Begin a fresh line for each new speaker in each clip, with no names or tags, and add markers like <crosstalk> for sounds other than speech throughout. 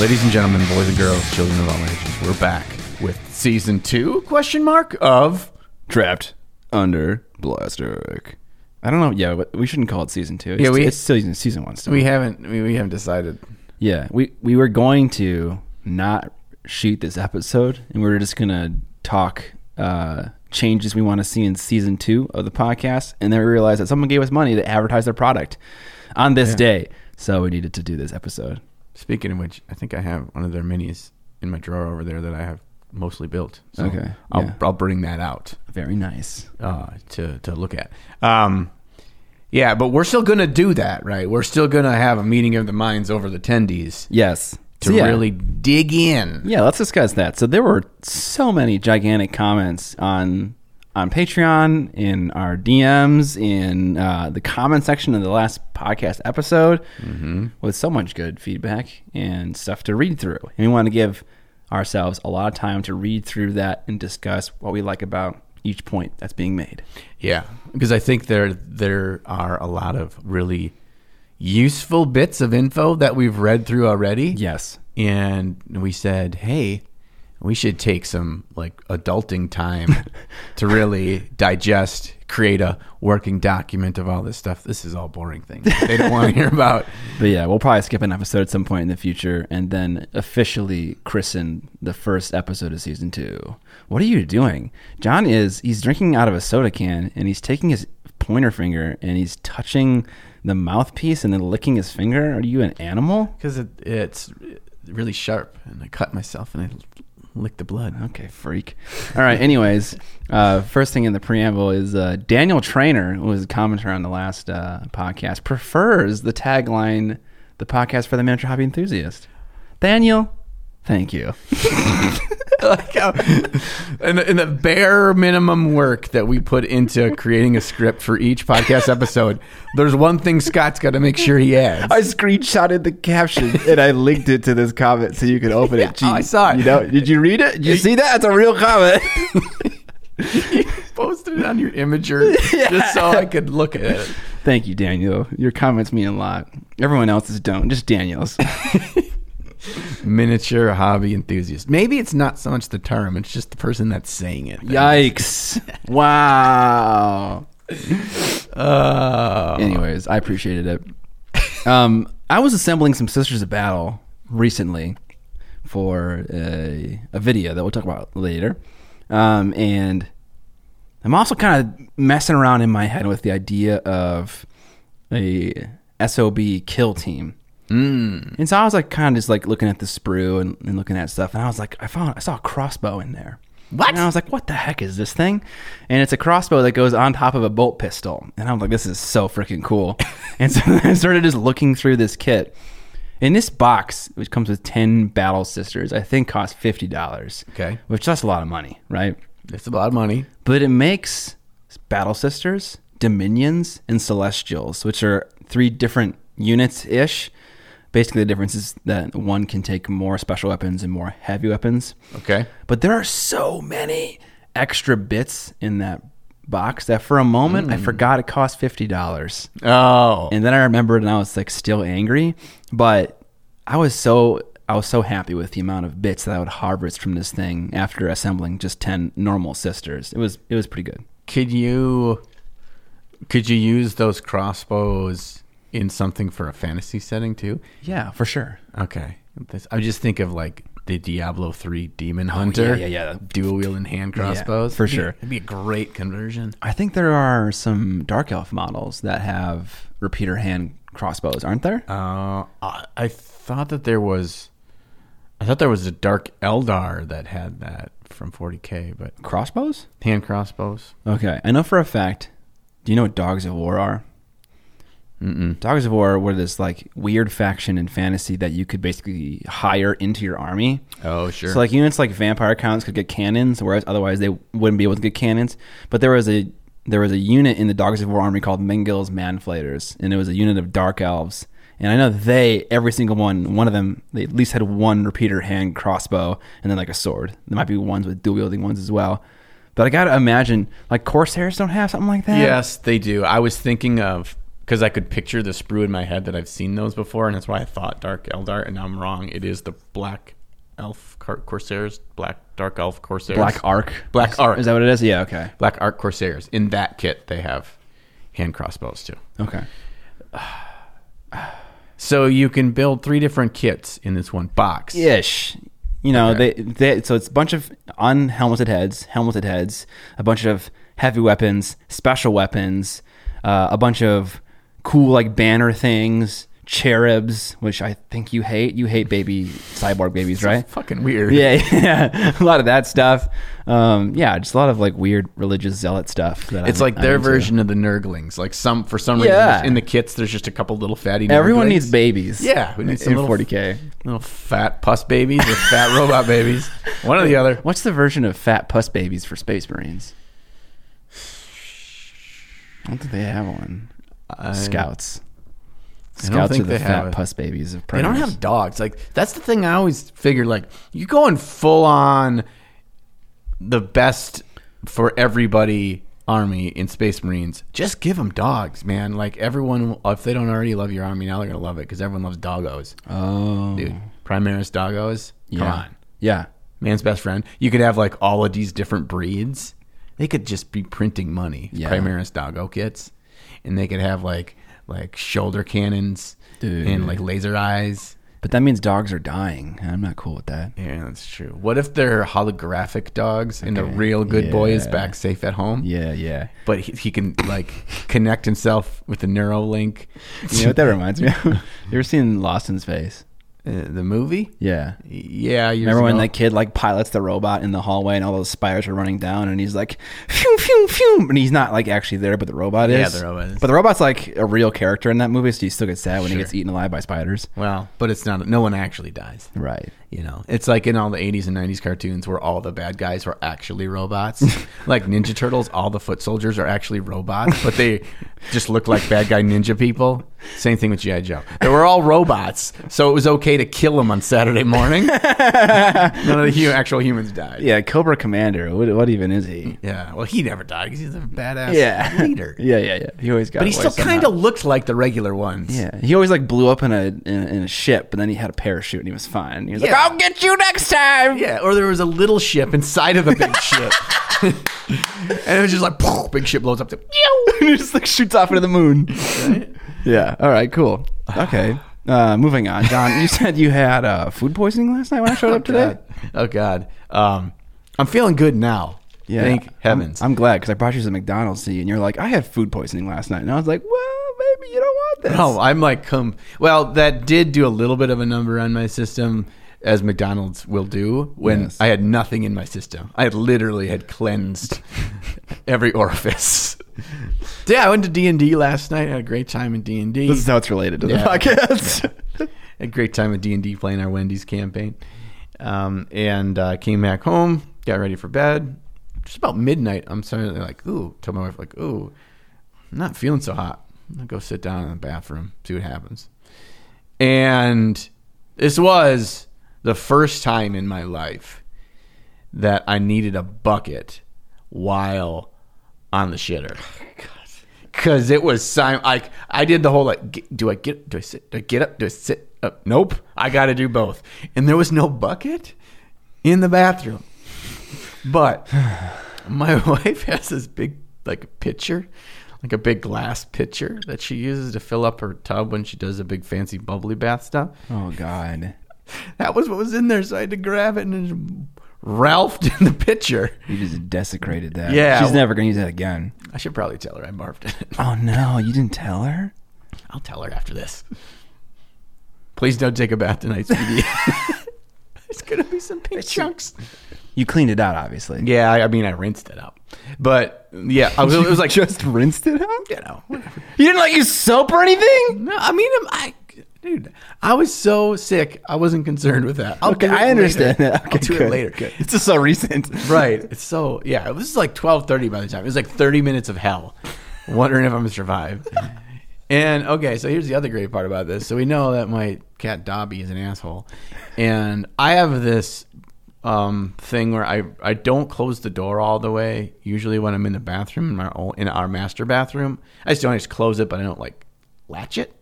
Ladies and gentlemen, boys and girls, children of all ages, we're back with season two question mark of
Trapped under Blastorik. I don't know. Yeah, but we shouldn't call it season two. It's,
Yeah, we-
it's still season, season one. Still.
we haven't we, we haven't decided.
yeah, we we were going to not shoot this episode, and we were just gonna talk uh, changes we want to see in season two of the podcast, and then we realized that someone gave us money to advertise their product on this day, so we needed to do this episode.
Speaking of which, I think I have one of their minis in my drawer over there that I have mostly built. So
Okay,
I'll
yeah.
I'll bring that out
Very nice.
uh, to to look at. Um, yeah, but we're still gonna do that, right? We're still gonna have a meeting of the minds over the tendies
Yes.
to
So, yeah.
really dig in.
Yeah, let's discuss that. So there were so many gigantic comments on on Patreon, in our DMs, in uh, the comment section of the last podcast episode, with so much good feedback and stuff to read through. And we want to give ourselves a lot of time to read through that and discuss what we like about each point that's being made.
Yeah, because I think there there are a lot of really useful bits of info that we've read through already.
Yes.
and we said, hey, we should take some like adulting time to really digest, create a working document of all this stuff. This is all boring things they don't want to hear about.
But yeah, we'll probably skip an episode at some point in the future and then officially christen the first episode of season two. What are you doing? John is, he's drinking out of a soda can and he's taking his pointer finger and he's touching the mouthpiece and then licking his finger. Are you an animal?
Because it, it's really sharp, and I cut myself and I licked the blood.
Okay, freak. All right, anyways, <laughs> uh, first thing in the preamble is uh, Daniel Trainer, who was a commenter on the last uh, podcast, prefers the tagline, the podcast for the miniature hobby enthusiast. Daniel, thank you.
like how, and, the, and the bare minimum work that we put into creating a script for each podcast episode, there's one thing Scott's got to make sure he adds.
I screenshotted the <laughs> caption and I linked it to this comment so you could open it.
Yeah, oh, I saw it.
You know, did you read it? Did you see that? It's a real comment.
Posted it on your
<laughs>
imager just so I could look at it.
<laughs> Thank you, Daniel. Your comments mean a lot. Everyone else's don't, just <laughs> Daniel's.
miniature hobby enthusiast. Maybe it's not so much the term; it's just the person that's saying it.
Yikes. Wow.
Uh,
Anyways, I appreciated it. Um, I was assembling some Sisters of Battle recently for a, a video that we'll talk about later. Um, and I'm also kind of messing around in my head with the idea of a SOB kill team.
Hmm.
Mm. And so I was like, kind of just like looking at the sprue and, and looking at stuff. And I was like, I found, I saw a crossbow in there.
What?
And I was like, what the heck is this thing? And it's a crossbow that goes on top of a bolt pistol. And I'm like, this is so
<laughs>
freaking cool. and so I started just looking through this kit. And this box, which comes with 10 Battle Sisters, I think costs $50.
Okay.
Which that's a lot of money, right?
it's a lot of money.
but it makes battle sisters dominions and celestials which are three different units ish basically the difference is that one can take more special weapons and more heavy weapons
Okay,
but there are so many extra bits in that box that for a moment i forgot it cost $50
oh,
and then I remembered, and I was like still angry, but I was so I was so happy with the amount of bits that I would harvest from this thing after assembling just ten normal sisters. It was it was pretty good.
could you could you use those crossbows in something for a fantasy setting too?
Yeah, for sure.
Okay, this, I just think of like the Diablo three Demon Hunter.
Oh, yeah, yeah.
dual wheel and hand crossbows
for
It'd be-
sure.
It'd be a great conversion.
I think there are some dark elf models that have repeater hand crossbows, aren't there?
Uh, I, I thought that there was, I thought there was a Dark Eldar that had that from 40k, but
crossbows?
hand crossbows.
Okay, I know for a fact. Do you know what Dogs of War are? Mm-mm. Dogs of War were this like weird faction in fantasy that you could basically hire into your army.
Oh sure.
So like units like vampire counts could get cannons, whereas otherwise they wouldn't be able to get cannons. But there was a there was a unit in the Dogs of War army called Mengil's Manflaters, and it was a unit of dark elves. And I know they every single one one of them they at least had one repeater hand crossbow and then like a sword. There might be ones with dual wielding ones as well. But I gotta imagine like corsairs don't have something like that.
yes, they do. I was thinking of because I could picture the sprue in my head that I've seen those before, and that's why I thought Dark Eldar, and now I'm wrong. It is the Black Elf Cor- Corsairs, Black Dark Elf Corsairs,
Black Arc.
Black Arc.
Is that what it is? Yeah. Okay.
Black Arc Corsairs. In that kit, they have hand crossbows too.
Okay.
So you can build three different kits in this one box.
Ish. You know,
Okay.
they, they so it's a bunch of unhelmeted heads, helmeted heads, a bunch of heavy weapons, special weapons, uh, a bunch of cool like banner things, cherubs, which I think you hate. You hate baby cyborg babies, right?
<laughs> Fucking weird.
Yeah, <laughs> yeah, a lot of that stuff. Um, yeah, just a lot of like weird religious zealot stuff. That
It's
I'm-
like their
I'm into.
version of the Nerglings. Like some for some reason
Yeah.
in the kits, there's just a couple little fatty.
Everyone
Nerglings.
needs babies.
Yeah, we need some
in
little-
40k.
little fat pus babies or fat robot
<laughs>
babies. One or the other.
What's the version of fat puss babies for Space Marines? I don't think they have one.
I-
Scouts.
I don't
Scouts are
think
the
they have
fat
it.
puss babies of
They
Primus.
don't have dogs. Like that's the thing I always figure. Like you're going full on the best for everybody army in Space Marines. Just give them dogs, man. Like everyone, if they don't already love your army, now they're gonna love it because everyone loves doggos,
Oh,
dude. Primaris doggos.
Yeah.
Come on,
Yeah.
man's best friend. You could have like all of these different breeds. They could just be printing money.
Yeah.
Primaris doggo kits, and they could have like like shoulder cannons
Dude.
and like laser eyes.
But that means dogs are dying. I'm not cool with that.
Yeah, that's true. What if they're holographic dogs and the
Okay.
real good boy is
Yeah.
back safe at home?
Yeah, yeah.
But he, he can
<laughs>
like connect himself with the Neuralink.
You
<laughs>
know what that reminds me of? <laughs> you ever seen Lost in Space?
Uh, the movie?
Yeah.
Yeah, years
Remember when
ago.
that kid like pilots the robot in the hallway and all those spiders are running down and he's like, phew, phew, phew. And he's not like actually there, but the robot
Yeah,
is.
the robot is.
But the robot's like a real character in that movie, so you still get sad when he
Sure.
gets eaten alive by spiders.
Well, but it's not. No one actually dies.
Right.
You know, it's like in all the '80s and '90s cartoons where all the bad guys were actually
<laughs>
robots. like Ninja Turtles, all the foot soldiers are actually robots, but they just look like bad guy ninja people. Same thing with GI Joe. They were all robots, so it was okay to kill them on Saturday
<laughs>
morning. None of the hu- actual humans died.
Yeah, Cobra Commander. What, what even is he?
Yeah. Well, he never died because he's a badass
Yeah.
Mm. leader.
<laughs> Yeah, yeah, yeah. He always got.
But he
away
still
somehow.
kind of looked like the regular ones.
Yeah, he always like blew up in a in, a- in a ship, but then he had a parachute and he was fine. He was
Yeah.
like, "I'll get you next time."
Yeah, or there was a little ship inside of a
<laughs>
big ship. <laughs> and it was just like, <laughs> poof, big ship blows up. To,
<laughs> and he just like shoots off into the moon. Yeah. All right. Cool. <sighs> Okay. Uh, moving on, John. You said you had uh, food poisoning last night when I showed <laughs> up today.
God. Oh God. Um, I'm feeling good now. Thank
I'm-
heavens.
I'm, glad because I brought you some McDonald's to eat, and you're like, I had food poisoning last night, and I was like, well, maybe you don't want this.
no, Oh, I'm like come. Well, that did do a little bit of a number on my system, as McDonald's will do when
Yes.
I had nothing in my system. I had literally had <laughs> cleansed every orifice. yeah, I went to D and D last night. Had a great time in D and D.
This is how it's related to the
Yeah.
podcast.
<laughs> a great time at D&D playing our Wendy's campaign. Um, and uh, came back home, got ready for bed. Just about midnight, I'm suddenly like, ooh, told my wife, like, ooh, I'm not feeling so hot. I'm going to go sit down in the bathroom, see what happens. And this was the first time in my life that I needed a bucket while on the shitter. Cause it was sim- I I did the whole like g do I get do I sit do I get up do I sit up nope I got to do both and there was no bucket in the bathroom but <sighs> my <laughs> wife has this big like pitcher like a big glass pitcher that she uses to fill up her tub when she does a big fancy bubbly bath stuff
<laughs> oh God.
that was what was in there so I had to grab it and it ralphed <laughs> in the pitcher
You just desecrated that.
Yeah.
She's never gonna use that again.
I should probably tell her I barfed in it <laughs>
Oh no, you didn't tell her?
I'll tell her after this. Please don't take a bath tonight, Speedy. <laughs> There's gonna be some pink chunks.
<laughs> You cleaned it out, obviously.
Yeah, I, I mean, I rinsed it up, but yeah, I was, it was like, <laughs> you
just rinsed it out?
know, whatever.
You didn't like use soap or anything?
No, I mean, I'm, I, dude, I was so sick, I wasn't concerned with that. I'll
Okay,
do it
I understand
later.
that. Okay,
I'll do
good,
it later.
good. It's just so recent.
<laughs> Right. It's so yeah. It was like twelve thirty by the time. It was like thirty minutes of hell, wondering if I'm gonna survive. And okay, so here's the other great part about this. So we know that my cat Dobby is an asshole, and I have this um, thing where I I don't close the door all the way. Usually when I'm in the bathroom in our own, in our master bathroom, I just don't just close it, but I don't like Latchet.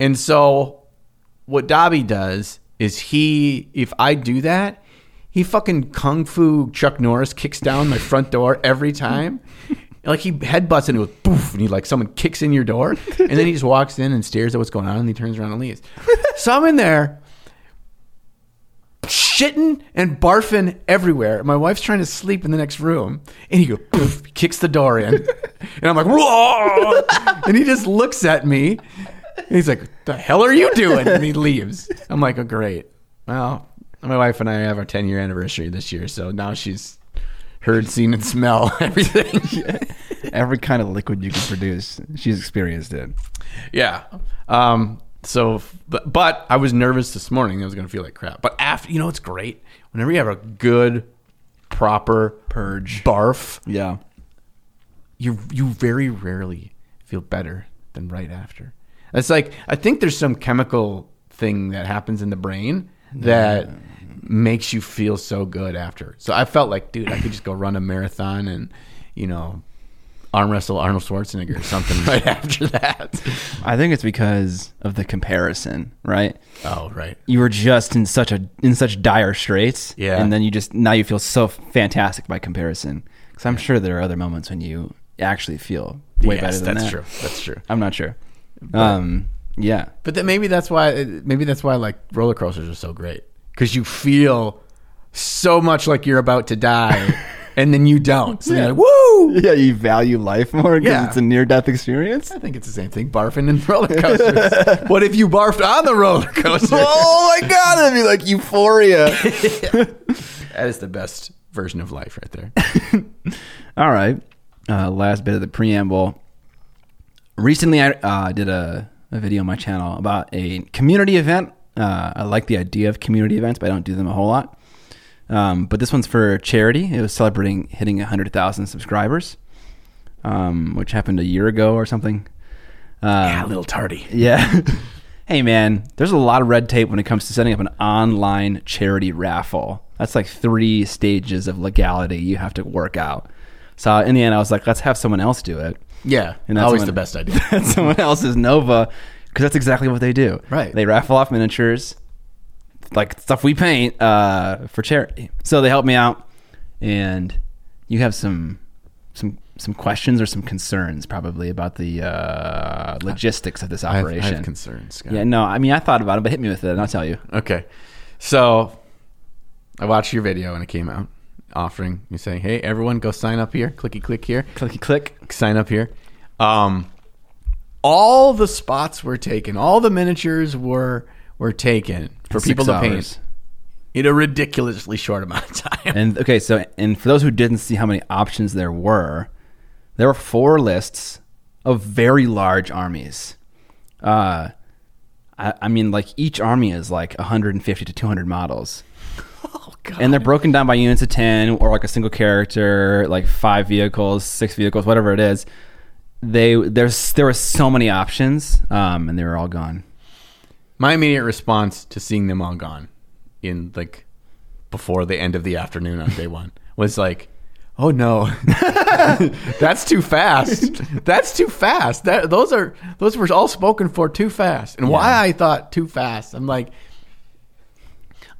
And so what Dobby does is he, if I do that, he fucking kung fu Chuck Norris kicks down my front door every time. Like he headbutts and it goes poof, and he like someone kicks in your door, and then he just walks in and stares at what's going on, and he turns around and leaves. So I'm in there, shitting and barfing everywhere. My wife's trying to sleep in the next room, and he goes, poof, kicks the door in, and I'm like, Whoa! and he just looks at me, and he's like, "The hell are you doing?" And he leaves. I'm like, "Oh, great. Well, my wife and I have our 10 year anniversary this year, so now she's heard, seen, and smell <laughs> everything."
<laughs> <laughs> Every kind of liquid you can produce, she's experienced it.
Yeah. Um, so, but, but I was nervous this morning. I was going to feel like crap. But after, you know, it's great. Whenever you have a good, proper purge barf,
Yeah.
you you very rarely feel better than right after. It's like I think there's some chemical thing that happens in the brain that makes you feel so good after. So I felt like, dude, I could just go run a marathon and, you know, arm wrestle Arnold Schwarzenegger or something <laughs> right after that.
I think it's because of the comparison, right?
Oh, right.
You were just in such a in such dire straits,
Yeah.
and then you just now you feel so fantastic by comparison. Because I'm sure there are other moments when you actually feel way
Yes,
better than
that's
that.
true. That's true.
I'm not sure. Um, yeah,
But then maybe that's why maybe that's why like roller coasters are so great because you feel so much like you're about to <laughs> die, and then you don't. So
Yeah.
you're like, woo!
<laughs> yeah, you value life more because
Yeah.
it's a near death experience.
I think it's the same thing. Barfing in <laughs> roller <laughs> coasters. what if you barfed on the <laughs> roller coaster?
oh my god, that'd be like euphoria.
that is the best version of life right there.
<laughs> All right, uh, last bit of the preamble. Recently, I uh, did a, a video on my channel about a community event. Uh, I like the idea of community events, but I don't do them a whole lot. Um, but this one's for charity. It was celebrating hitting 100,000 subscribers, um, which happened a year ago or something.
<laughs>
Uh,
yeah, a little tardy.
Yeah. <laughs> hey, man, there's a lot of red tape when it comes to setting up an online charity raffle. That's like three stages of legality you have to work out. So in the end, I was like, let's have someone else do it. <laughs>
Yeah,
And that's
always
when-
the best <laughs> idea.
That's someone else's Nova, because that's exactly what they do.
Right.
They raffle off miniatures, like stuff we paint uh, for charity. So they helped me out, and you have some some some questions or some concerns probably about the uh, logistics of this
I have,
operation.
I have concerns. Scott.
Yeah, no, I mean, I thought about it, but hit me with it, and I'll tell you.
Okay. So I watched your video and it came out offering you saying, Hey everyone go sign up here. Clicky click here.
Clicky click.
Sign up here. Um all the spots were taken. All the miniatures were were taken for
Six
people to
hours.
paint in a ridiculously short amount of time.
And okay, so and for those who didn't see how many options there were, there were four lists of very large armies. Uh, I, I mean, like each army is like 150 to 200 models.
<laughs> Oh god.
and they're broken down by units of 10 or like a single character like five vehicles six vehicles whatever it is they there's there were so many options um, and they were all gone
My immediate response to seeing them all gone in like before the end of the afternoon on day one <laughs> was like, oh no, <laughs> that's too
<laughs>
fast. That's too fast. That those are those were all spoken for too fast. And why I thought too fast, I'm like,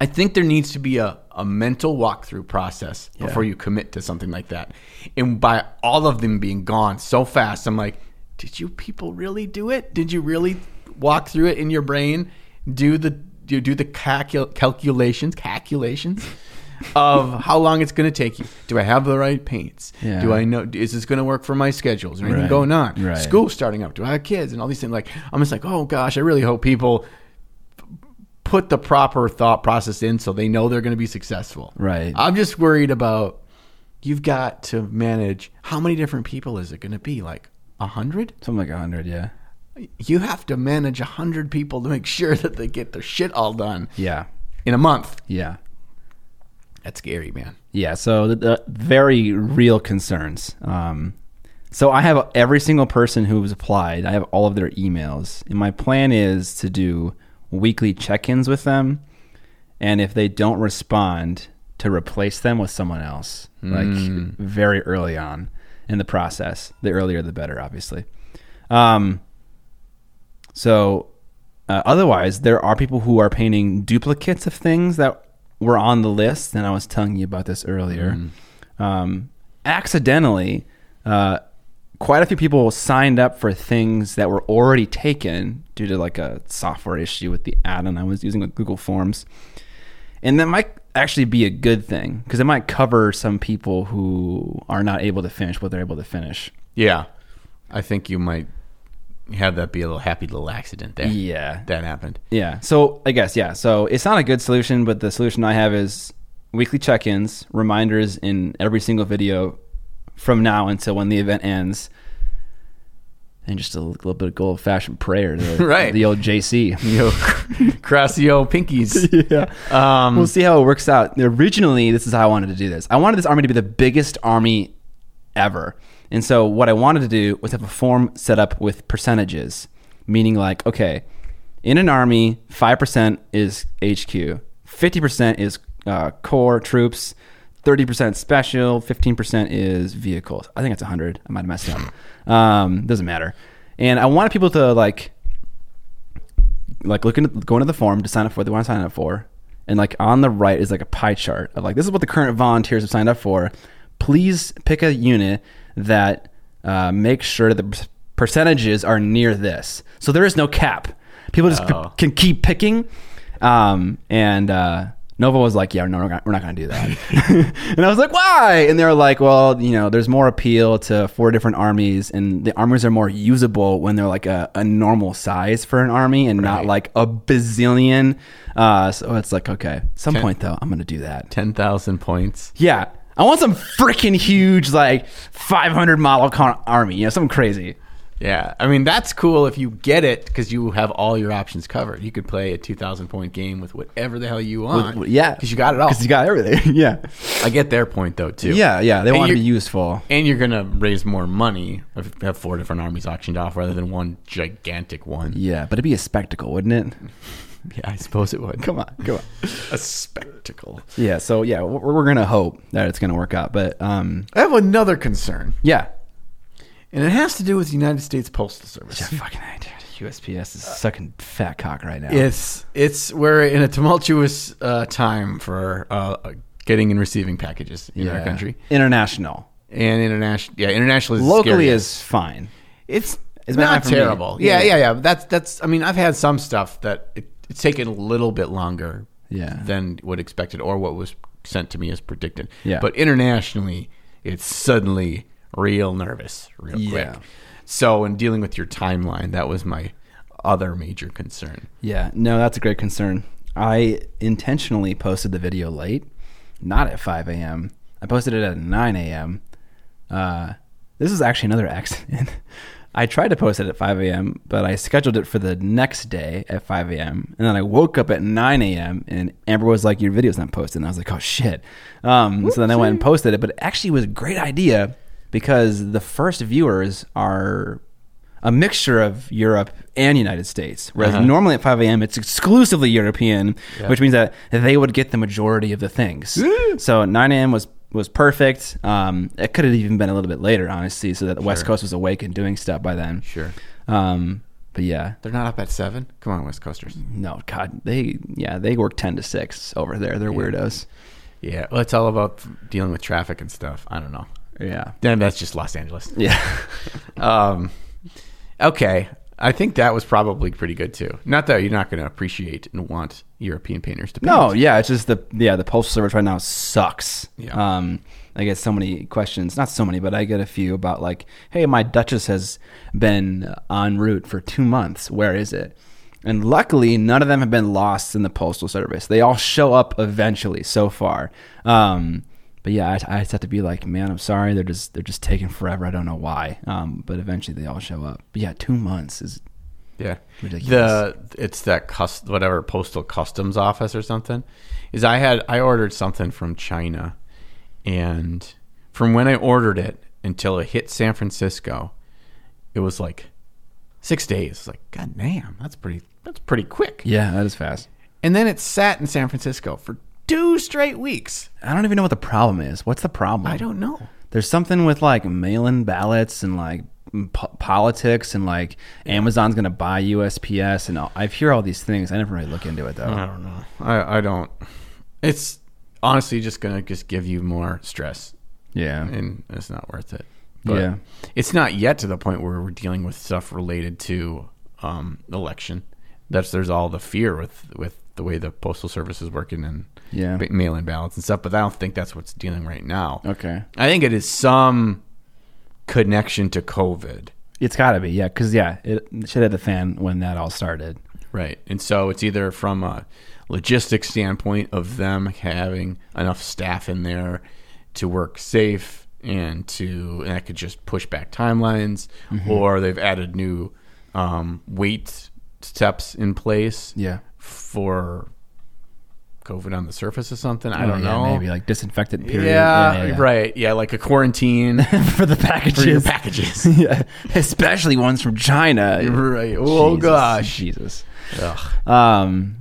I think there needs to be a, a mental walkthrough process before you commit to something like that. And by all of them being gone so fast, I'm like, did you people really do it? Did you really walk through it in your brain? Do the you do the calcul- calculations, calculations
<laughs>
of how long it's going to take you? Do I have the right paints?
Yeah.
Do I know is this going to work for my schedule? Is there anything
Right.
going on?
Right.
School starting up. Do I have kids and all these things? Like I'm just like, oh gosh, I really hope people put the proper thought process in so they know they're going to be successful.
Right.
I'm just worried about you've got to manage how many different people is it going to be? Like a hundred?
something like 100 yeah
You have to manage a hundred people to make <laughs> sure that they get their shit all done
yeah
in a month.
yeah
That's scary, man.
Yeah, so the, the very real concerns. Um, so I have every single person who's applied. I have all of their emails, and my plan is to do weekly check-ins with them, and if they don't respond, to replace them with someone else, like very early on in the process. The earlier, the better, obviously. Um, So, uh, otherwise, there are people who are painting duplicates of things that were on the list, and I was telling you about this earlier. Um, accidentally, uh, quite a few people signed up for things that were already taken due to like a software issue with the add-on I was using with Google Forms, and that might actually be a good thing because it might cover some people who are not able to finish what they're able to finish.
Yeah. I think you might have that be a little happy little accident there.
Yeah,
That happened.
Yeah. So I guess yeah. So it's not a good solution, but the solution I have is weekly check-ins, reminders in every single video from now until when the event ends, and just a little bit of old-fashioned prayer,
<laughs>
to
Right.
The old JC.
<laughs> Yo, cross the old <laughs> pinkies.
<laughs> Yeah.
Um,
We'll see how it works out. Originally, this is how I wanted to do this. I wanted this army to be the biggest army ever. And so, what I wanted to do was have a form set up with percentages, meaning, like, okay, in an army, 5% is HQ, 50% is uh, core troops, 30% special, 15% is vehicles. I think it's 100. I might have messed it up. Um, doesn't matter. And I wanted people to, like, like looking at going to the form to sign up for what they want to sign up for. And like on the right is like a pie chart of like this is what the current volunteers have signed up for. Please pick a unit that uh, makes sure that the per- percentages are near this. So there is no cap. People just c-
Oh.
can keep picking. Um, and uh, Nova was like, "Yeah, no, we're not, we're not going to do that." <laughs> and I was like, "Why?" And they were like, "Well, you know, there's more appeal to four different armies, and the armies are more usable when they're like a, a normal size for an army, and not
Right.
like a bazillion." Uh, so it's like, okay, some
Ten-
point though, I'm going to do that.
10,000 points.
Yeah, I want some freaking huge, like 500 model con- army, you know, something crazy.
Yeah. I mean, that's cool if you get it because you have all your options covered. You could play a 2,000 point game with whatever the hell you want.
Yeah,
Because you got <laughs> it all.
Because you got everything. <laughs> yeah,
I get their point, though, too.
yeah, yeah. They
And
want to
you-
be useful.
And you're going to raise more money if you have four different armies auctioned off rather than one gigantic one.
Yeah, but it'd be a spectacle, wouldn't it?
Yeah, I suppose it would.
Come on, come on.
A spectacle.
Yeah, so yeah, we're, we're gonna hope that it's gonna work out, but um,
I have another concern,
yeah.
and it has to do with the United States Postal Service.
fucking I, dude, USPS is sucking fat cock right now.
It's it's we're in a tumultuous uh, time for uh, getting and receiving packages in our country
international,
and international. Yeah, international is
locally
scary.
is fine.
it's
It's been
not
fine for me.
terrible. Yeah, yeah, yeah. That's that's. I mean, I've had some stuff that it, it's taken a little bit longer
Yeah.
than what expected or what was sent to me as predicted.
Yeah.
But internationally, it's suddenly real nervous real
Yeah.
quick. So in dealing with your timeline, that was my other major concern.
Yeah, no, that's a great concern. I intentionally posted the video late, not at 5 a.m. I posted it at 9 a.m. Uh, this is actually another <laughs> accident. I tried to post it at 5 a.m., but I scheduled it for the next day at 5 a.m. And then I woke up at 9 a.m. and Amber was like, "Your video's not posted." And I was like, "Oh shit!" Um, so then I went and posted it, but it actually was a great idea because the first viewers are a mixture of Europe and United States. Whereas normally at 5 a.m., it's exclusively European, which means that they would get the majority of the things. so 9 a.m. was was perfect. Um, it could have even been a little bit later, honestly, so that the West Coast was awake and doing stuff by then.
Sure.
Um, but yeah,
They're not up at seven. Come on, West Coasters.
no, God, they yeah they work 10 to 6 over there. They're weirdos.
Yeah. Well, it's all about dealing with traffic and stuff. I don't know.
Yeah,
Then that's just Los Angeles.
yeah,
<laughs> Um, okay. I think that was probably pretty good too. Not that you're not going to appreciate and want European painters to paint.
no, yeah. It's just the yeah the postal service right now sucks.
Yeah.
Um, I get so many questions, not so many, but I get a few about like, hey, my Duchess has been en route for two months. Where is it? And luckily, none of them have been lost in the postal service. They all show up eventually so far. Um, but yeah, I, I just have to be like, man, I'm sorry. They're just they're just taking forever. I don't know why. Um, but eventually, they all show up. But yeah, two months is
Yeah.
Ridiculous.
The it's that cus whatever postal customs office or something. Is I had I ordered something from China, and from when I ordered it until it hit San Francisco, it was like six days. Like God damn, that's pretty that's pretty quick.
yeah, that is fast.
And then it sat in San Francisco for two straight weeks.
I don't Hmm. even know what the problem is. What's the problem?
I don't know.
There's something with like mail-in ballots and like po- politics and like Amazon's going to buy USPS and all, I hear all these things. I never really look into it though.
I don't know. I, I don't. It's honestly just gonna just give you more stress,
yeah.
and it's not worth it.
Yeah.
it's not yet to the point where we're dealing with stuff related to um, election. That's there's all the fear with with the way the postal service is working and
Yeah.
ba- mail-in ballots and stuff. But I don't think that's what's dealing right now.
Okay.
I think it is some connection to COVID.
It's got to be. Yeah. Cause yeah, it should have the fan when that all started.
Right. And so it's either from a logistics standpoint of them having enough staff in there to work safe and to and that could just push back timelines
Mm-hmm.
or they've added new um, weight steps in place
Yeah.
for COVID on the surface or something. I
Oh,
don't
yeah,
know.
Maybe like disinfectant
yeah,
period.
right. Yeah, like a quarantine
<laughs> For the packages.
for your packages.
<laughs> yeah. Especially ones from China.
right. <laughs> Oh
Jesus,
gosh.
Jesus.
Ugh.
Um,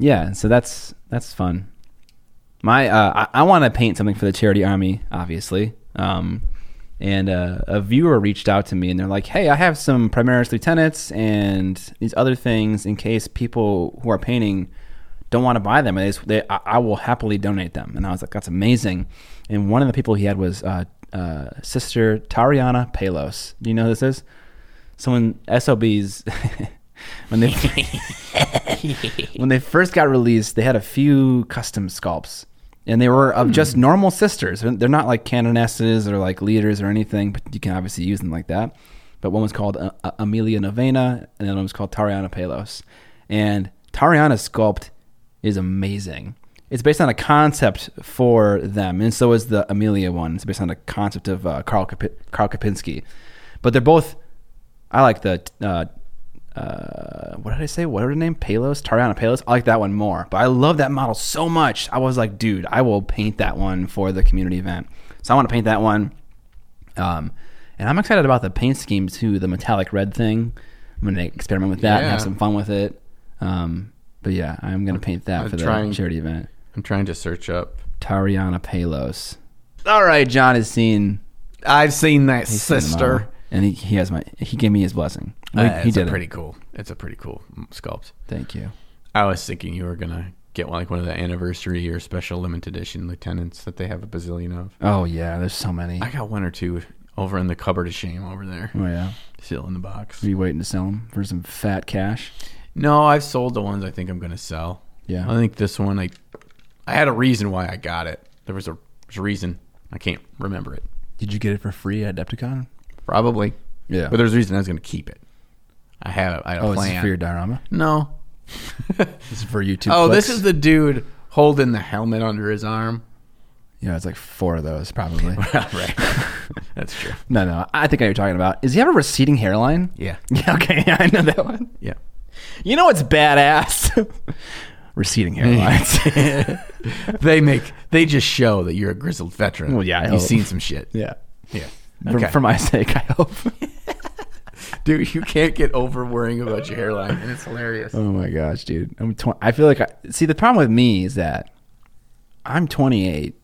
yeah, so that's that's fun. My uh, I, I want to paint something for the charity army, obviously. Um, and uh, a viewer reached out to me, and they're like, "Hey, I have some Primaris lieutenants and these other things in case people who are painting don't want to buy them, and they, just- they I, I will happily donate them." And I was like, "That's amazing." And one of the people he had was uh, uh, Sister Tariana Palos. Do you know who this is? Someone SOBs <laughs> when they when they first got released, they had a few custom sculpts, and they were of just normal sisters. They're they're not like canonesses or like leaders or anything, but you can obviously use them like that. But one was called uh, uh, Amelia Novena, and the other one was called Tariana Palos. And Tariana's sculpt is amazing. It's based on a concept for them, and so is the Amelia one. It's based on a concept of uh, Carl Kapi- Carl Kapinski. But they're both. I like the uh, uh, what did I say? What are the name? Palos, Tariana Palos. I like that one more, but I love that model so much. I was like, dude, I will paint that one for the community event. So I want to paint that one. Um, and I'm excited about the paint scheme too. The metallic red thing. I'm gonna experiment with that and have
Yeah.
some fun with it. Um, but yeah, I'm gonna paint that
I'm
for the
trying-
charity event.
I'm trying to search up.
Tariana Palos. All right, John has seen
I've seen that
he's seen the
sister.
model. and he, he has my he gave me his blessing. He,
Uh,
he
it's a
did it.
pretty cool. It's a pretty cool mm, sculpt.
Thank you.
I was thinking you were gonna get like one of the anniversary or special limited edition lieutenants that they have a bazillion of.
Oh yeah, there's so many.
I got one or two over in the cupboard of shame over there,
oh yeah.
still in the box.
Are you waiting to sell them for some fat cash?
No, I've sold the ones I think I'm gonna sell.
Yeah.
I think this one I, I had a reason why I got it. There was a, there's a reason. I can't remember it.
Did you get it for free at Adepticon?
Probably,
Yeah.
but there's a reason I was gonna keep it. I had I had a
oh,
plan.
it's for your diorama.
no, <laughs>
<laughs> It's for YouTube.
oh, this is the dude holding the helmet under his arm.
yeah. It's like four of those <laughs> probably.
right. That's true.
no, no. I think I know what you're talking about. Is he have a receding hairline?
Yeah.
Yeah. <laughs> Okay. Yeah, I know that one.
Yeah.
You know what's badass? <laughs> receding <laughs> hairlines.
They make they just show that you're a grizzled veteran.
Well, yeah, I
You've
hope.
seen some shit.
yeah.
Yeah.
For,
Okay.
for my sake, I hope.
Dude, you can't get over worrying about your hairline and it's hilarious.
Oh my gosh, dude. I'm 20. I feel like I see the problem with me is that I'm 28,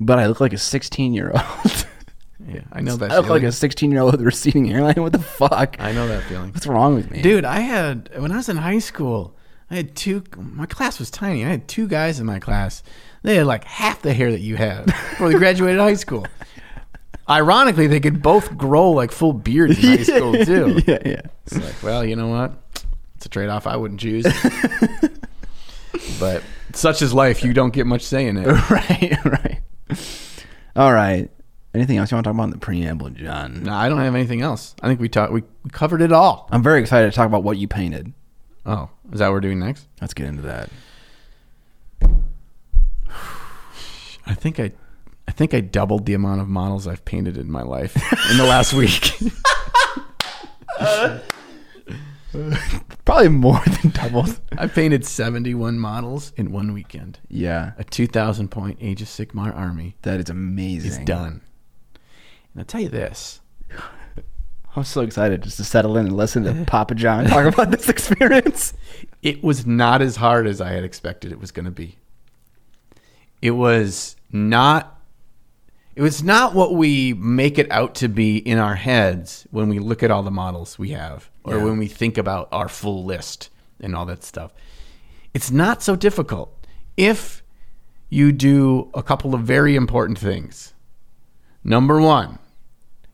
but I look like a 16 year old.
Yeah. I know that
<laughs> I look like
feeling.
a 16 year old with a receding hairline. What the fuck?
I know that feeling.
What's wrong with <laughs> me?
Dude, I had when I was in high school, I had two my class was tiny. I had two guys in my class. They had like half the hair that you had before they graduated high <laughs> school. Ironically, they could both grow like full beards in <laughs> high school too.
<laughs> yeah, yeah.
It's like, well, you know what? It's a trade off I wouldn't choose. but such is life. You don't get much say in it.
right, right. All right. Anything else you want to talk about in the preamble, John?
No, I don't have anything else. I think we talked. We we covered it all.
I'm very excited to talk about what you painted.
Oh, is that what we're doing next?
Let's get
<laughs>
into that.
I think I, I think I doubled the amount of models I've painted in my life in the last week.
Probably more than doubles.
<laughs>
<laughs>
I painted seventy-one models in one weekend.
yeah,
A two thousand point Age of Sigmar army
that is amazing.
is done. And I'll tell you this.
I'm so excited just to settle in and listen to Papa John talk about this <laughs> experience.
it was not as hard as I had expected it was going to be. It was not. It was not what we make it out to be in our heads when we look at all the models we have or
Yeah.
when we think about our full list and all that stuff. It's not so difficult if you do a couple of very important things. Number one,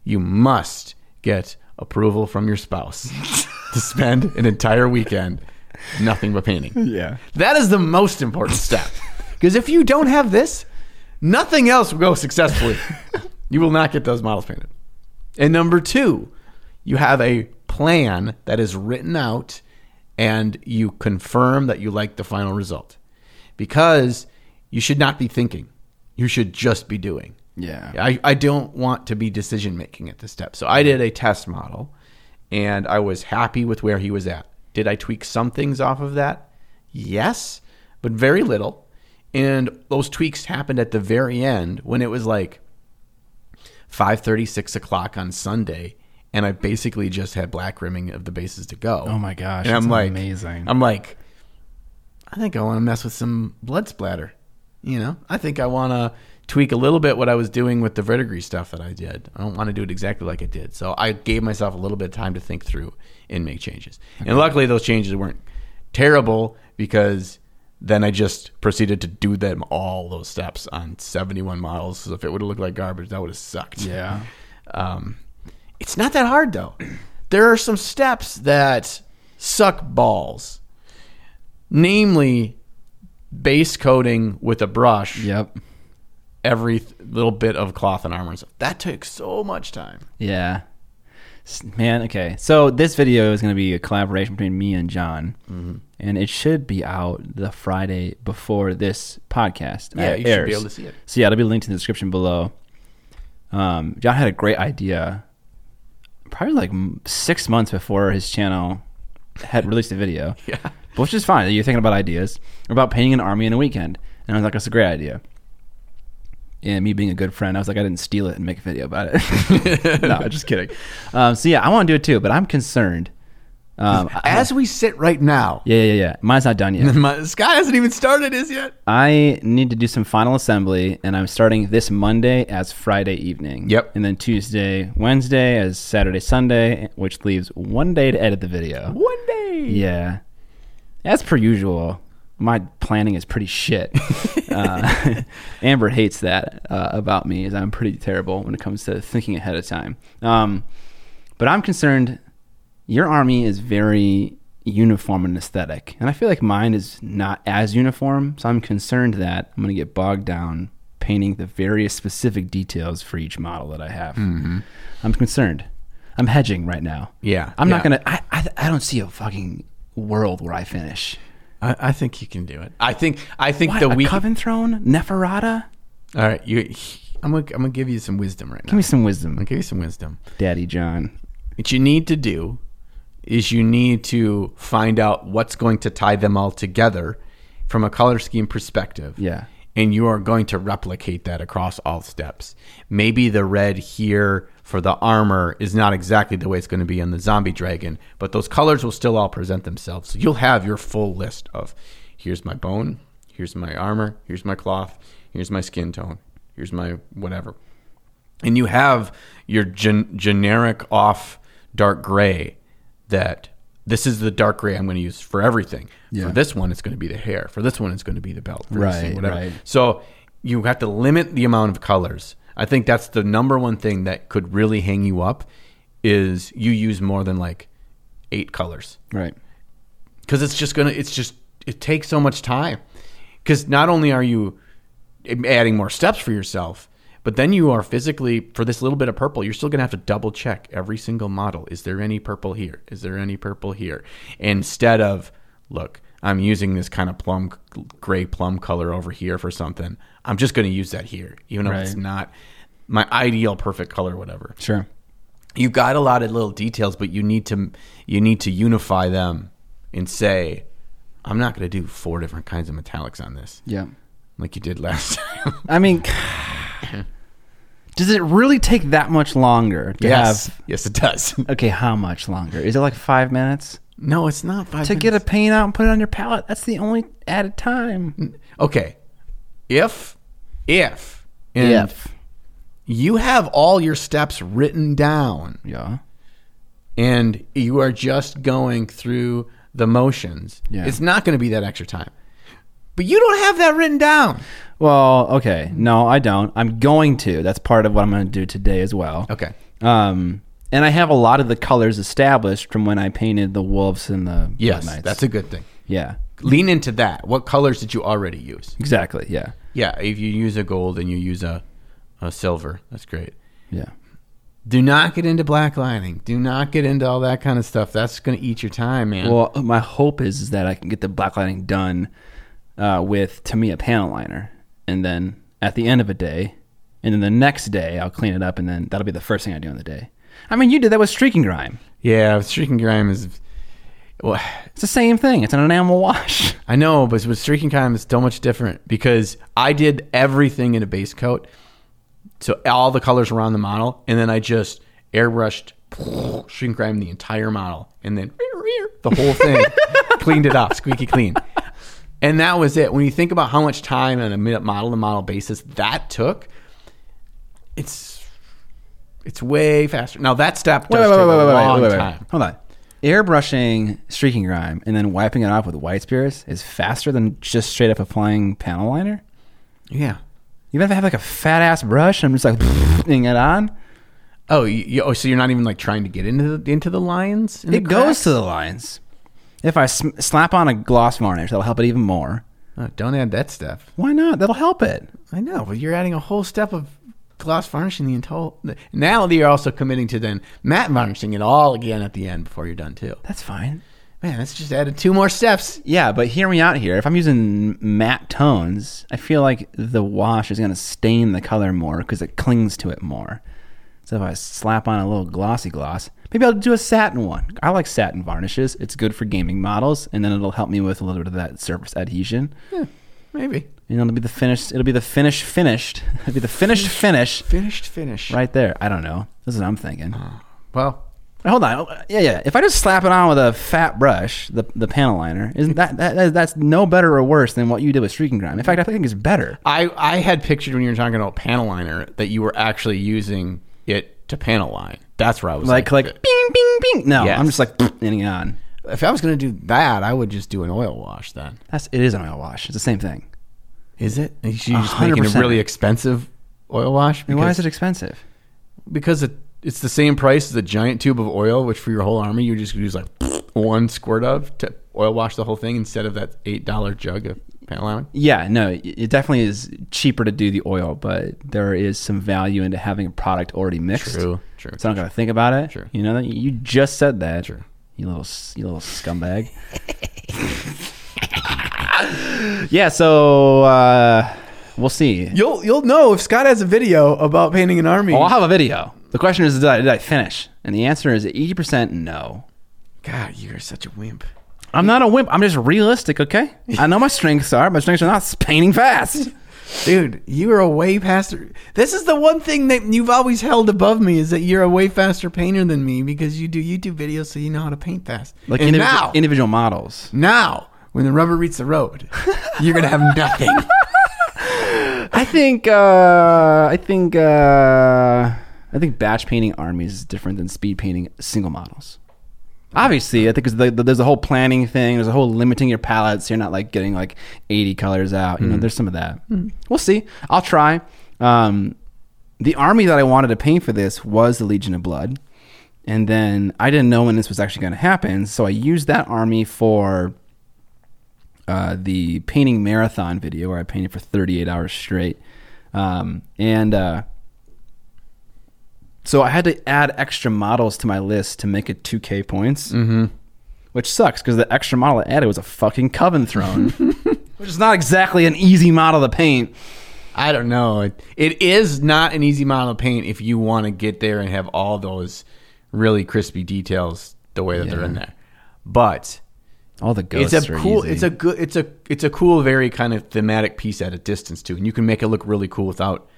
you must get approval from your spouse to spend an entire weekend nothing but painting.
Yeah.
That is the most important step. Because if you don't have this, nothing else will go successfully. you will not get those models painted. And number two, you have a plan that is written out and you confirm that you like the final result. Because you should not be thinking, you should just be doing.
Yeah.
I, I don't want to be decision making at this step. So I did a test model and I was happy with where he was at. Did I tweak some things off of that? Yes, but very little. And those tweaks happened at the very end when it was like 5.30, 6 o'clock on Sunday. And I basically just had black rimming of the bases to go.
Oh my gosh,
And
that's
I'm like,
amazing.
I'm like, I think I want to mess with some blood splatter. You know, I think I want to tweak a little bit what I was doing with the verdigris stuff that I did. I don't want to do it exactly like I did. So I gave myself a little bit of time to think through and make changes. And luckily, those changes weren't terrible because then I just proceeded to do them all those steps on 71 models. So if it would have looked like garbage, that would have sucked.
Yeah.
Um, it's not that hard though. There are some steps that suck balls, namely base coating with a brush
Yep.
every th- little bit of cloth and armor and stuff. That takes so much time.
Yeah. S- Man, okay. So this video is going to be a collaboration between me and John,
Mm-hmm.
and it should be out the Friday before this podcast.
Yeah,
uh,
you should be
airs.
able to see it.
So yeah, it'll be linked in the description below. Um, John had a great idea, probably like m- six months before his channel had released a video.
Yeah.
which is fine. You're thinking about ideas about painting an army in a weekend, and I was like, that's a great idea. And me being a good friend, I was like, I didn't steal it and make a video about it. <laughs> no, just kidding. Um, so yeah, I want to do it too, but I'm concerned. Um, <laughs> I-
<laughs> As we sit right now,
yeah, yeah, yeah. Mine's not
<laughs>
done yet.
my, Sky hasn't even started his yet.
I need to do some final assembly, and I'm starting this Monday as Friday evening.
Yep.
And then Tuesday, Wednesday as Saturday, Sunday, which leaves one day to edit the video.
One day.
Yeah. As per usual, my planning is
<laughs>
pretty shit. uh, <laughs> Amber hates that uh, about me, is I'm pretty terrible when it comes to thinking ahead of time. Um, but I'm concerned. Your army is very uniform in aesthetic, and I feel like mine is not as uniform. So I'm concerned that I'm going to get bogged down painting the various specific details for each model that I have. I'm concerned. I'm hedging right now.
Mm-hmm. Yeah,
I'm
yeah.
not gonna. I, I I don't see a fucking world where I finish.
I, I think you can do it. I think. I think
What,
the
a
week.
coven throne, Neferata.
All right, you. I'm gonna. I'm gonna give you some wisdom right
Give
now.
me some wisdom,
I'll give you some wisdom.
Daddy John.
what you need to do is you need to find out what's going to tie them all together from a color scheme perspective.
Yeah.
And you are going to replicate that across all steps. Maybe the red here for the armor is not exactly the way it's going to be on the zombie dragon, but those colors will still all present themselves. So you'll have your full list of here's my bone, here's my armor, here's my cloth, here's my skin tone, here's my whatever and you have your gen- generic off dark gray that this is the dark gray I'm going to use for everything.
Yeah.
For this one, it's going to be the hair. For this one, it's going to be the belt. For this
Right,
one, whatever.
right.
So you have to limit the amount of colors. I think that's the number one thing that could really hang you up is you use more than like eight colors
Right.
because it's just gonna it's just it takes so much time because not only are you adding more steps for yourself but then you are physically for this little bit of purple you're still gonna have to double check every single model is there any purple here is there any purple here instead of look i'm using this kind of plum gray plum color over here for something i'm just gonna use that here even if it's
Right.
not my ideal perfect color whatever
Sure.
you've got a lot of little details, but you need to you need to unify them and say, I'm not going to do four different kinds of metallics on this,
Yeah.
like you did last <laughs> time.
I mean, <sighs> does it really take that much longer to
yes,
have?
yes, it does. <laughs>
Okay, how much longer? Is it like five minutes
no, it's not five.
to get a
minutes.
paint out and put it on your palette? That's the only added Mm, time.
okay, if if and
If.
You have all your steps written down
Yeah.
and you are just going through the motions.
Yeah.
It's not going to be that extra time. But you don't have that written down.
Well, okay. No, I don't. I'm going to. That's part of what I'm going to do today as well.
Okay.
Um, and I have a lot of the colors established from when I painted the wolves and the Blood
Yes,
knights.
that's a good thing.
yeah.
Lean into that. What colors did you already use?
Exactly. Yeah.
Yeah, if you use a gold and you use a, a silver, that's great.
Yeah.
Do not get into black lining. Do not get into all that kind of stuff. That's going to eat your time, man.
Well, my hope is, is that I can get the blacklighting done uh, with to me a panel liner, and then at the end of a day, and then the next day I'll clean it up, and then that'll be the first thing I do on the day. I mean, you did that with streaking grime.
yeah, streaking grime is. Well,
It's the same thing. It's an enamel wash. <laughs>
I know, but with streaking grime, it's so much different because I did everything in a base coat. So all the colors were on the model, and then I just airbrushed, <laughs> shrink grime the entire model, and then <laughs> the whole thing, cleaned it up, squeaky clean. And that was it. When you think about how much time on a minute model to model basis that took, it's it's way faster. Now that step does take a long time.
Hold on. Airbrushing streaking grime and then wiping it off with white spirits is faster than just straight up applying panel liner.
Yeah.
Even if I have like a fat ass brush, I'm just like putting it on.
Oh, you, you- oh, so you're not even like trying to get into the, into the lines? in
It
the
goes
cracks?
to the lines. If I sm- slap on a gloss varnish, that'll help it even more.
Oh, don't add that stuff.
Why not? That'll help it.
I know, but you're adding a whole step of gloss varnishing the entire. Now you're also committing to then matte varnishing it all again at the end before you're done too.
That's fine.
Man, that's just added two more steps.
Yeah, but hear me out here. If I'm using matte tones, I feel like the wash is going to stain the color more because it clings to it more. So if I slap on a little glossy gloss, maybe I'll do a satin one. I like satin varnishes. It's good for gaming models, and then it'll help me with a little bit of that surface adhesion.
Yeah, maybe
And it'll be the finished. It'll be the finished finished. <laughs> It'll be the finished finish
finished finish.
right there. I don't know. This is what I'm thinking.
Well,
Hold on. Yeah, yeah. If I just slap it on with a fat brush, the the panel liner, isn't that, that, that that's no better or worse than what you did with streaking grime? In fact, I think it's better.
I I had pictured when you were talking about panel liner that you were actually using it to panel line. That's where I was
Like
like,
like bing bing bing. No,
Yes.
I'm just like <clears throat> in and on.
if I was going to do that, I would just do an oil wash then.
That's it is an oil wash. It's the same thing.
Is it? You're just making a
100%.
really expensive oil wash.
I mean, why
because-
is it expensive?
because it, it's the same price as a giant tube of oil, which for your whole army you just use like <laughs> one squirt of to oil wash the whole thing instead of that eight dollar jug of panel liner.
Yeah, no, it- it definitely is cheaper to do the oil, but there is some value into having a product already mixed.
True, true.
So I don't gotta think about it.
Sure.
You know that you just said that.
Sure.
You little s- you
<laughs>
little scumbag. <laughs> yeah. So uh, we'll see.
You'll you'll know if Scott has a video about painting an army.
Oh, I'll have a video. The question is, did I, did I finish? And the answer is eighty percent no.
God, you're such a wimp.
I'm not a wimp. I'm just realistic. Okay. I know my strengths are. My strengths are not s- painting fast.
Dude, you are a way faster. This is the one thing that you've always held above me is that you're a way faster painter than me because you do YouTube videos, so you know how to paint fast.
Like
and
individ-
now,
individual models.
now, when the rubber meets the
<laughs>
road, you're gonna have nothing.
I think uh, I think uh, I think batch painting armies is different than speed painting single models. Obviously, I think it's the, the, there's a whole planning thing. There's a whole limiting your palettes. You're not like getting like 80 colors out. You know, there's some of that. We'll see. I'll try. Um, the army that I wanted to paint for this was the Legion of Blood, and then I didn't know when this was actually going to happen, so I used that army for uh, the painting marathon video where I painted for 38 hours straight. Um, and uh, so I had to add extra models to my list to make it 2K points, mm-hmm. which sucks because the extra model I added was a fucking Coven <laughs> Throne, which is not exactly an easy model to paint.
I don't know. It, it is not an easy model to paint if you want to get there and have all those really crispy details the way that they're in there. But
All the ghosts
it's a
are
cool.
easy.
It's a good. It's a it's a cool, very kind of thematic piece at a distance too, and you can make it look really cool without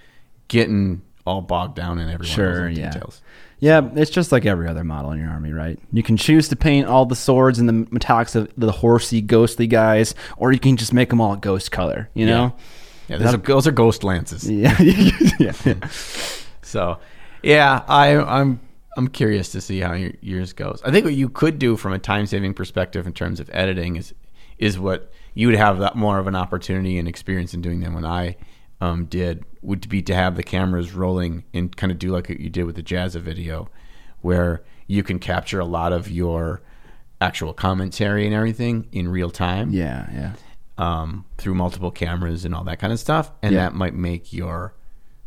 getting all bogged down in every one of those
Sure,
little
yeah.
details.
Yeah, it's just like every other model in your army, right? You can choose to paint all the swords and the metallics of the horsey, ghostly guys, or you can just make them all ghost color, you know? <laughs>
Yeah, those are, those are ghost lances.
Yeah. yeah. yeah.
So, yeah, I, I'm I'm curious to see how your, yours goes. I think what you could do from a time saving perspective in terms of editing is is what you would have that more of an opportunity and experience in doing than when I um, did would be to have the cameras rolling and kind of do like what you did with the Jazza video, where you can capture a lot of your actual commentary and everything in real time
Yeah, yeah.
um, through multiple cameras and all that kind of stuff, and
Yeah.
that might make your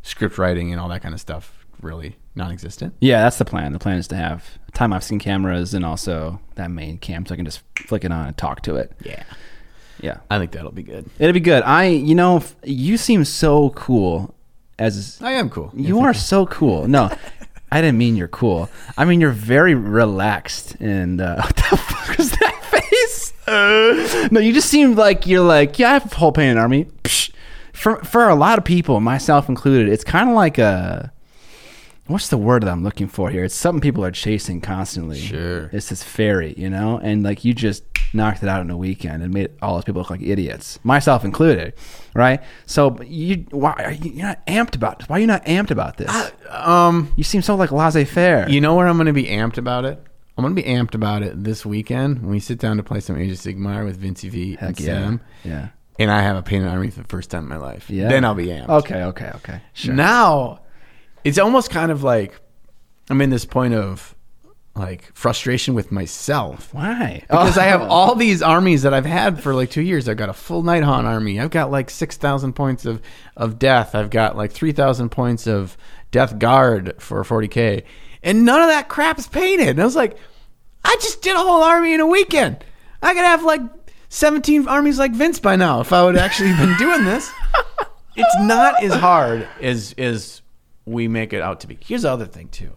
script writing and all that kind of stuff really non-existent.
Yeah, that's the plan. The plan is to have time off scene cameras and also that main cam so I can just flick it on and talk to it.
Yeah,
Yeah.
I think that'll be good.
It'd be good. I, you know, f- you seem so cool as
I am cool.
you are so cool. No, I didn't mean you're cool. I mean you're very relaxed and uh, <laughs> what the fuck was that face? no, you just seem like you're like yeah, I have a whole pain in the army. Psh. For for a lot of people, myself included, it's kind of like a what's the word that I'm looking for here? It's something people are chasing constantly.
Sure.
It's this fairy, you know? And like you just knocked it out in a weekend and made all those people look like idiots, myself included, right? So but you why are you you're not amped about this? Why are you not amped about this?
Um,
you seem so like laissez faire.
you know where I'm going to be amped about it? I'm going to be amped about it this weekend when we sit down to play some Age of Sigmar with Vinci V and Sam,
Yeah.
and I have a painted army for the first time in my life.
Yeah.
Then I'll be amped.
Okay, okay, okay. Sure.
Now, it's almost kind of like I'm in this point of like frustration with myself.
Why?
Because
<laughs>
I have
Oh.
all these armies that I've had for like two years. I've got a full Night Haunt army. I've got like 6,000 points of, of death. I've got like 3,000 points of Death Guard for 40K. And none of that crap is painted. And I was like, I just did a whole army in a weekend. I could have like 17 armies like Vince by now if I would actually <laughs> been doing this. It's not as hard as, as we make it out to be. Here's the other thing, too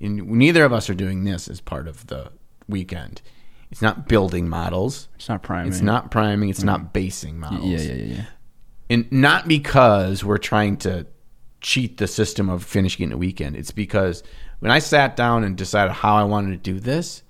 in, neither of us are doing this as part of the weekend. It's not building models.
It's not priming. Mm-hmm.
It's not priming. It's not basing models.
Yeah, yeah, yeah, yeah.
And not because we're trying to cheat the system of finishing it in a weekend. It's because when I sat down and decided how I wanted to do this,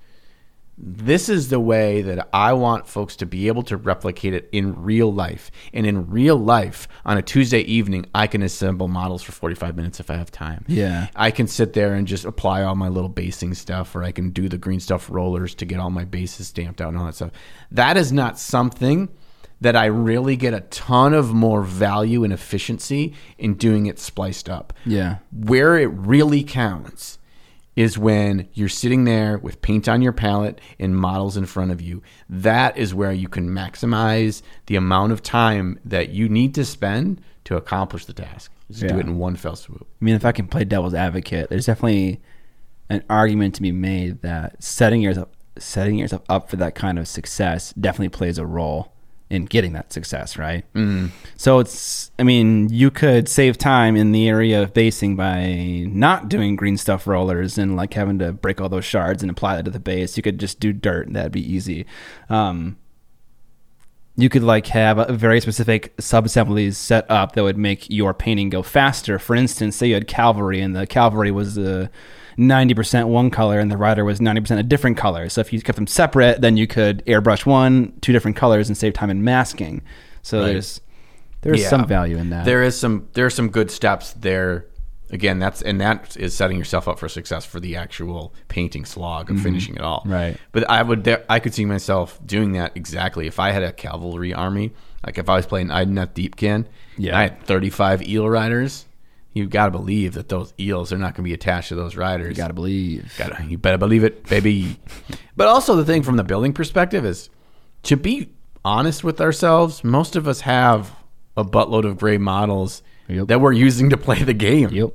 this is the way that I want folks to be able to replicate it in real life. And in real life, on a Tuesday evening, I can assemble models for 45 minutes if I have time.
Yeah.
I can sit there and just apply all my little basing stuff, or I can do the green stuff rollers to get all my bases stamped out and all that stuff. That is not something that I really get a ton of more value and efficiency in doing it spliced up.
Yeah.
Where it really counts is when you're sitting there with paint on your palette and models in front of you. That is where you can maximize the amount of time that you need to spend to accomplish the task. Just do
Yeah.
it in one fell swoop.
I mean, if I can play devil's advocate, there's definitely an argument to be made that setting yourself setting yourself up for that kind of success definitely plays a role in getting that success, right? Mm. So it's, I mean, you could save time in the area of basing by not doing green stuff rollers and like having to break all those shards and apply that to the base. You could just do dirt, and that'd be easy. Um, you could like have a very specific sub-assemblies set up that would make your painting go faster. For instance, say you had cavalry and the cavalry was the 90% one color and the rider was 90% a different color. So if you kept them separate, then you could airbrush one, two different colors and save time in masking. So there's there's
Yeah.
some value in that.
There is some there are some good steps there. Again, that's and that is setting yourself up for success for the actual painting slog of finishing it all.
Mm-hmm. Right.
But I would there, I could see myself doing that exactly if I had a cavalry army. Like if I was playing Idnath Deepkin,
Yeah.
and I had 35 eel riders. You've got to believe that those eels are not going to be attached to those riders.
you got to believe.
Gotta, you better believe it, baby. but also, the thing from the building perspective is to be honest with ourselves, most of us have a buttload of gray models
Yep.
that we're using to play the game.
Yep.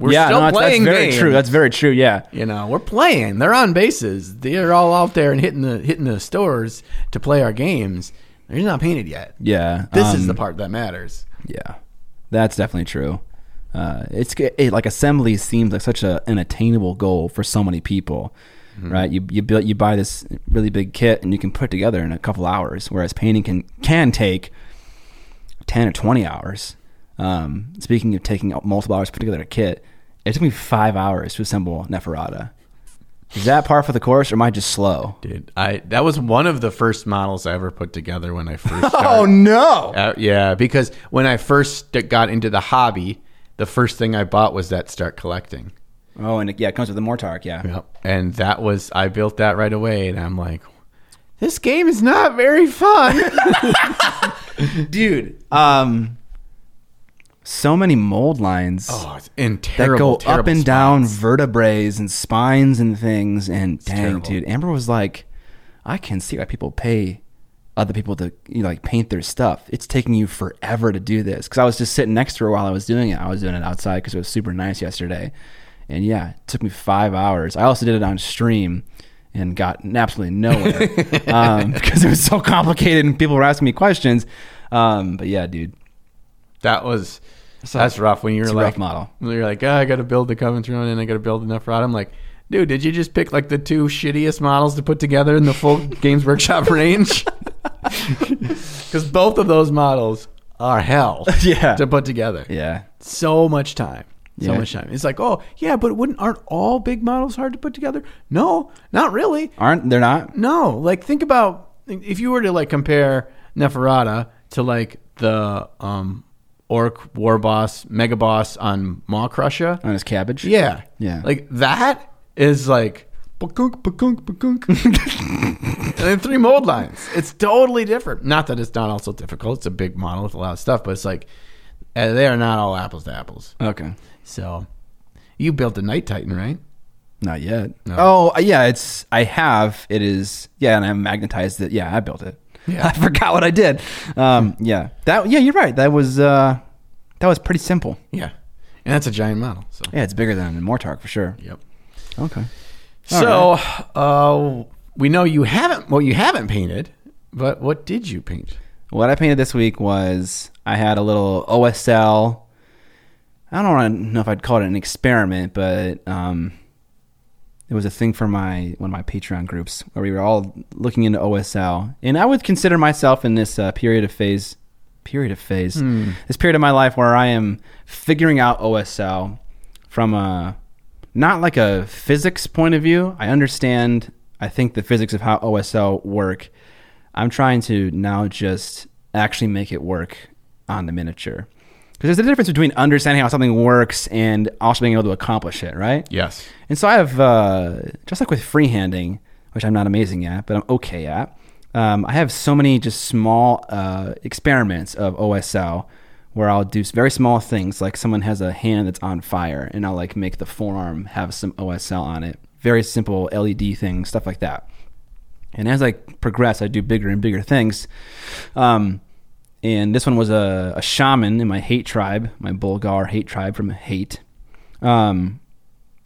We're
yeah,
still
no, that's, that's
playing
very
games.
true. That's very true. Yeah.
you know, we're playing. They're on bases. They're all out there and hitting the hitting the stores to play our games. They're not painted yet.
Yeah.
This is
um,
the part that matters.
Yeah, that's definitely true. Uh, it's g- it, like assembly seems like such a, an attainable goal for so many people, right? You you build you buy this really big kit and you can put it together in a couple hours, whereas painting can can take ten or twenty hours. Um, speaking of taking out multiple hours to put together a kit, it took me five hours to assemble Neferata. Is that par for the course, or am I just slow?
Dude, I that was one of the first models I ever put together <laughs> Oh, when I first started.
no!
Uh, yeah, because when I first got into the hobby, the first thing I bought was that Start Collecting.
Oh, and it, yeah, it comes with the Mortark. Yeah.
Yep. And that was I built that right away, and I'm like, this game is not very fun. <laughs>
dude. Um, so many mold lines
oh, it's in
that
terrible,
go up
terrible
and
spot.
down vertebrae and spines and things. And dang,
terrible.
dude, Amber was like, I can see why people pay other people to you know, like paint their stuff. It's taking you forever to do this because I was just sitting next to her while I was doing it. I was doing it outside because it was super nice yesterday, and yeah, it took me five hours. I also did it on stream. And got
<laughs>
absolutely nowhere um, because it was so complicated and people were asking me questions. Um, but yeah, dude,
That was
a-
that's rough when you're
it's a
like
rough model.
when You're like, oh, I got to build the Coventry one, and I got to build enough rod. I'm like, dude, did you just pick like the two shittiest models to put together in the
<laughs>
full Games Workshop range? <laughs> Because both of those models are hell
<laughs> Yeah.
to put together.
yeah,
So much time. So
Yeah.
much time. It's like, oh yeah, but wouldn't aren't all big models hard to put together? No, not really.
aren't they're not?
No, like think about if you were to like compare Neferata to like the um orc war boss mega boss on Maw Crusher.
on his cabbage.
Yeah.
Yeah.
Like that is like ba-kunk, ba-kunk, <laughs> ba-kunk. and then three mold lines. It's totally different. Not that it's not also difficult. It's a big model with a lot of stuff, but it's like eh, they are not all apples to apples.
Okay.
So you built a Night Titan, right?
Not yet. Oh uh, yeah, it's I have it is yeah, and I magnetized it. Yeah, I built it.
Yeah.
<laughs> I forgot what I did. Um, yeah, that yeah, you're right. That was uh, that was pretty simple.
Yeah. And that's a giant model. So
Yeah, it's bigger than a Mortark for sure.
Yep.
Okay.
So, uh, we know you haven't. Well, you haven't painted, but what did you paint?
What I painted this week was I had a little OSL. I don't wanna know if I'd call it an experiment, but um, it was a thing for my one of my Patreon groups where we were all looking into OSL, and I would consider myself in this uh, period of phase, period of phase, this period of my life where I am figuring out OSL from a not like a physics point of view. I understand, I think the physics of how OSL work. I'm trying to now just actually make it work on the miniature. Because there's a difference between understanding how something works and also being able to accomplish it, right?
Yes.
And so I have, uh, just like with freehanding, which I'm not amazing at, but I'm okay at, um, I have so many just small uh, experiments of OSL where I'll do s- very small things, like someone has a hand that's on fire, and I'll like make the forearm have some OSL on it. Very simple LED things, stuff like that. And as I progress, I do bigger and bigger things. Um, and this one was a, a shaman in my hate tribe, my Bulgar hate tribe from Hate. Um,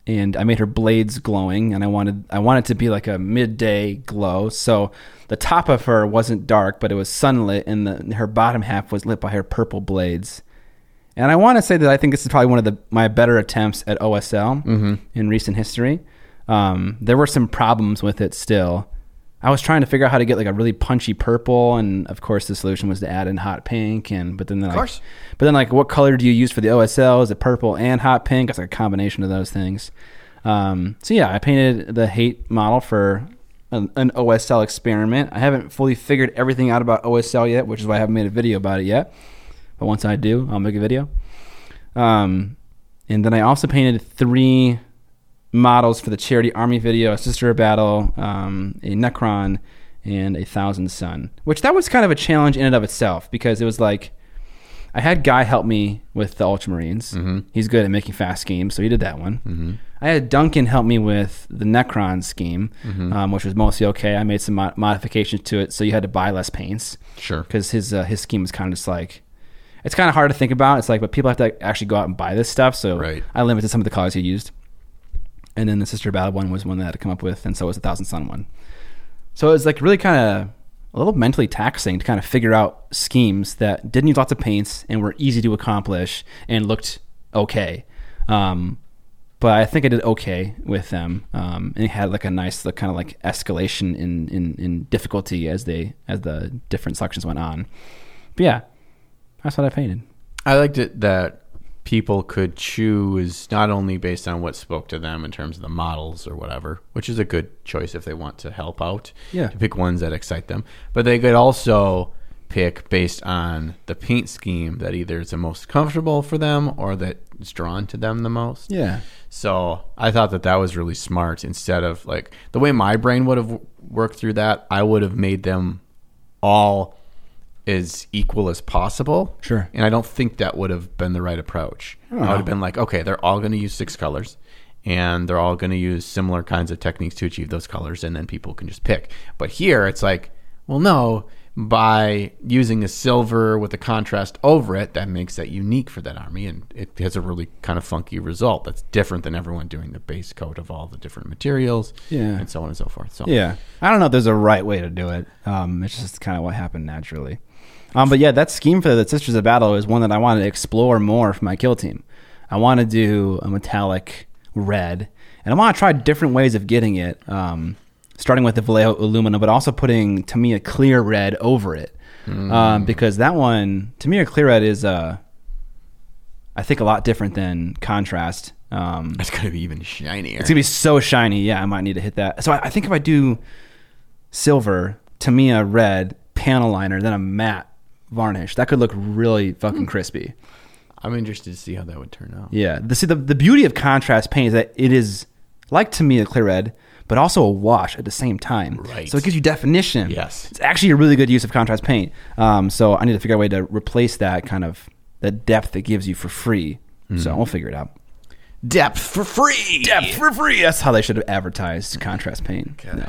and I made her blades glowing, and I wanted I wanted to be like a midday glow. So the top of her wasn't dark, but it was sunlit, and the, her bottom half was lit by her purple blades. And I want to say that I think this is probably one of the my better attempts at OSL in recent history. Um, there were some problems with it still. I was trying to figure out how to get like a really punchy purple, and of course the solution was to add in hot pink. And but then like,
course.
but then like, what color do you use for the OSL? Is it purple and hot pink? It's like a combination of those things. Um, so yeah, I painted the hate model for an, an OSL experiment. I haven't fully figured everything out about OSL yet, which is why I haven't made a video about it yet. But once I do, I'll make a video. Um, and then I also painted three models for the charity army video: a sister of battle, um, a Necron, and a Thousand Sun. Which that was kind of a challenge in and of itself because it was like I had Guy help me with the Ultramarines. He's good at making fast schemes, so he did that one. I had Duncan help me with the Necron scheme, um, which was mostly okay. I made some mo- modifications to it, so you had to buy less paints
Sure.
because his uh, his scheme is kind of just like it's kind of hard to think about. It's like, but people have to like, actually go out and buy this stuff. So
Right.
I limited some of the colors he used. And then the Sister Battle one was one that I had to come up with, and so was the Thousand Sun one. So it was like really kind of a little mentally taxing to kind of figure out schemes that didn't use lots of paints and were easy to accomplish and looked okay. Um, but I think I did okay with them, um, and it had like a nice like, kind of like escalation in, in in difficulty as they as the different sections went on. But yeah, that's what I painted.
I liked it that people could choose not only based on what spoke to them in terms of the models or whatever, which is a good choice if they want to help out.
Yeah.
To pick ones that excite them, but they could also pick based on the paint scheme that either is the most comfortable for them or that is drawn to them the most.
Yeah.
So I thought that that was really smart. Instead of like the way my brain would have w- worked through that, I would have made them all as equal as possible.
Sure.
And I don't think that would have been the right approach. I, would have been like, okay, they're all going to use six colors and they're all going to use similar kinds of techniques to achieve those colors and then people can just pick. But here it's like, well, no, by using a silver with a contrast over it, that makes that unique for that army and it has a really kind of funky result that's different than everyone doing the base coat of all the different materials
Yeah.
and so on and so forth. So
Yeah. I don't know if there's a right way to do it. Um, it's just kind of what happened naturally. Um, but yeah, that scheme for the Sisters of Battle is one that I want to explore more for my kill team. I want to do a metallic red, and I want to try different ways of getting it, um, starting with the Vallejo Illumina, but also putting, to me, a clear red over it. Um, because that one, to me, a clear red is, uh, I think, a lot different than contrast. Um,
it's going to be even shinier.
it's gonna be so shiny. Yeah, I might need to hit that. So I, I think if I do silver, Tamiya red, panel liner, then a matte varnish, that could look really
Hmm.
fucking crispy.
I'm interested to see how that would turn out.
Yeah. The, see, the, the beauty of contrast paint is that it is like Tamiya clear red, but also a wash at the same time.
Right.
So it gives you definition.
Yes.
It's actually a really good use of contrast paint. Um, so I need to figure out a way to replace that kind of the depth it gives you for free.
Hmm.
So we'll figure it out.
Depth for free.
depth for free. That's how they should have advertised contrast paint. No.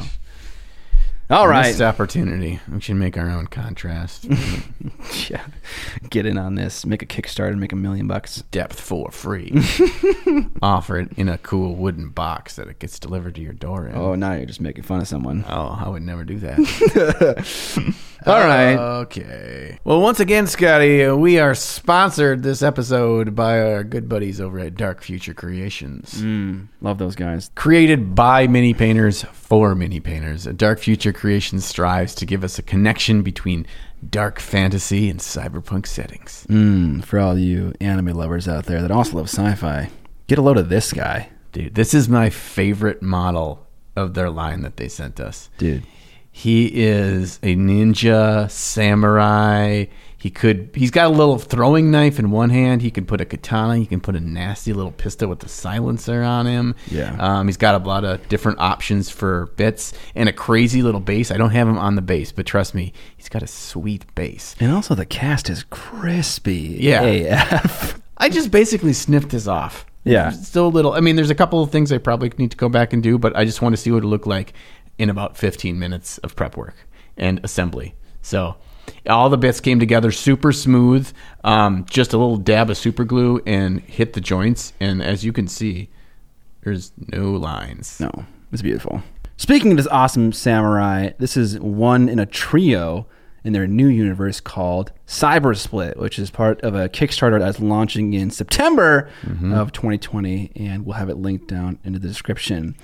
All right.
Missed opportunity. We should make our own contrast.
<laughs> Yeah. Get in on this. Make a Kickstarter. Make a million bucks.
Depth for
<laughs>
free. Offer it in a cool wooden box that it gets delivered to your door in. Oh,
Oh, now you're just making fun of someone.
I would never do that.
<laughs> All right.
Okay. Well, once again, Scotty, uh, we are sponsored this episode by our good buddies over at Dark Future Creations.
Mm. Love those guys.
Created by mini painters for mini painters, Dark Future Creations strives to give us a connection between dark fantasy and cyberpunk settings.
Mm, for all you anime lovers out there that also love sci-fi, get a load of this guy,
Dude, this is my favorite model of their line that they sent us.
dude.
He is a ninja samurai. He could he's got a little throwing knife in one hand. He can put a katana. He can put a nasty little pistol with a silencer on him.
Yeah.
Um, he's got a lot of different options for bits and a crazy little bass. I don't have him on the bass, but trust me, he's got a sweet bass.
And also the cast is crispy.
Yeah.
AF.
I just basically sniffed this off.
Yeah.
Still a little. I mean, there's a couple of things I probably need to go back and do, but I just want to see what it looked like in about 15 minutes of prep work and assembly. So all the bits came together super smooth. Um, just a little dab of super glue and hit the joints. And as you can see, there's no lines.
No, it's beautiful. Speaking of this awesome samurai, this is one in a trio in their new universe called Cyber Split, which is part of a Kickstarter that's launching in September of 2020, and we'll have it linked down into the description.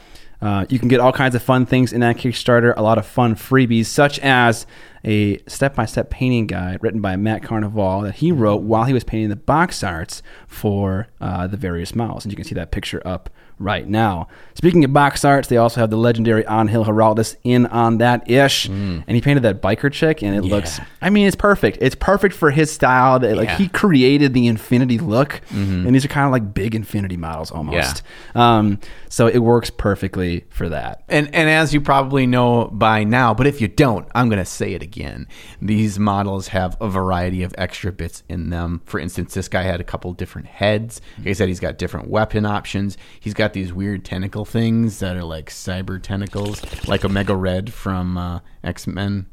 Uh, you can get all kinds of fun things in that Kickstarter, a lot of fun freebies, such as a step by step painting guide written by Matt Carnival that he wrote while he was painting the box arts for uh, the various models. And you can see that picture up right now. Speaking of box arts, they also have the legendary Angel Geraldus in on that ish. And he painted that biker chick, and it looks, I mean, it's perfect. It's perfect for his style. That, Like,
Yeah.
he created the infinity look, and these are kind of like big infinity models almost. Um, so it works perfectly for that.
And and as you probably know by now, but if you don't, I'm going to say it again. These models have a variety of extra bits in them. For instance, this guy had a couple different heads. Like I said, he's got different weapon options. He's got these weird tentacle things that are like cyber tentacles, like Omega Red from uh, X Men.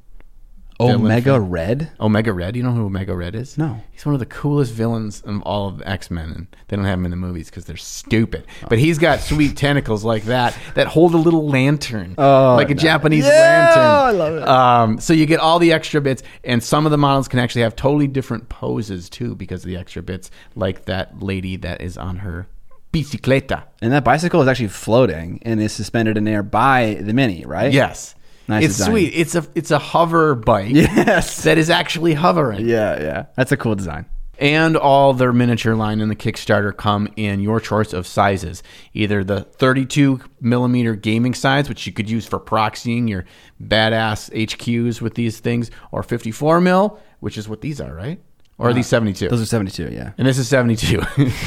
Villain
Omega Red?
Omega Red. You know who Omega Red is?
No.
He's one of the coolest villains of all of X Men, and they don't have him in the movies because they're stupid. But he's got
<laughs>
sweet tentacles like that that hold a little lantern,
Oh,
like a
nice.
Japanese
Yeah,
lantern.
I love it.
Um, so you get all the extra bits, and some of the models can actually have totally different poses too because of the extra bits, like that lady that is on her bicicleta.
And that bicycle is actually floating and is suspended in air by the Mini, right?
Yes.
Nice
it's
design.
sweet. It's a it's a hover bike
<laughs> Yes.
that is actually hovering.
Yeah, yeah. That's a cool design.
and all their miniature line in the Kickstarter come in your choice of sizes. Either the 32 millimeter gaming size, which you could use for proxying your badass HQs with these things, or 54 mil, which is what these are, right? Or are these 72?
Those are 72, yeah.
and this is 72. <laughs>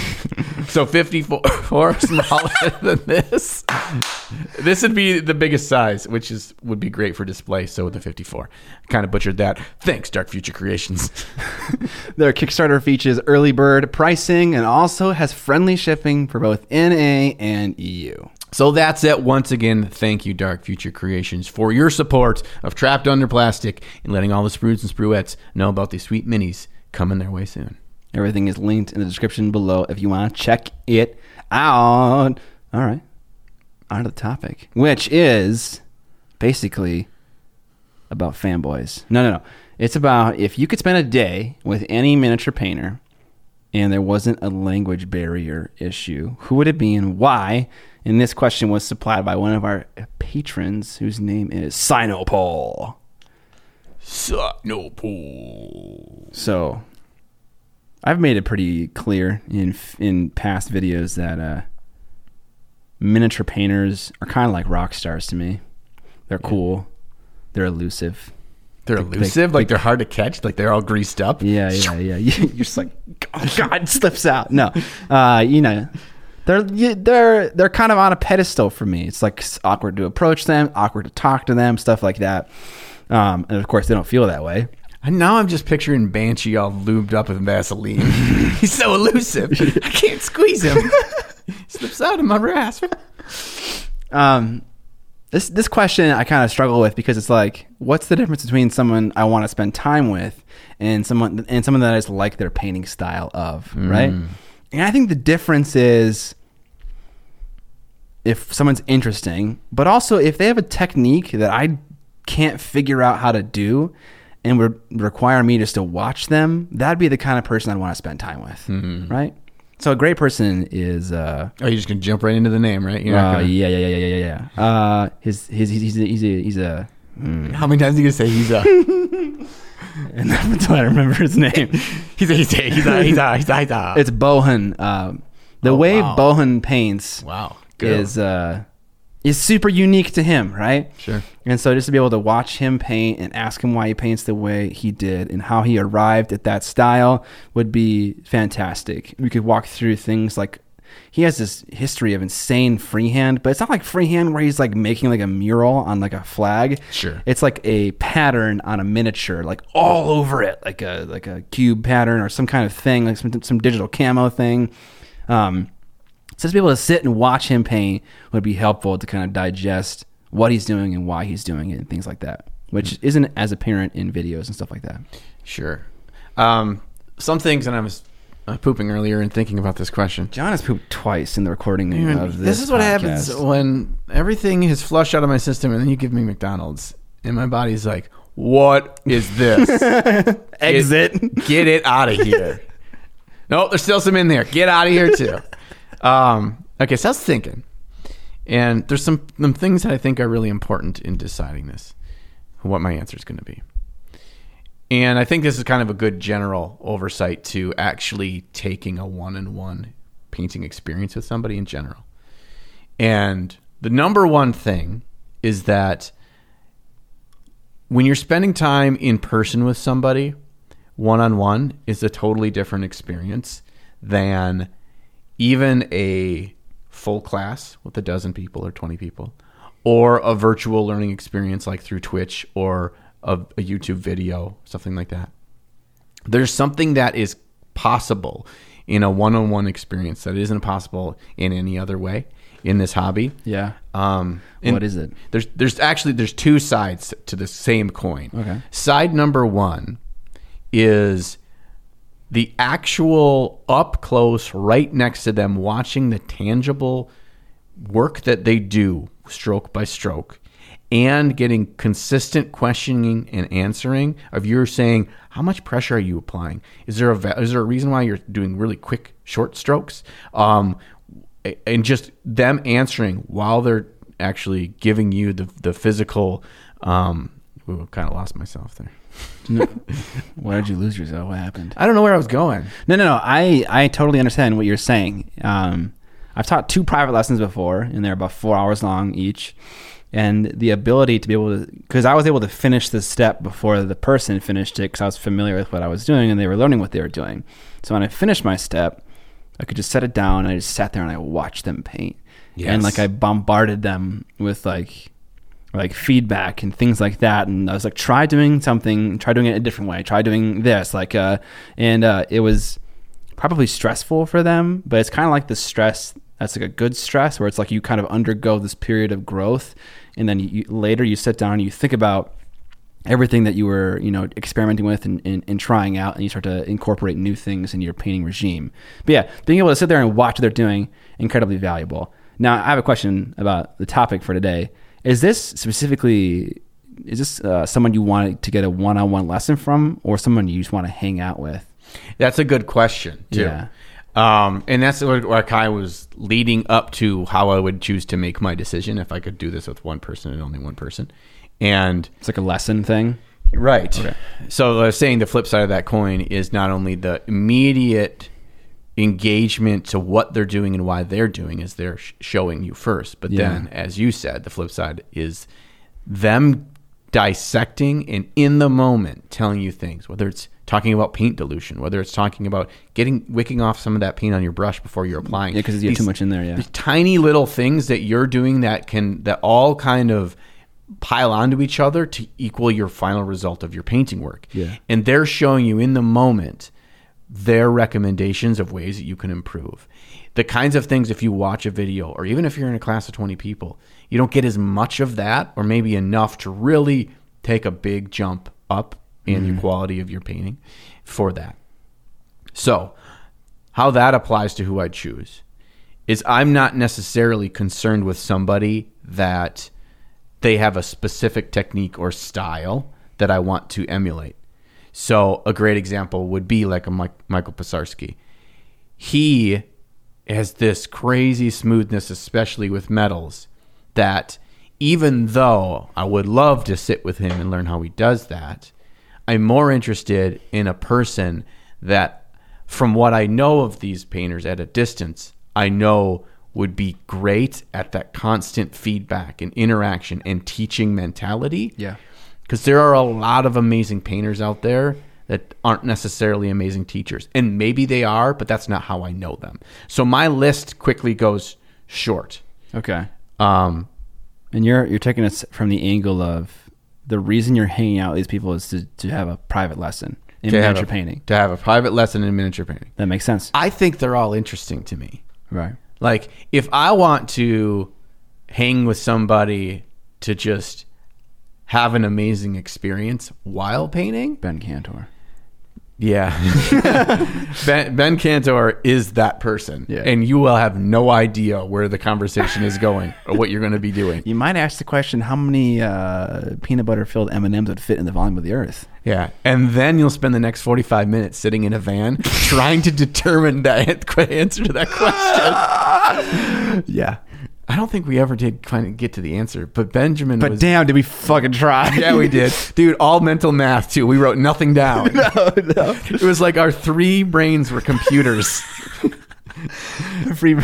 so 54 <laughs> smaller than this. This would be the biggest size, which is would be great for display. So with the 54, kind of butchered that. Thanks, Dark Future Creations. <laughs>
<laughs> Their Kickstarter features early bird pricing and also has friendly shipping for both NA and E EU.
So that's it. Once again, thank you, Dark Future Creations, for your support of Trapped Under Plastic and letting all the sprues and spruettes know about these sweet minis coming their way soon.
Everything is linked in the description below if you want to check it out. All right. On to the topic, which is basically about fanboys. No, no, no. It's about if you could spend a day with any miniature painter and there wasn't a language barrier issue, who would it be and why? And this question was supplied by one of our patrons whose name is Sinopol.
Suck no pool.
So I've made it pretty clear in in past videos that uh, miniature painters are kind of like rock stars to me. They're cool. They're elusive.
They're elusive, like they're hard to catch, like they're all greased up.
Yeah, yeah, yeah. <laughs> You're just like, oh God, it slips out. No, uh, you know, they're you- they're they're kind of on a pedestal for me. It's like s- awkward to approach them, awkward to talk to them, stuff like that. Um, and of course, they don't feel that way.
And now I'm just picturing Banshee all lubed up in
<laughs>
Vaseline. He's so elusive. I can't squeeze him. Slips out of my rasp.
um, this this question I kind of struggle with because it's like, what's the difference between someone I want to spend time with and someone and someone that I just like their painting style of, right? And I think the difference is if someone's interesting, but also if they have a technique that I can't figure out how to do and would require me just to watch them, that'd be the kind of person I'd want to spend time with, right? So a great person is. Uh,
Oh, you're just gonna jump right into the name, right? You're not
uh,
gonna-
yeah, yeah, yeah, yeah, yeah, yeah. Uh, his, his, he's, he's, a- he's a, he's a, hmm. <laughs>
How many times are you gonna say he's a
and until I remember his
<laughs>
name,
he's a he's a he's a he's a he's a, he's a.
<laughs> it's Bohan. Um, the way
Oh, wow.
Bohan paints
wow.
is, uh, is super unique to him, right?
Sure.
And so just to be able to watch him paint and ask him why he paints the way he did and how he arrived at that style would be fantastic. We could walk through things like he has this history of insane freehand, but it's not like freehand where he's like making like a mural on like a flag.
Sure.
It's like a pattern on a miniature, like all over it, like a like a cube pattern or some kind of thing, like some some digital camo thing. Um, so just be able to sit and watch him paint would be helpful to kind of digest what he's doing and why he's doing it and things like that, which isn't as apparent in videos and stuff like that.
Sure. Um, some things, and I was uh, pooping earlier and thinking about this question.
John has pooped twice in the recording of this.
this is what happens
podcast.
when everything is flushed out of my system, and then you give me McDonald's, and my body's like, "What is this?"
Exit.
Get it out of here. <laughs> nope, there's still some in there. Get out of here too. Um, okay, so I was thinking, and there's some some things that I think are really important in deciding this, what my answer is going to be. And I think this is kind of a good general oversight to actually taking a one-on-one painting experience with somebody in general. And the number one thing is that when you're spending time in person with somebody, one on one is a totally different experience than even a full class with a dozen people or 20 people or a virtual learning experience like through Twitch or a, a YouTube video, something like that there's something that is possible in a one-on-one experience that isn't possible in any other way in this hobby.
<laughs> Yeah.
Um, and
What is it?
There's there's actually there's two sides to the same coin.
Okay.
Side number one is the actual up close, right next to them, watching the tangible work that they do, stroke by stroke, and getting consistent questioning and answering of you're saying, how much pressure are you applying? Is there a va- is there a reason why you're doing really quick short strokes? Um, a- and just them answering while they're actually giving you the the physical. Um, ooh, kind of lost myself there.
No. Why did you lose yourself? What happened?
I don't know where I was going.
No, no, no. I, I totally understand what you're saying. Um, I've taught two private lessons before, and they're about four hours long each. And the ability to be able to, because I was able to finish the step before the person finished it, because I was familiar with what I was doing and they were learning what they were doing. So when I finished my step, I could just set it down. And I just sat there and I watched them paint,
Yes.
and like I bombarded them with like like feedback and things like that. And I was like, try doing something, try doing it a different way, try doing this. Like, uh, and uh, it was probably stressful for them, but it's kind of like the stress that's like a good stress where it's like you kind of undergo this period of growth, and then you, later you sit down and you think about everything that you were you know experimenting with and, and, and trying out and you start to incorporate new things in your painting regime but yeah being able to sit there and watch what they're doing incredibly valuable now i have a question about the topic for today is this specifically is this uh, someone you want to get a one-on-one lesson from or someone you just want to hang out with
That's a good question too.
Yeah.
Um, and that's where, where Kai was leading up to how I would choose to make my decision if I could do this with one person and only one person. And
it's like a lesson thing
Right. So uh, saying the flip side of that coin is not only the immediate engagement to what they're doing and why they're doing is they're sh- showing you first, but
Yeah.
then as you said, the flip side is them dissecting and in the moment telling you things, whether it's talking about paint dilution, whether it's talking about getting wicking off some of that paint on your brush before you're applying.
Yeah, 'cause you get too
These-
much in there, yeah.
these tiny little things that you're doing that can that all kind of pile onto each other to equal your final result of your painting work.
Yeah.
And they're showing you in the moment their recommendations of ways that you can improve. The kinds of things if you watch a video or even if you're in a class of 20 people, you don't get as much of that or maybe enough to really take a big jump up in
Mm-hmm.
the quality of your painting for that. So, how that applies to who I choose is I'm not necessarily concerned with somebody that they have a specific technique or style that I want to emulate. So, a great example would be like a Mike, Michael Pisarski. He has this crazy smoothness, especially with metals, that even though I would love to sit with him and learn how he does that, I'm more interested in a person that, from what I know of these painters at a distance, I know would be great at that constant feedback and interaction and teaching mentality.
Yeah.
Because there are a lot of amazing painters out there that aren't necessarily amazing teachers. And maybe they are, but that's not how I know them. So my list quickly goes short.
okay
Um,
And you're you're taking us from the angle of the reason you're hanging out with these people is to, to have a private lesson in
to have
miniature
a-
painting.
To have a private lesson in miniature painting.
That makes sense.
I think they're all interesting to me.
Right.
Like if I want to hang with somebody to just have an amazing experience while painting,
Ben Cantor.
yeah.
<laughs>
ben, ben Cantor is that person.
Yeah.
And you will have no idea where the conversation is going or what you're going to be
<laughs>
doing.
You might ask the question how many uh, peanut butter filled M&Ms would fit in the volume of the earth?
Yeah. And then you'll spend the next 45 minutes sitting in a van <laughs> trying to determine that <laughs> answer to that question.
<laughs> Yeah.
I don't think we ever did kind of get to the answer, but Benjamin
But
was
damn, did we fucking try?
Yeah, we did. Dude, all mental math too. We wrote nothing down.
<laughs> no, no. <laughs>
It was like our three brains were computers.
Our <laughs> three,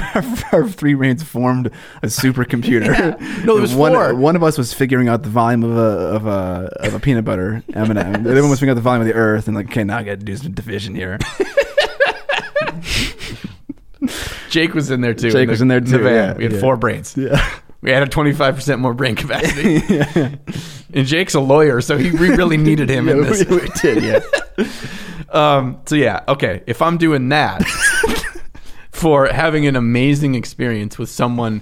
our three brains formed
<laughs>
a supercomputer.
No, there was
one,
four.
One of us was figuring out the volume of a of a, of a peanut butter M and m The other one was figuring out the volume of the Earth, and like, okay, now I got to do some
<laughs>
division here.
Jake was in there too.
Jake was in there,
The
too,
van.
yeah,
we had
yeah.
four brains.
<laughs> yeah.
We had a 25% more brain capacity.
<laughs>
And Jake's a lawyer, so he, we really needed him in <laughs>
Yeah,
this.
we- we did, yeah.
Um, so yeah, okay. If I'm doing
<laughs>
that for having an amazing experience with someone,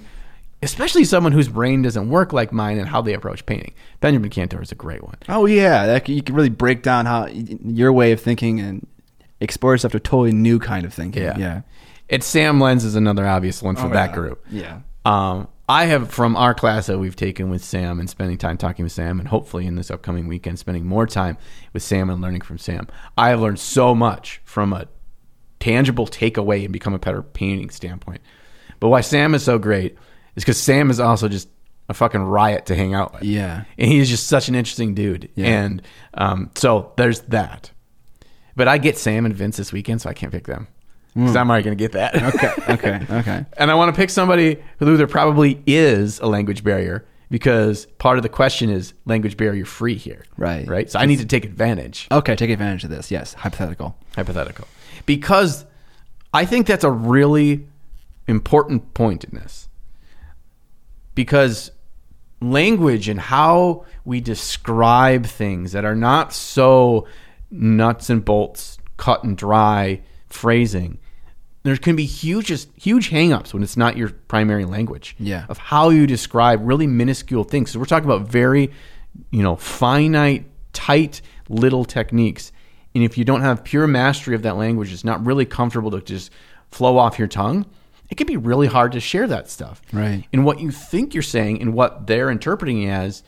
especially someone whose brain doesn't work like mine and how they approach painting, Benjamin Cantor is a great one.
<laughs> Oh yeah, that, c- you can really break down how y- your way of thinking and explore yourself to a totally new kind of thinking.
Yeah.
yeah, Oh,
And Sam Lenz is another obvious one for that
yeah.
group.
yeah.
Um, I have from our class that we've taken with Sam and spending time talking with Sam, and hopefully in this upcoming weekend, spending more time with Sam and learning from Sam. I have learned so much from a tangible takeaway and become a better painting standpoint. But why Sam is so great is because Sam is also just a fucking riot to hang out with.
Yeah.
And he's just such an interesting dude.
Yeah.
And um, so there's that. But I get Sam and Vince this weekend, so I can't pick them because I'm already going to get that.
Hmm. Okay.
<laughs>
Okay. Okay.
and I want to pick somebody who there probably is a language barrier because part of the question is language barrier free here.
Right.
Right. So I need to take advantage.
Okay. Take advantage of this. Yes. Hypothetical.
hypothetical because i think that's a really important point in this because language and how we describe things that are not so nuts and bolts cut and dry phrasing there can be huge huge hangups when it's not your primary language
Yeah.
of how you describe really minuscule things. So we're talking about very, you know, finite, tight little techniques. And if you don't have pure mastery of that language, it's not really comfortable to just flow off your tongue. It can be really hard to share that stuff.
Right.
And what you think you're saying and what they're interpreting as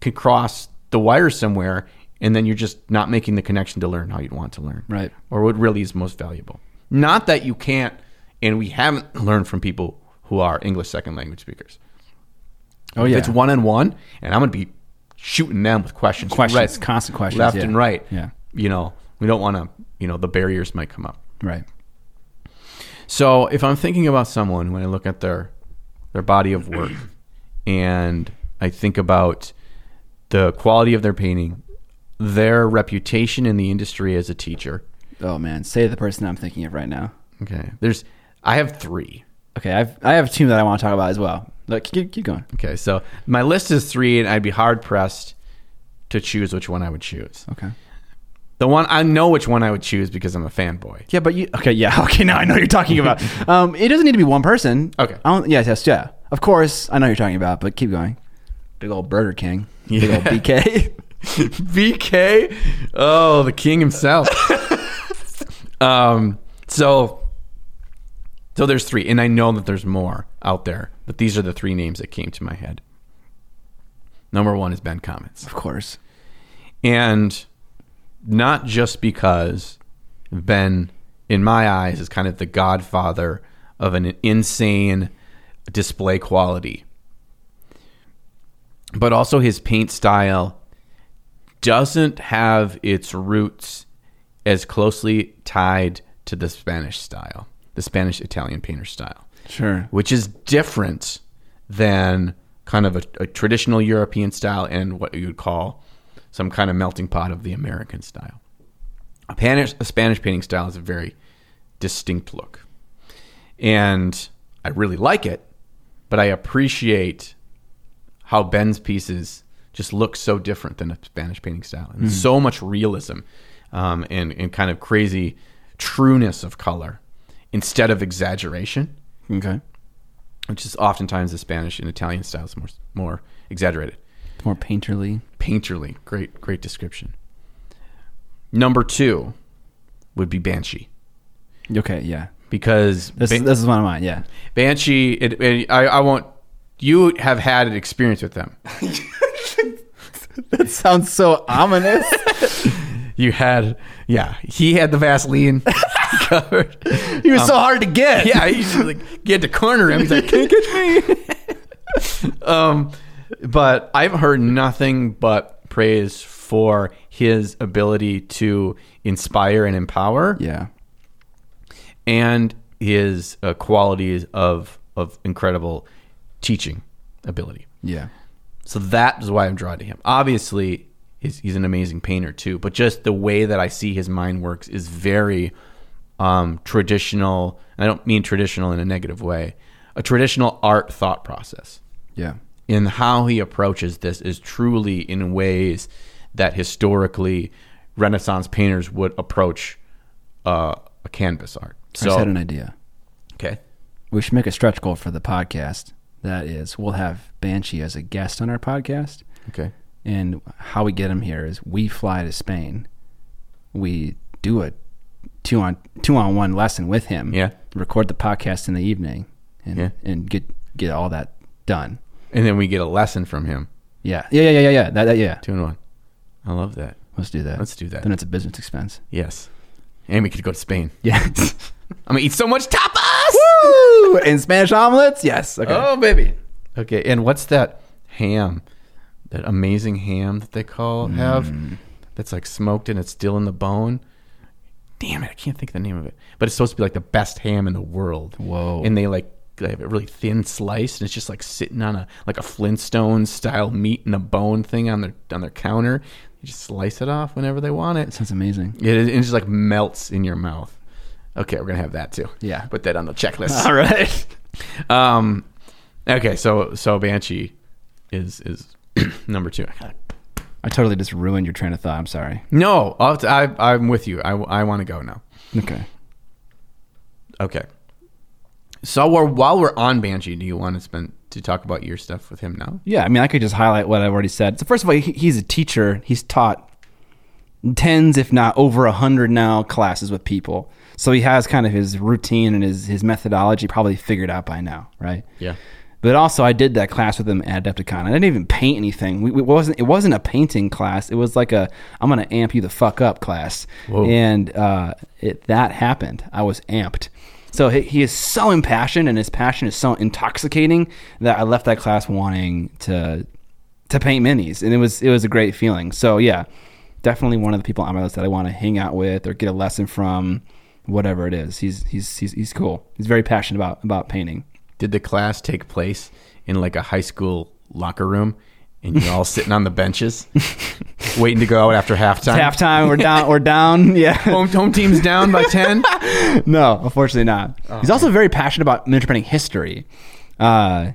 could cross the wire somewhere, and then you're just not making the connection to learn how you'd want to learn
Right.
or what really is most valuable. Not that you can't, and we haven't <clears throat> learned from people who are English second language speakers.
Oh
If
yeah.
it's one on one, and I'm going to be shooting them with questions,
Questions,
right,
constant questions,
left
yeah.
and right.
Yeah.
you know, we don't want to. You know, the barriers might come up.
Right.
So if I'm thinking about someone when I look at their their body of work and I think about the quality of their painting, their reputation in the industry as a teacher.
Oh man. Say the person I'm thinking of right now.
Okay. There's I have 3.
Okay. I've I have two that I want to talk about as well. Look. Keep, keep going.
Okay, so my list is 3 and I'd be hard pressed to choose which one I would choose.
Okay.
The one I know which one I would choose because I'm a fanboy.
Yeah, but you okay? Yeah, <laughs> okay. Now I know what you're talking <laughs> about. um, it doesn't need to be one person.
Okay.
I don't, yes, yes, yeah. Of course, I know what you're talking about. But keep going. Big old Burger King. Big
Yeah.
old BK.
<laughs> VK, oh, the king himself. um, so, so there's three, and I know that there's more out there, but these are the three names that came to my head. Number one is Ben Comets,
<laughs> of course.
and not just because Ben, in my eyes, is kind of the godfather of an insane display quality, but also his paint style doesn't have its roots as closely tied to the Spanish style, the Spanish Italian painter style
Sure.
which is different than kind of a, a traditional European style and what you would call some kind of melting pot of the American style. A Spanish, a Spanish painting style is a very distinct look. And I really like it, but I appreciate how Ben's pieces just look so different than a Spanish painting style, and so much realism um, and and kind of crazy trueness of color instead of exaggeration,
Okay.
which is oftentimes the Spanish and Italian styles more more exaggerated.
More painterly.
Painterly, great great description. Number two would be Banshee
Okay. Yeah.
because
This
Ban-
this is one of mine. Yeah.
Banshee. It, it, I, I won't. You have had an experience with them.
<laughs> That sounds so <laughs> ominous.
You had, yeah. He had the Vaseline <laughs> covered.
He was so hard to
<laughs>
get.
yeah, he just, like you had to corner him. He's like, can't catch me. <laughs> um, but I've heard nothing but praise for his ability to inspire and empower,
Yeah.
and his uh, qualities of of incredible teaching ability.
Yeah.
So that is why I'm drawn to him. Obviously, he's, he's an amazing painter too, but just the way that I see his mind works is very um, traditional. And I don't mean traditional in a negative way, a traditional art thought process.
Yeah.
In how he approaches this is truly in ways that historically Renaissance painters would approach uh, a canvas art.
I just
So,
had an idea.
okay.
We should make a stretch goal for the podcast. That is, we'll have Banshee as a guest on our podcast.
Okay.
And how we get him here is we fly to Spain. We do a two on two on one lesson with him.
Yeah.
Record the podcast in the evening and
Yeah.
and get get all that done.
And then we get a lesson from him.
Yeah. Yeah, yeah, yeah, yeah, yeah. That, that yeah.
Two and one. I love that.
Let's do that.
Let's do that.
Then it's a
<laughs>
business expense.
Yes. And we could go to Spain.
Yeah.
I'm gonna eat so much tapas.
and Spanish omelets? Yes. Okay.
Oh baby. Okay, and what's that ham, that amazing ham that they call have, that's like smoked and it's still in the bone. Damn it, I can't think of the name of it, but it's supposed to be like the best ham in the world.
Whoa.
And they like they have it really thin slice, and it's just like sitting on a like a Flintstone style meat and a bone thing on their on their counter. You just slice it off whenever they want it.
That sounds amazing.
It, it just like melts in your mouth. Okay, we're gonna have that too.
Yeah.
put that on the
<laughs>
checklist. <laughs>
All right.
Um, okay, so so Banshee is is <clears throat> number two.
I totally just ruined your train of thought. I'm sorry.
No, I'll, I I'm with you. I I want to go now.
Okay.
Okay. So while while we're on Banshee, do you want to spend to talk about your stuff with him now?
Yeah, I mean, I could just highlight what I've already said. So first of all, he- he's a teacher. He's taught tens, if not over a hundred now, classes with people. So he has kind of his routine and his his methodology probably figured out by now, right?
Yeah.
But also, I did that class with him at Adepticon. I didn't even paint anything. We, we wasn't it wasn't a painting class. It was like a I'm gonna amp you the fuck up class.
Whoa.
And uh, it, that happened. I was amped. So he, he is so impassioned, and his passion is so intoxicating that I left that class wanting to to paint minis, and it was it was a great feeling. So yeah, definitely one of the people on my list that I want to hang out with or get a lesson from, whatever it is. He's he's he's, he's cool. He's very passionate about about painting.
Did the class take place in like a high school locker room, and you're all sitting on the benches, waiting to go out after halftime?
halftime. We're down. We're down. <laughs> Yeah.
Home, home team's down by ten.
no, unfortunately not. He's also very passionate about miniature painting history. Uh,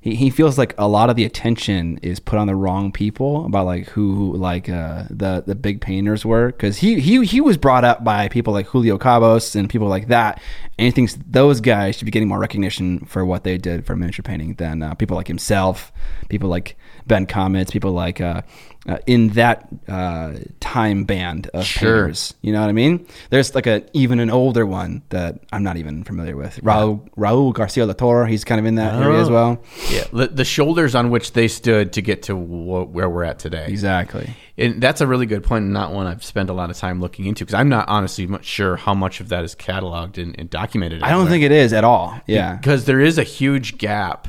he, he feels like a lot of the attention is put on the wrong people about like who, who like uh, the the big painters were because he, he he was brought up by people like Julio Cabos and people like that and he thinks those guys should be getting more recognition for what they did for miniature painting than uh, people like himself, people like Ben Comets, people like uh, uh, in that uh, time band of
Sure.
painters. You know what I mean? There's like a even an older one that I'm not even familiar with. Raul Raul Garcia La Torre, he's kind of in that area as well.
Yeah, the, the shoulders on which they stood to get to wh- where we're at today.
Exactly.
And that's a really good point, and not one I've spent a lot of time looking into because I'm not honestly much sure how much of that is cataloged and, and documented.
I don't think it is at all. Yeah.
because there is a huge gap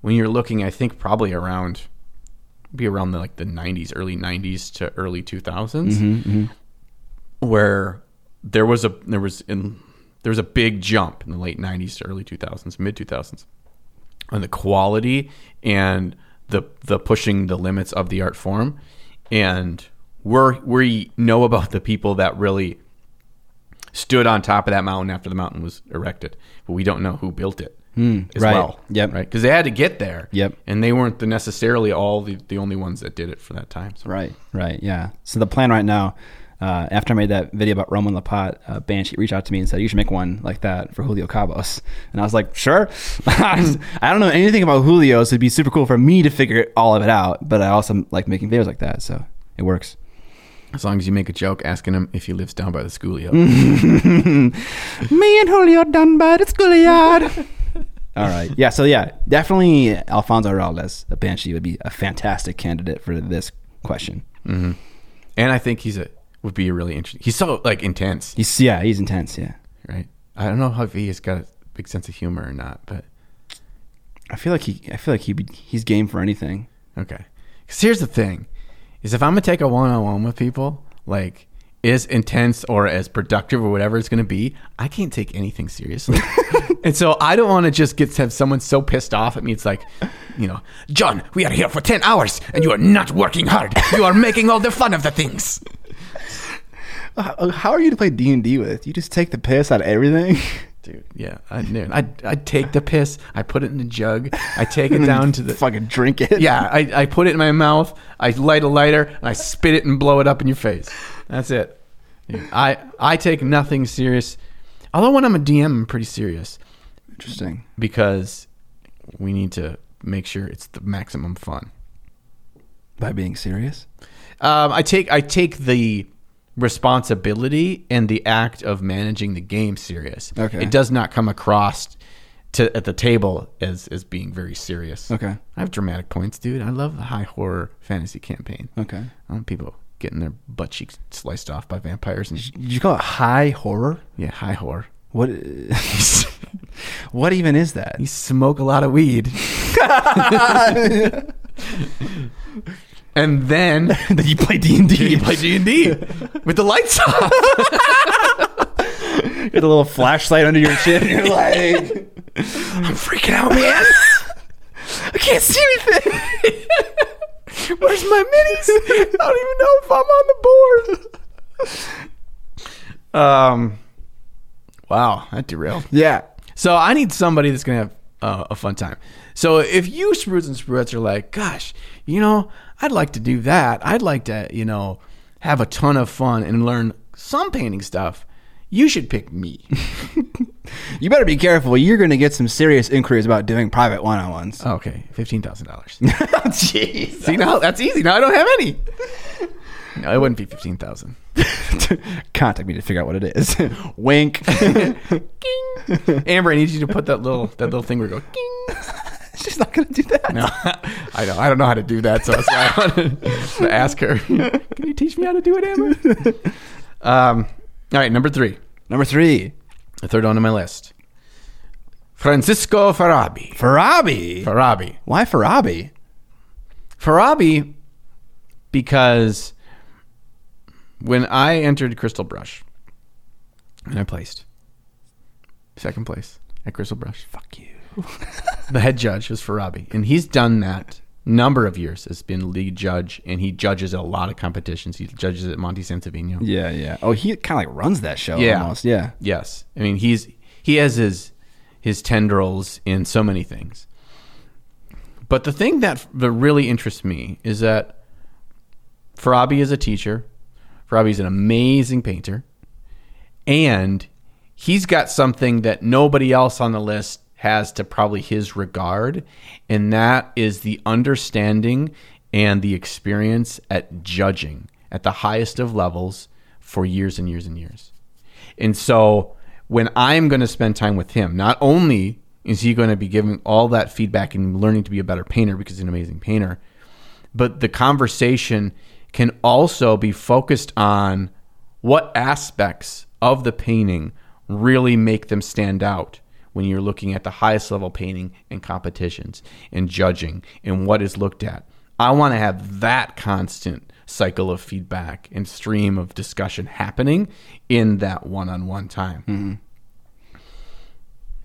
when you're looking. I think probably around be around the, like the 90s, early 90s to early 2000s,
Mm-hmm,
where there was a there was in there was a big jump in the late 90s to early 2000s, mid 2000s on the quality and the the pushing the limits of the art form and we're we know about the people that really stood on top of that mountain after the mountain was erected but we don't know who built it as
Hmm, right.
well
Yep.
right because they had to get there
Yep.
and they weren't the necessarily all the, the only ones that did it for that time so
Right. Right. Yeah. So the plan right now, uh, after I made that video about Roman Lapat, uh, Banshee reached out to me and said, "You should make one like that for Julio Cabos." And I was like, "Sure." <laughs> I don't know anything about Julio, so it'd be super cool for me to figure all of it out. But I also like making videos like that, so it works.
as long as you make a joke asking him if he lives down by the
Mm.
schoolyard
Me and Julio done by the <laughs> schoolyard. All right. Yeah. So yeah, definitely Alfonso Raldes, a banshee, would be a fantastic candidate for this question.
and i think he's a would be a really interesting he's so like intense
He's yeah, he's intense. Yeah.
right i don't know how if he's got a big sense of humor or not but
I feel like he. I feel like he. Be, he's game for anything.
Okay. Because here's the thing: is if I'm gonna take a one-on-one with people, like as intense or as productive or whatever it's gonna be, I can't take anything seriously. and so I don't want to just get have someone so pissed off at me. It's like, you know, John, we are here for ten hours and you are not working hard. You are making all the fun of the things.
Uh, How are you to play D and D with? You just take the piss out of <laughs> everything.
Dude, yeah, I knew. I I take the piss, I put it in a jug, I
<laughs>
take it down to the
fucking drink it.
Yeah, I, I put it in my mouth, I light a lighter, and I spit it and blow it up in your face. That's it. I I take nothing serious. Although when I'm a DM, I'm pretty serious
Interesting.
because we need to make sure it's the maximum fun.
By being serious.
Um, I take I take the responsibility and the act of managing the game serious.
Okay.
It does not come across to at the table as as being very serious.
Okay.
I have dramatic points, dude. I love the high horror fantasy campaign.
Okay.
I want people getting their butt cheeks sliced off by vampires and
Did you call it high horror?
yeah, high <laughs> horror.
What? <laughs> what even is that? <laughs>
You smoke a lot of weed. <laughs> and then
then <laughs> you play D and D.
you play D and D <laughs>
<laughs>
with the lights off. <laughs>
Get a little flashlight under your chin. You're like,
I'm freaking out, man. I can't see anything. Where's my minis? I don't even know if I'm on the board. <laughs> Um, wow, that derailed.
yeah.
So I need somebody that's gonna have uh, a fun time. So if you sprues and spruettes are like, gosh, you know, I'd like to do that. I'd like to, you know, have a ton of fun and learn some painting stuff. You should pick me.
You better be careful. You're going to get some serious inquiries about doing private one-on-ones.
okay, fifteen thousand dollars. <laughs>
<laughs> Jeez.
See now that's easy. Now I don't have any. No, it wouldn't be fifteen thousand.
<laughs> Contact me to figure out what it is. <laughs> Wink.
Amber, I need you to put that little that little thing where you go. Ging.
She's not going to do that.
No, <laughs> I know. I don't know how to do that, so that's why I wanted to ask her. <laughs> Can you teach me how to do it,
<laughs>
Amber? Um, all right, number three,
Number three,
the third one on my list, Francisco Farabi.
Farabi.
Farabi.
Why Farabi?
Farabi, because when I entered Crystal Brush, and I placed second place at Crystal Brush,
Fuck you. <laughs>
the head judge was Farabi, and he's done that number of years as been lead judge, and he judges at a lot of competitions. He judges at Monte Sansevino.
Yeah, yeah. Oh, he kind of like runs that show
Yeah.
almost. Yeah.
Yes, I mean he's he has his his tendrils in so many things. But the thing that that really interests me is that Farabi is a teacher. Farabi is an amazing painter, and he's got something that nobody else on the list has to probably his regard, and that is the understanding and the experience at judging at the highest of levels for years and years and years. And so when I'm going to spend time with him, not only is he going to be giving all that feedback and learning to be a better painter because he's an amazing painter, but the conversation can also be focused on what aspects of the painting really make them stand out when you're looking at the highest level painting and competitions and judging and what is looked at. I want to have that constant cycle of feedback and stream of discussion happening in that one-on-one time.
Mm-hmm.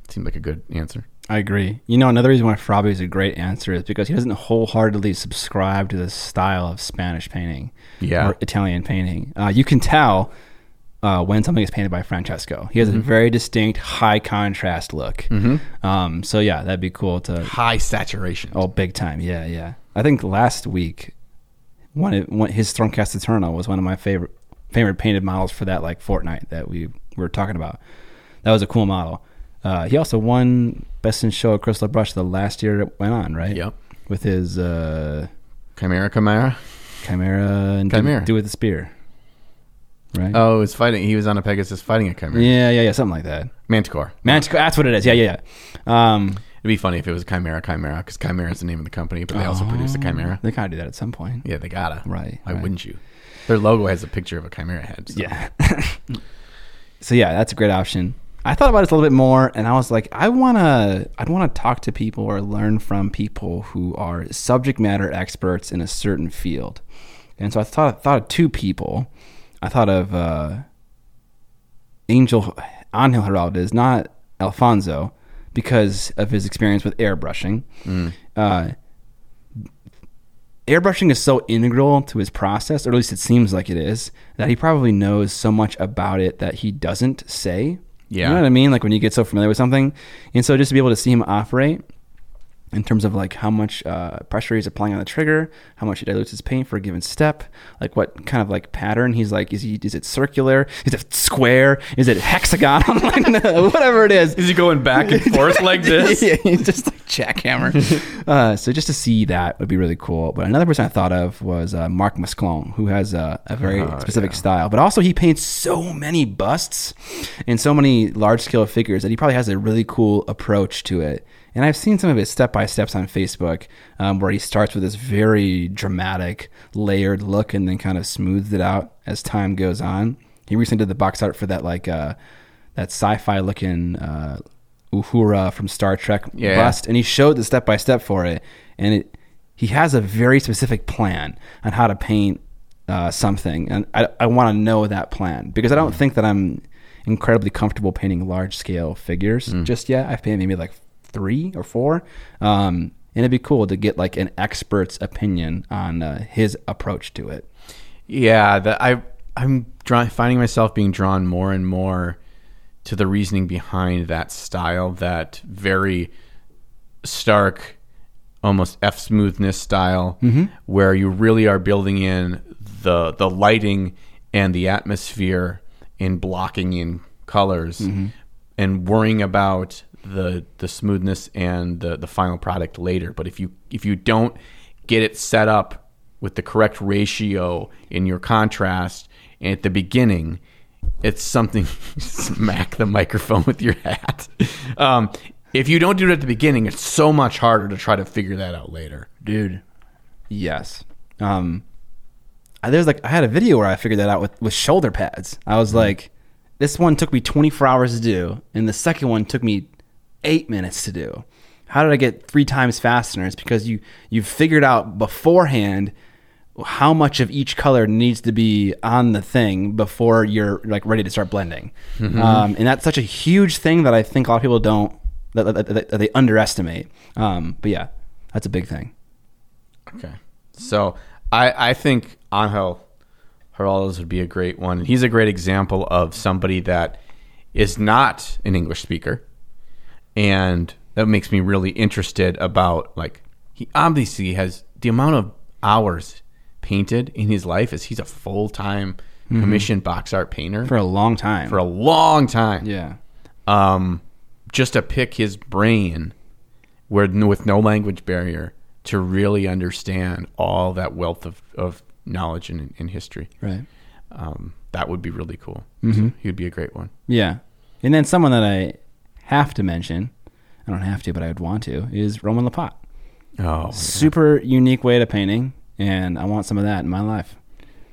Seemed like a good answer.
I agree. You know, another reason why Farabi is a great answer is because he doesn't wholeheartedly subscribe to the style of Spanish painting
Yeah.
or Italian painting. Uh, you can tell uh, when something is painted by Francesco. He has a very distinct, high contrast look. Um, so, yeah, that'd be cool to.
High saturation.
Oh, big time. Yeah, yeah. I think last week, one, of- one his Stormcast Eternal was one of my favorite favorite painted models for that like Fortnite that we were talking about. That was a cool model. Uh, he also won Best in Show at Crystal Brush the last year it went on, right?
Yep.
With his uh,
Chimera, chimera.
Chimera and Do-
Chimera.
Do, with the Spear. Right?
Oh, it's fighting. He was on a Pegasus fighting a chimera.
yeah, yeah, yeah. Something like that.
Manticore.
Manticore. That's what it is. Yeah, yeah, yeah. Um,
It'd be funny if it was Chimera Chimera because Chimera is the name of the company, but they also produce a Chimera.
they gotta do that at some point.
Yeah, they gotta.
Oh. Right,
Why
right.
wouldn't you? Their logo has a picture of a Chimera head. so-
Yeah. <laughs> so yeah, that's a great option. I thought about it a little bit more, and I was like, I wanna, I'd wanna talk to people or learn from people who are subject matter experts in a certain field. And so I thought, thought of two people. I thought of uh, Angel Angel Heraldez, not Alfonso, because of his experience with airbrushing. Uh, airbrushing is so integral to his process, or at least it seems like it is, that he probably knows so much about it that he doesn't say.
Yeah.
You know what I mean? Like when you get so familiar with something. And so just to be able to see him operate in terms of like how much uh, pressure he's applying on the trigger, how much he dilutes his paint for a given step, like what kind of like pattern he's like, is he is it circular? Is it square? Is it hexagon? <laughs> like, no, whatever it is.
Is he going back and forth
<laughs>
like this?
Yeah, yeah, just like jackhammer. uh, so just to see that would be really cool. But another person I thought of was uh, Mark Musclon, who has uh, a very specific style, but also he paints so many busts and so many large scale figures that he probably has a really cool approach to it. And I've seen some of his step by steps on Facebook um, where he starts with this very dramatic, layered look and then kind of smooths it out as time goes on. He recently did the box art for that like uh, that sci-fi looking uh, Uhura from Star Trek
Yeah.
bust, and he showed the step by step for it, and it he has a very specific plan on how to paint uh, something, and I, I want to know that plan because I don't
Mm.
think that I'm incredibly comfortable painting large scale figures
Mm.
just yet. I've painted maybe like three or four, um, and it'd be cool to get like an expert's opinion on uh, his approach to it.
Yeah, that I I'm draw, finding myself being drawn more and more to the reasoning behind that style, that very stark, almost F smoothness style, where you really are building in the the lighting and the atmosphere and blocking in colors and worrying about the the smoothness and the the final product later. But if you if you don't get it set up with the correct ratio in your contrast and at the beginning it's something <laughs> smack the microphone with your hat um, if you don't do it at the beginning it's so much harder to try to figure that out later
dude. Yes. Um, I- there's like I had a video where I figured that out with with shoulder pads. I was like, this one took me 24 hours to do, and the second one took me eight minutes to do. How did I get three times faster? And It's because you you figured out beforehand how much of each color needs to be on the thing before you're like ready to start blending. Um, and that's such a huge thing that I think a lot of people don't that, that, that- that they underestimate. Um, but yeah, that's a big thing.
okay so i i think angel Heraldes would be a great one he's a great example of somebody that is not an english speaker and that makes me really interested about like he obviously has the amount of hours painted in his life is he's a full-time commissioned box art painter
for a long time.
for a long time
yeah,
um, just to pick his brain where with no language barrier to really understand all that wealth of, of knowledge and, and history
right.
um, that would be really cool
Mm-hmm.
so he would be a great one
Yeah, and then someone that I have to mention, I don't have to, but I would want to, is Roman Lapat.
oh
Super unique way to painting, and I want some of that in my life.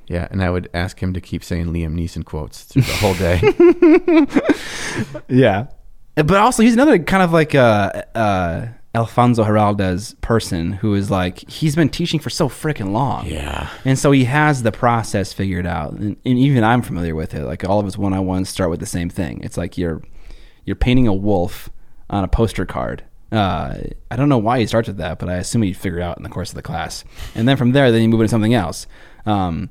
yeah and i would ask him to keep saying liam neeson quotes through the whole day
<laughs> Yeah, Uh, but also he's another kind of like uh, uh, Alfonso Heraldes person who is like he's been teaching for so freaking long.
yeah
And so he has the process figured out, and, and even I'm familiar with it. Like all of his one-on-ones start with the same thing. It's like you're you're painting a wolf on a poster card. Uh, I don't know why he starts with that, but I assume he figured it out in the course of the class. And then from there, then you move into something else. Um,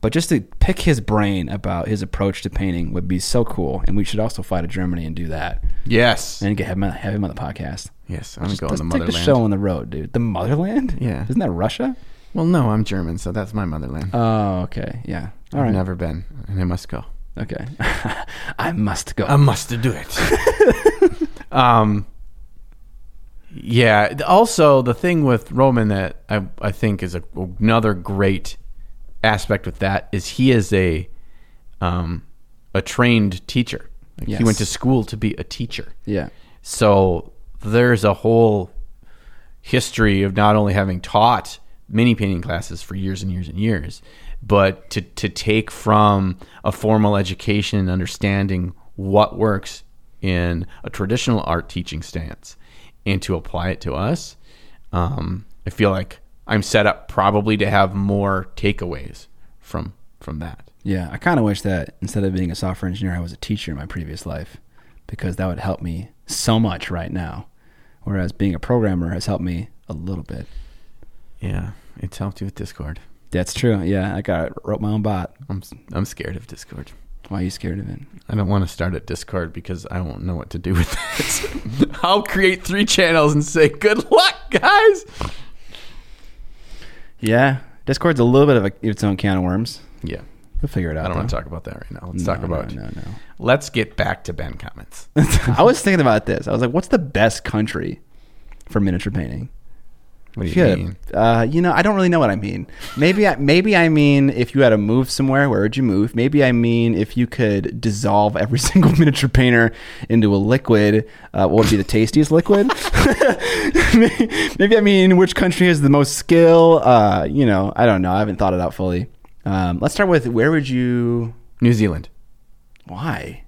but just to pick his brain about his approach to painting would be so cool, and we should also fly to Germany and do that,
yes
and get have him, have him on the podcast.
yes i'm going
Let's
to
take
motherland
the show on the road, dude. The motherland?
Yeah.
Isn't that Russia?
well no i'm german so that's my motherland
Oh, okay. Yeah. All
i've
right.
never been and i must go
Okay. <laughs> I must go.
I must do it. <laughs> um, yeah. th- Also, the thing with Roman that I, I think is a, another great aspect with that is he is a um, a trained teacher. Like, He
Yes.
went to school to be a teacher.
yeah.
So there's a whole history of not only having taught many painting classes for years and years and years, but to, to take from a formal education and understanding what works in a traditional art teaching stance and to apply it to us. Um, I feel like I'm set up probably to have more takeaways from from that.
Yeah. I kind of wish that instead of being a software engineer, I was a teacher in my previous life because that would help me so much right now. Whereas being a programmer has helped me a little bit.
Yeah, it's helped you with Discord.
That's true. Yeah. I got wrote my own bot.
I'm s- I'm scared of Discord.
Why are you scared of it?
I don't want to start at Discord because I won't know what to do with it. <laughs> I'll create three channels and say, good luck, guys.
Yeah. Discord's a little bit of a, its own can of worms.
Yeah.
We'll figure it out.
I don't want to
though.
talk about that right now. Let's talk
No,
about.
No, no, no. <laughs>
Let's get back to Ben comments.
I was thinking about this. I was like, what's the best country for miniature painting?
What do you
Shit.
mean?
Uh, you know, I don't really know what I mean. Maybe, I, maybe I mean if you had to move somewhere, where would you move? Maybe I mean if you could dissolve every <laughs> single miniature painter into a liquid, uh, what would be the tastiest liquid? <laughs> maybe I mean which country has the most skill. Uh, you know, I don't know. I haven't thought it out fully. Um, let's start with where would you?
New Zealand.
Why? Why?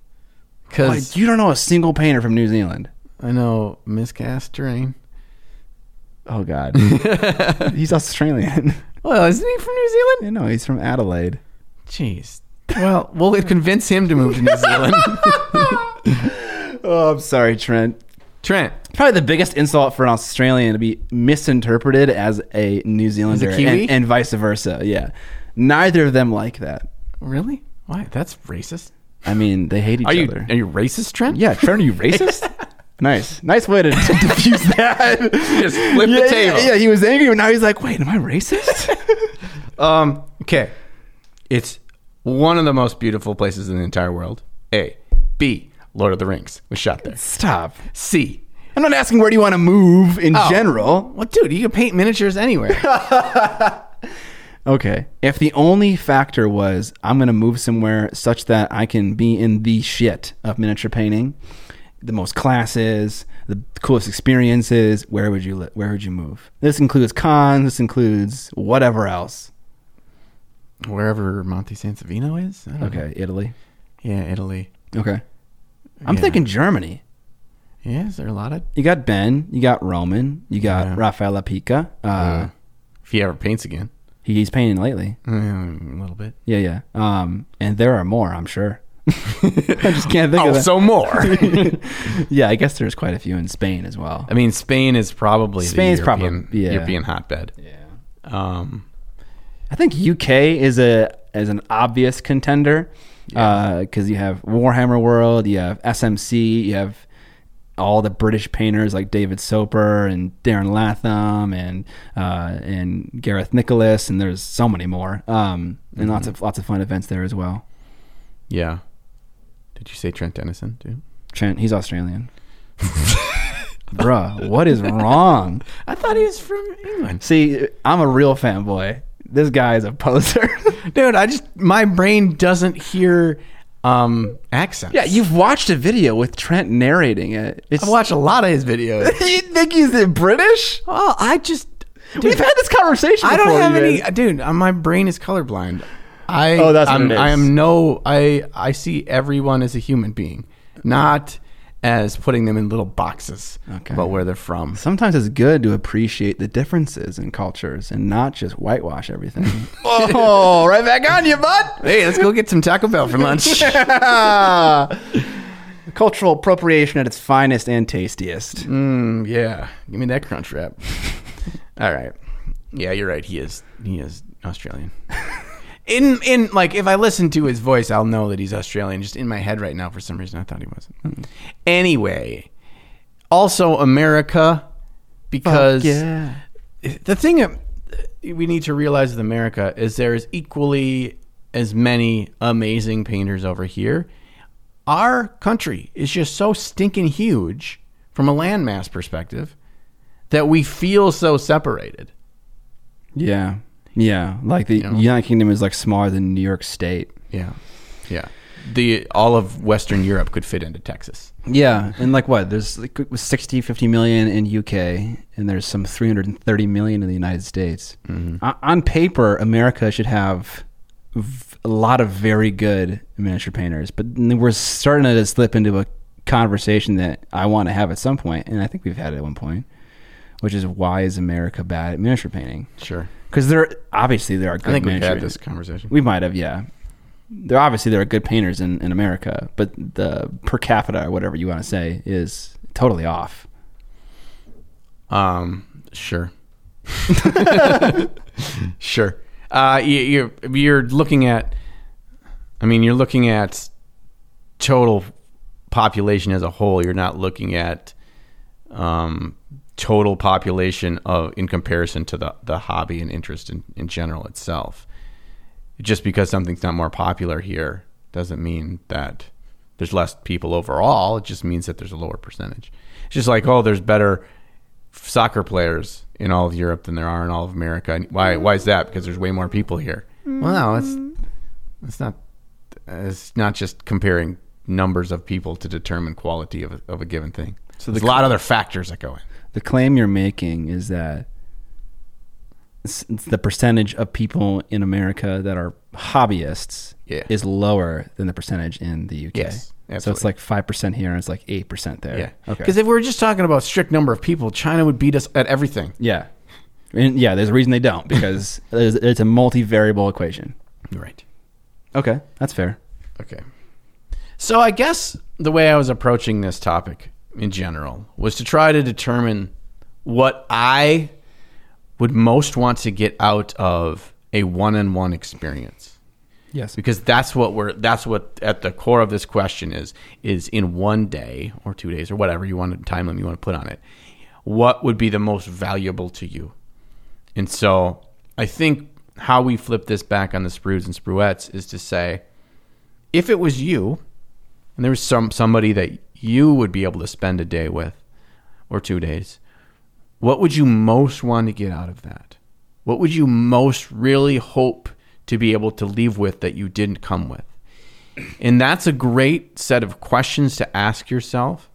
Because
You don't know a single painter from New Zealand. <laughs>
I know miscast terrain.
Oh
<laughs>
God, he's Australian. <laughs>
Well, isn't he from New
Yeah,
Zealand?
no, he's from Adelaide.
Jeez. Well, we'll convince him to move to New Zealand.
<laughs> Oh, I'm sorry, Trent.
Trent,
Probably the biggest insult for an Australian to be misinterpreted as a New Zealander
Kiwi?
And, and vice versa. Yeah, neither of them like that.
really? Why? That's racist.
I mean, they hate each
Are you
other.
are you racist, Trent?
yeah,
<laughs>
Trent, are you racist? <laughs> nice, nice way to <laughs> to diffuse that.
Just flip the
yeah,
table.
Yeah, yeah, he was angry, but now he's like, wait, am I racist?
Um, okay. It's one of the most beautiful places in the entire world. A. B. Lord of the Rings was shot there.
Stop.
C.
I'm not asking where do you want to move in
Oh.
general.
Well, dude, you can paint miniatures anywhere.
Okay. If the only factor was I'm going to move somewhere such that I can be in the shit of miniature painting, the most classes, the coolest experiences, where would you li- where would you move? This includes cons, this includes whatever else.
<laughs> Wherever Monte Sansevino is. I don't know.
Okay, Italy.
Yeah, Italy.
Okay. I'm
Yeah.
thinking Germany.
Yeah, is there a lot of?
You got Ben, you got Roman, you got
Yeah.
Rafael Apica. Uh,
If he ever paints again,
he- he's painting lately.
Mm, <laughs> a little bit.
Yeah, yeah. Um, and there are more, I'm sure. <laughs> I just can't think of
oh,
that.
so more. <laughs>
<laughs> yeah, I guess there's quite a few in Spain as well.
I mean, Spain is probably
Spain's
the European,
probably- yeah.
European hotbed.
Yeah.
Um,
I think UK is a is an obvious contender because you have Warhammer World, you have SMC, you have all the British painters like David Soper and Darren Latham and uh, and Gareth Nicholas, and there's so many more, um, and lots of lots of fun events there as well.
yeah. Did you say Trent Dennison too?
Trent, he's Australian. <laughs> Bruh, what is wrong?
I thought he was from England,
See, I'm a real fanboy. This guy is a poser. <laughs>
dude. I just my brain doesn't hear um accents.
yeah, you've watched a video with Trent narrating it. It's
I watch a lot of his videos.
<laughs> you think he's British?
well, I just
We've had this conversation.
I don't
before,
have
you
any,
guys.
dude. uh, My brain is colorblind. I
Oh, that's what
I'm,
it is.
I am no. I I see everyone as a human being, not as putting them in little boxes
Okay.
about where they're from.
Sometimes it's good to appreciate the differences in cultures and not just whitewash everything. <laughs> oh, right back on you, bud.
Hey, let's go get some Taco Bell for lunch.
<laughs> Cultural appropriation at its finest and tastiest.
mm, yeah, give me that crunch wrap. All right. Yeah, you're right. He is. He is Australian. In in like if I listen to his voice, I'll know that he's Australian. Just in my head right now, for some reason, I thought he wasn't. Anyway, also America, because
yeah.
the thing that we need to realize with America is there is equally as many amazing painters over here. Our country is just so stinking huge from a landmass perspective that we feel so separated.
Yeah. Yeah. Like the United Kingdom is like smaller than New York State.
Yeah. Yeah. The all of Western Europe could fit into Texas.
Yeah. And like what? There's like it was 60, 50 million in UK, and there's some 330 million in the United States.
Mm-hmm.
O- on paper, America should have v- a lot of very good miniature painters, but n- we're starting to slip into a conversation that I want to have at some point, and I think we've had it at one point, which is why is America bad at miniature painting?
Sure.
Because there, obviously, there are good
I think we've
miniature
had this conversation.
we might have, yeah. There obviously there are good painters in, in America, but the per capita or whatever you want to say is totally off.
Um, sure. <laughs> sure. Uh, you, you're you're looking at. I mean, you're looking at total population as a whole. You're not looking at um, total population of in comparison to the the hobby and interest in, in general itself. Just because something's not more popular here doesn't mean that there's less people overall. It just means that there's a lower percentage. It's just like oh, there's better soccer players in all of Europe than there are in all of America. And Why? Why is that? Because there's way more people here. Well, no, it's it's not. It's not just comparing numbers of people to determine quality of a, of a given thing. So there's a lot of other factors that go in.
The claim you're making is that s- the percentage of people in America that are hobbyists
Yeah.
is lower than the percentage in the UK.
Yes,
so it's
absolutely.
like five percent here and it's like eight percent there.
Yeah.
Okay.
Because if we were just talking about strict number of people, China would beat us at everything.
yeah. And yeah, there's a reason they don't because <laughs> it's it's a multivariable equation.
Right.
Okay, that's fair.
Okay. So I guess the way I was approaching this topic in general was to try to determine what I would most want to get out of a one-on-one experience
Yes.
because that's what we're that's what at the core of this question is is in one day or two days or whatever you want to time limit you want to put on it what would be the most valuable to you and so i think how we flip this back on the sprues and spruettes is to say if it was you and there was some somebody that you would be able to spend a day with or two days what would you most want to get out of that? What would you most really hope to be able to leave with that you didn't come with? And that's a great set of questions to ask yourself,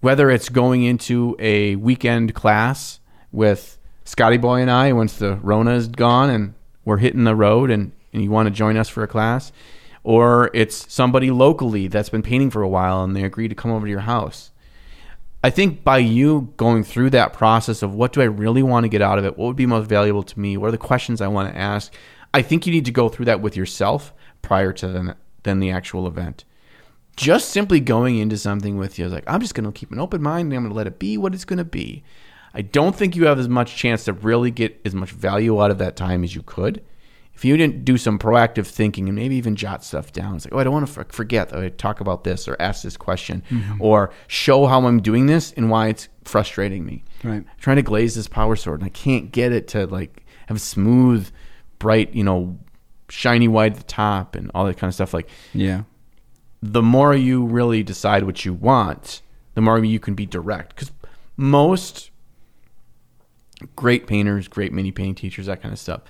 whether it's going into a weekend class with Scotty Boy and I once the Rona is gone and we're hitting the road and, and you want to join us for a class, or it's somebody locally that's been painting for a while and they agree to come over to your house. I think by you going through that process of what do I really want to get out of it? What would be most valuable to me? What are the questions I want to ask? I think you need to go through that with yourself prior to then, than the actual event. Just simply going into something with you, like, I'm just going to keep an open mind and I'm going to let it be what it's going to be. I don't think you have as much chance to really get as much value out of that time as you could. If you didn't do some proactive thinking and maybe even jot stuff down, it's like, oh, I don't want to forget that I talk about this or ask this question or show how I'm doing this and why it's frustrating me.
Right.
I'm trying to glaze this power sword and I can't get it to like have smooth, bright, you know, shiny white at the top and all that kind of stuff. Like,
Yeah.
the more you really decide what you want, the more you can be direct. Because most great painters, great mini painting teachers, that kind of stuff,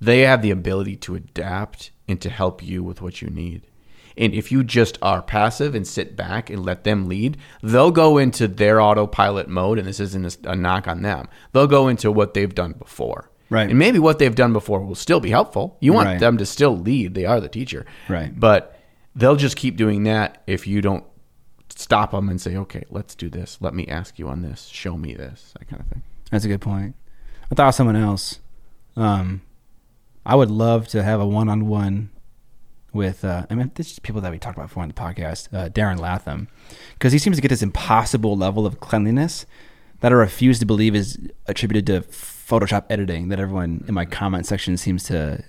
they have the ability to adapt and to help you with what you need. And if you just are passive and sit back and let them lead, they'll go into their autopilot mode. And this isn't a, a knock on them. They'll go into what they've done before.
Right.
And maybe what they've done before will still be helpful. You want
Right.
them to still lead. They are the teacher.
Right.
But they'll just keep doing that if you don't stop them and say, okay, let's do this. Let me ask you on this. Show me this. That kind of thing.
That's a good point. I thought of someone else. Um, I would love to have a one-on-one with. Uh, I mean, this is people that we talked about before on the podcast, uh, Darren Latham, because he seems to get this impossible level of cleanliness that I refuse to believe is attributed to Photoshop editing. That everyone in my comment section seems to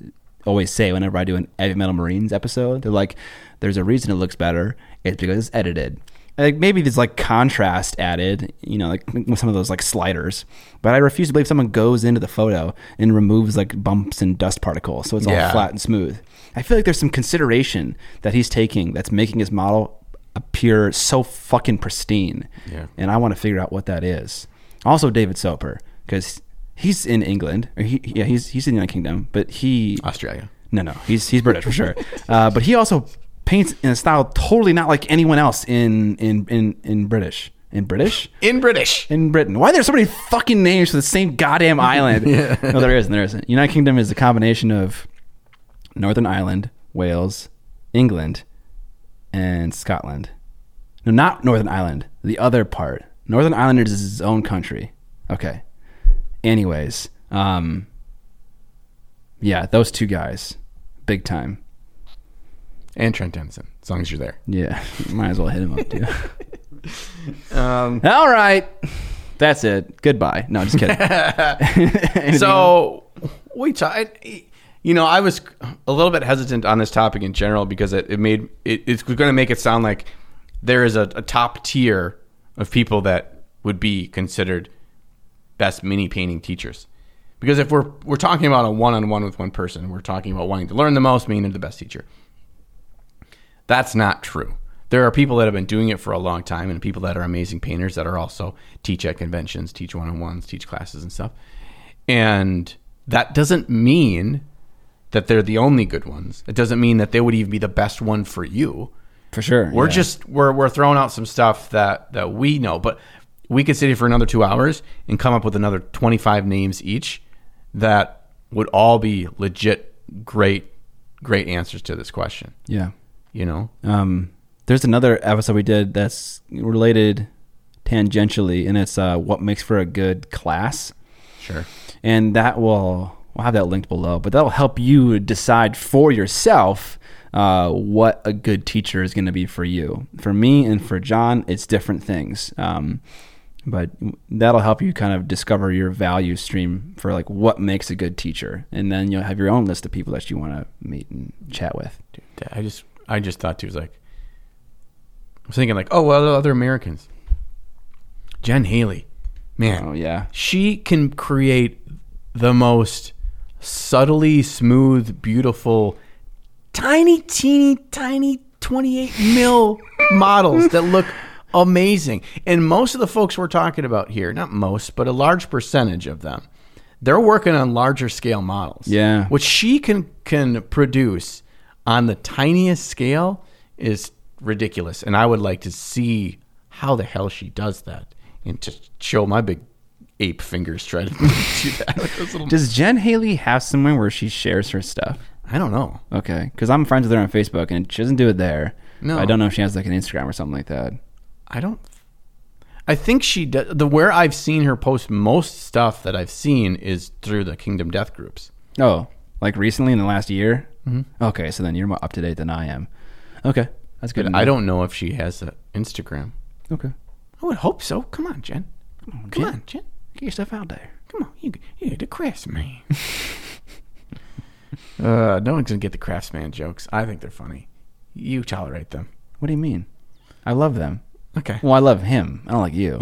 always say whenever I do an Heavy Metal Marines episode. They're like, "There's a reason it looks better. It's because it's edited." like maybe there's like contrast added, you know, like with some of those like sliders. But I refuse to believe someone goes into the photo and removes like bumps and dust particles, so it's all
Yeah.
flat and smooth. I feel like there's some consideration that he's taking that's making his model appear so fucking pristine.
Yeah.
And I want to figure out what that is. Also, David Soper, because he's in England, or he yeah he's he's in the United Kingdom, but he
Australia.
no, no, he's he's British for sure. Uh, but he also paints in a style totally not like anyone else in in in in British in British
In British.
in Britain. Why are there so many fucking names for the same goddamn island? No, there isn't. There isn't. United Kingdom is a combination of Northern Ireland, Wales, England, and Scotland. No, not Northern Ireland. The other part. Northern Ireland is its own country. Okay. Anyways, um, yeah, those two guys, big time.
And Trent Denison, as long as you're there.
Yeah, <laughs> might as well hit him up, dude. All right, that's it. Goodbye. No, just kidding. Anything
<laughs>
else?
so we tried. You know, I was a little bit hesitant on this topic in general because it, it made it, it's going to make it sound like there is a, a top tier of people that would be considered best mini painting teachers. Because if we're we're talking about a one on one with one person, we're talking about wanting to learn the most, meaning the best teacher. That's not true. There are people that have been doing it for a long time and people that are amazing painters that are also teach at conventions, teach one on ones, teach classes and stuff. And that doesn't mean that they're the only good ones. It doesn't mean that they would even be the best one for you.
for sure,
We're
yeah.
just we're we're throwing out some stuff that that we know, but we could sit here for another two hours and come up with another twenty five names each that would all be legit great great answers to this question,
Yeah.
you know?
Um, there's another episode we did that's related tangentially, and it's uh, what makes for a good class,
Sure.
and that will we'll have that linked below. But that'll help you decide for yourself uh, what a good teacher is going to be for you. For me and for John, it's different things. Um, but that'll help you kind of discover your value stream for like what makes a good teacher, and then you'll have your own list of people that you want to meet and chat with.
Dude, I just I just thought too was like I was thinking like, oh well other Americans. Jen Haley. Man.
Oh yeah,
she can create the most subtly smooth, beautiful, tiny, teeny, tiny 28 mil models that look amazing. And most of the folks we're talking about here, not most, but a large percentage of them, they're working on larger scale models.
Yeah.
What she can can produce on the tiniest scale is ridiculous. And I would like to see how the hell she does that and to show my big ape fingers try to <laughs> do that. Like those
<laughs>
little-
Does Jen Haley have somewhere where she shares her stuff?
I don't know.
Okay, because I'm friends with her on Facebook, and she doesn't do it there.
No.
I don't know if she has like an Instagram or something like that.
I don't. I think she does. The where I've seen her post most stuff that I've seen is through the Kingdom Death groups.
Oh, like recently in the last year. Mm-hmm. Okay, so then you're more up to date than I am. Okay, that's good.
But I don't know if she has an Instagram.
Okay,
I would hope so. Come on, Jen. Come
Jen.
on, Jen.
get your stuff out there.
Come on, you, you're the
<laughs>
craftsman. uh, no one's gonna get the craftsman jokes. I think they're funny. You tolerate them,
What do you mean? I love them.
okay?
Well, I love him. I don't like <laughs> you.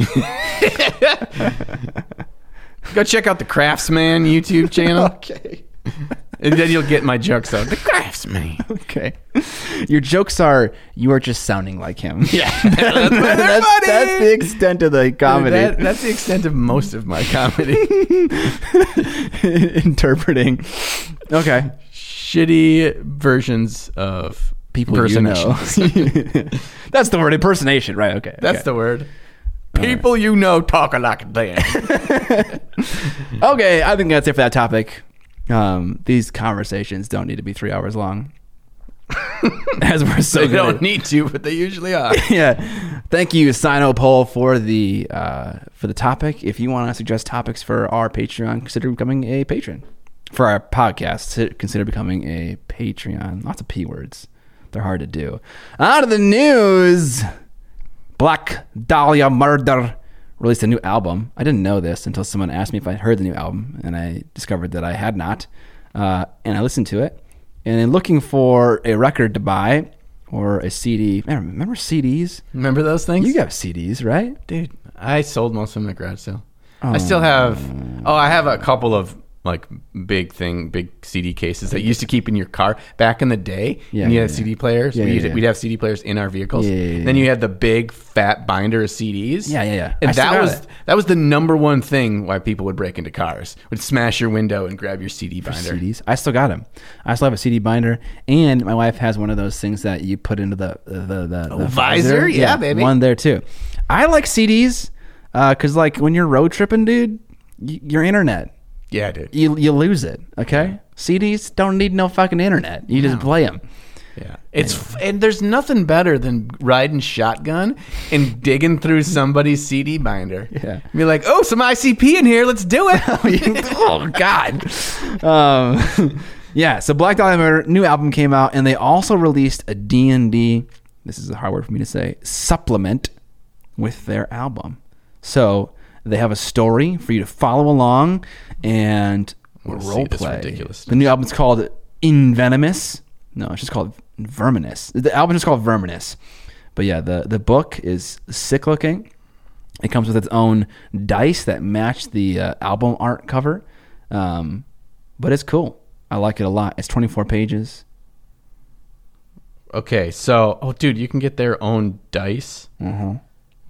Go check out the craftsman YouTube channel,
<laughs>
okay? and then you'll get my jokes out. The craftsman.
okay, your jokes are you are just sounding like him. <laughs>
Yeah, that's, where they're
that's,
funny.
that's the extent of the comedy.
That- that's the extent of most of my comedy.
<laughs> Interpreting. Okay.
Shitty versions of
people
<laughs>
you know.
impersonations.
<laughs> That's the word impersonation, right? Okay.
That's the word. People you know talking like
<laughs>
that.
the <laughs> okay. I think that's it for that topic. Um, these conversations don't need to be three hours long, <laughs> as we're so
they
good.
don't
at-
need to, but they usually are.
<laughs> yeah. Thank you, Sino Poll, for the uh, for the topic. If you want to suggest topics for our Patreon, consider becoming a patron. For our podcast, si- consider becoming a Patreon. Lots of P words. They're hard to do. Out of the news, Black Dahlia Murder released a new album. I didn't know this until someone asked me if I'd heard the new album, and I discovered that I had not. Uh, and I listened to it. And in looking for a record to buy or a CD, man, remember CDs?
Remember those things?
You got CDs, right?
dude. I sold most of them at garage sale. I still have. Oh, I have a couple of like big thing, big CD cases that you used to keep in your car back in the day.
Yeah,
and you
yeah,
had
yeah.
CD players.
Yeah,
we
yeah,
used,
yeah.
We'd have CD players in our vehicles.
Yeah, yeah, yeah,
Then you had the big fat binder of CDs.
Yeah, yeah, yeah.
And
I still
that
got
was
it.
that was the number one thing why people would break into cars. Would smash your window and grab your CD binder.
CDs. I still got them. I still have a CD binder, and my wife has one of those things that you put into the the, the, the
Oh, visor? Yeah, baby.
One there too. I like CDs because, like, when you're road tripping, dude, y- your internet
Yeah, dude.
you you lose it. Okay, CDs don't need no fucking internet. You just play them.
Yeah, it's f- and there's nothing better than riding shotgun and digging through somebody's CD binder.
Yeah.
be like, oh, some ICP in here. Let's do it.
<laughs>
<laughs>
oh God. Um, <laughs> yeah. So Black Dahlia Murder new album came out, and they also released a D and D. This is a hard word for me to say. Supplement with their album. So they have a story for you to follow along and
wanna see
role
this
play.
ridiculous.
The new album's called Invenomous. No, it's just called Verminous. The album is called Verminous. But yeah, the the book is sick looking. It comes with its own dice that match the uh, album art cover, um, but it's cool. I like it a lot. It's 24 pages.
okay, so oh, dude, you can get their own dice
Mm-hmm.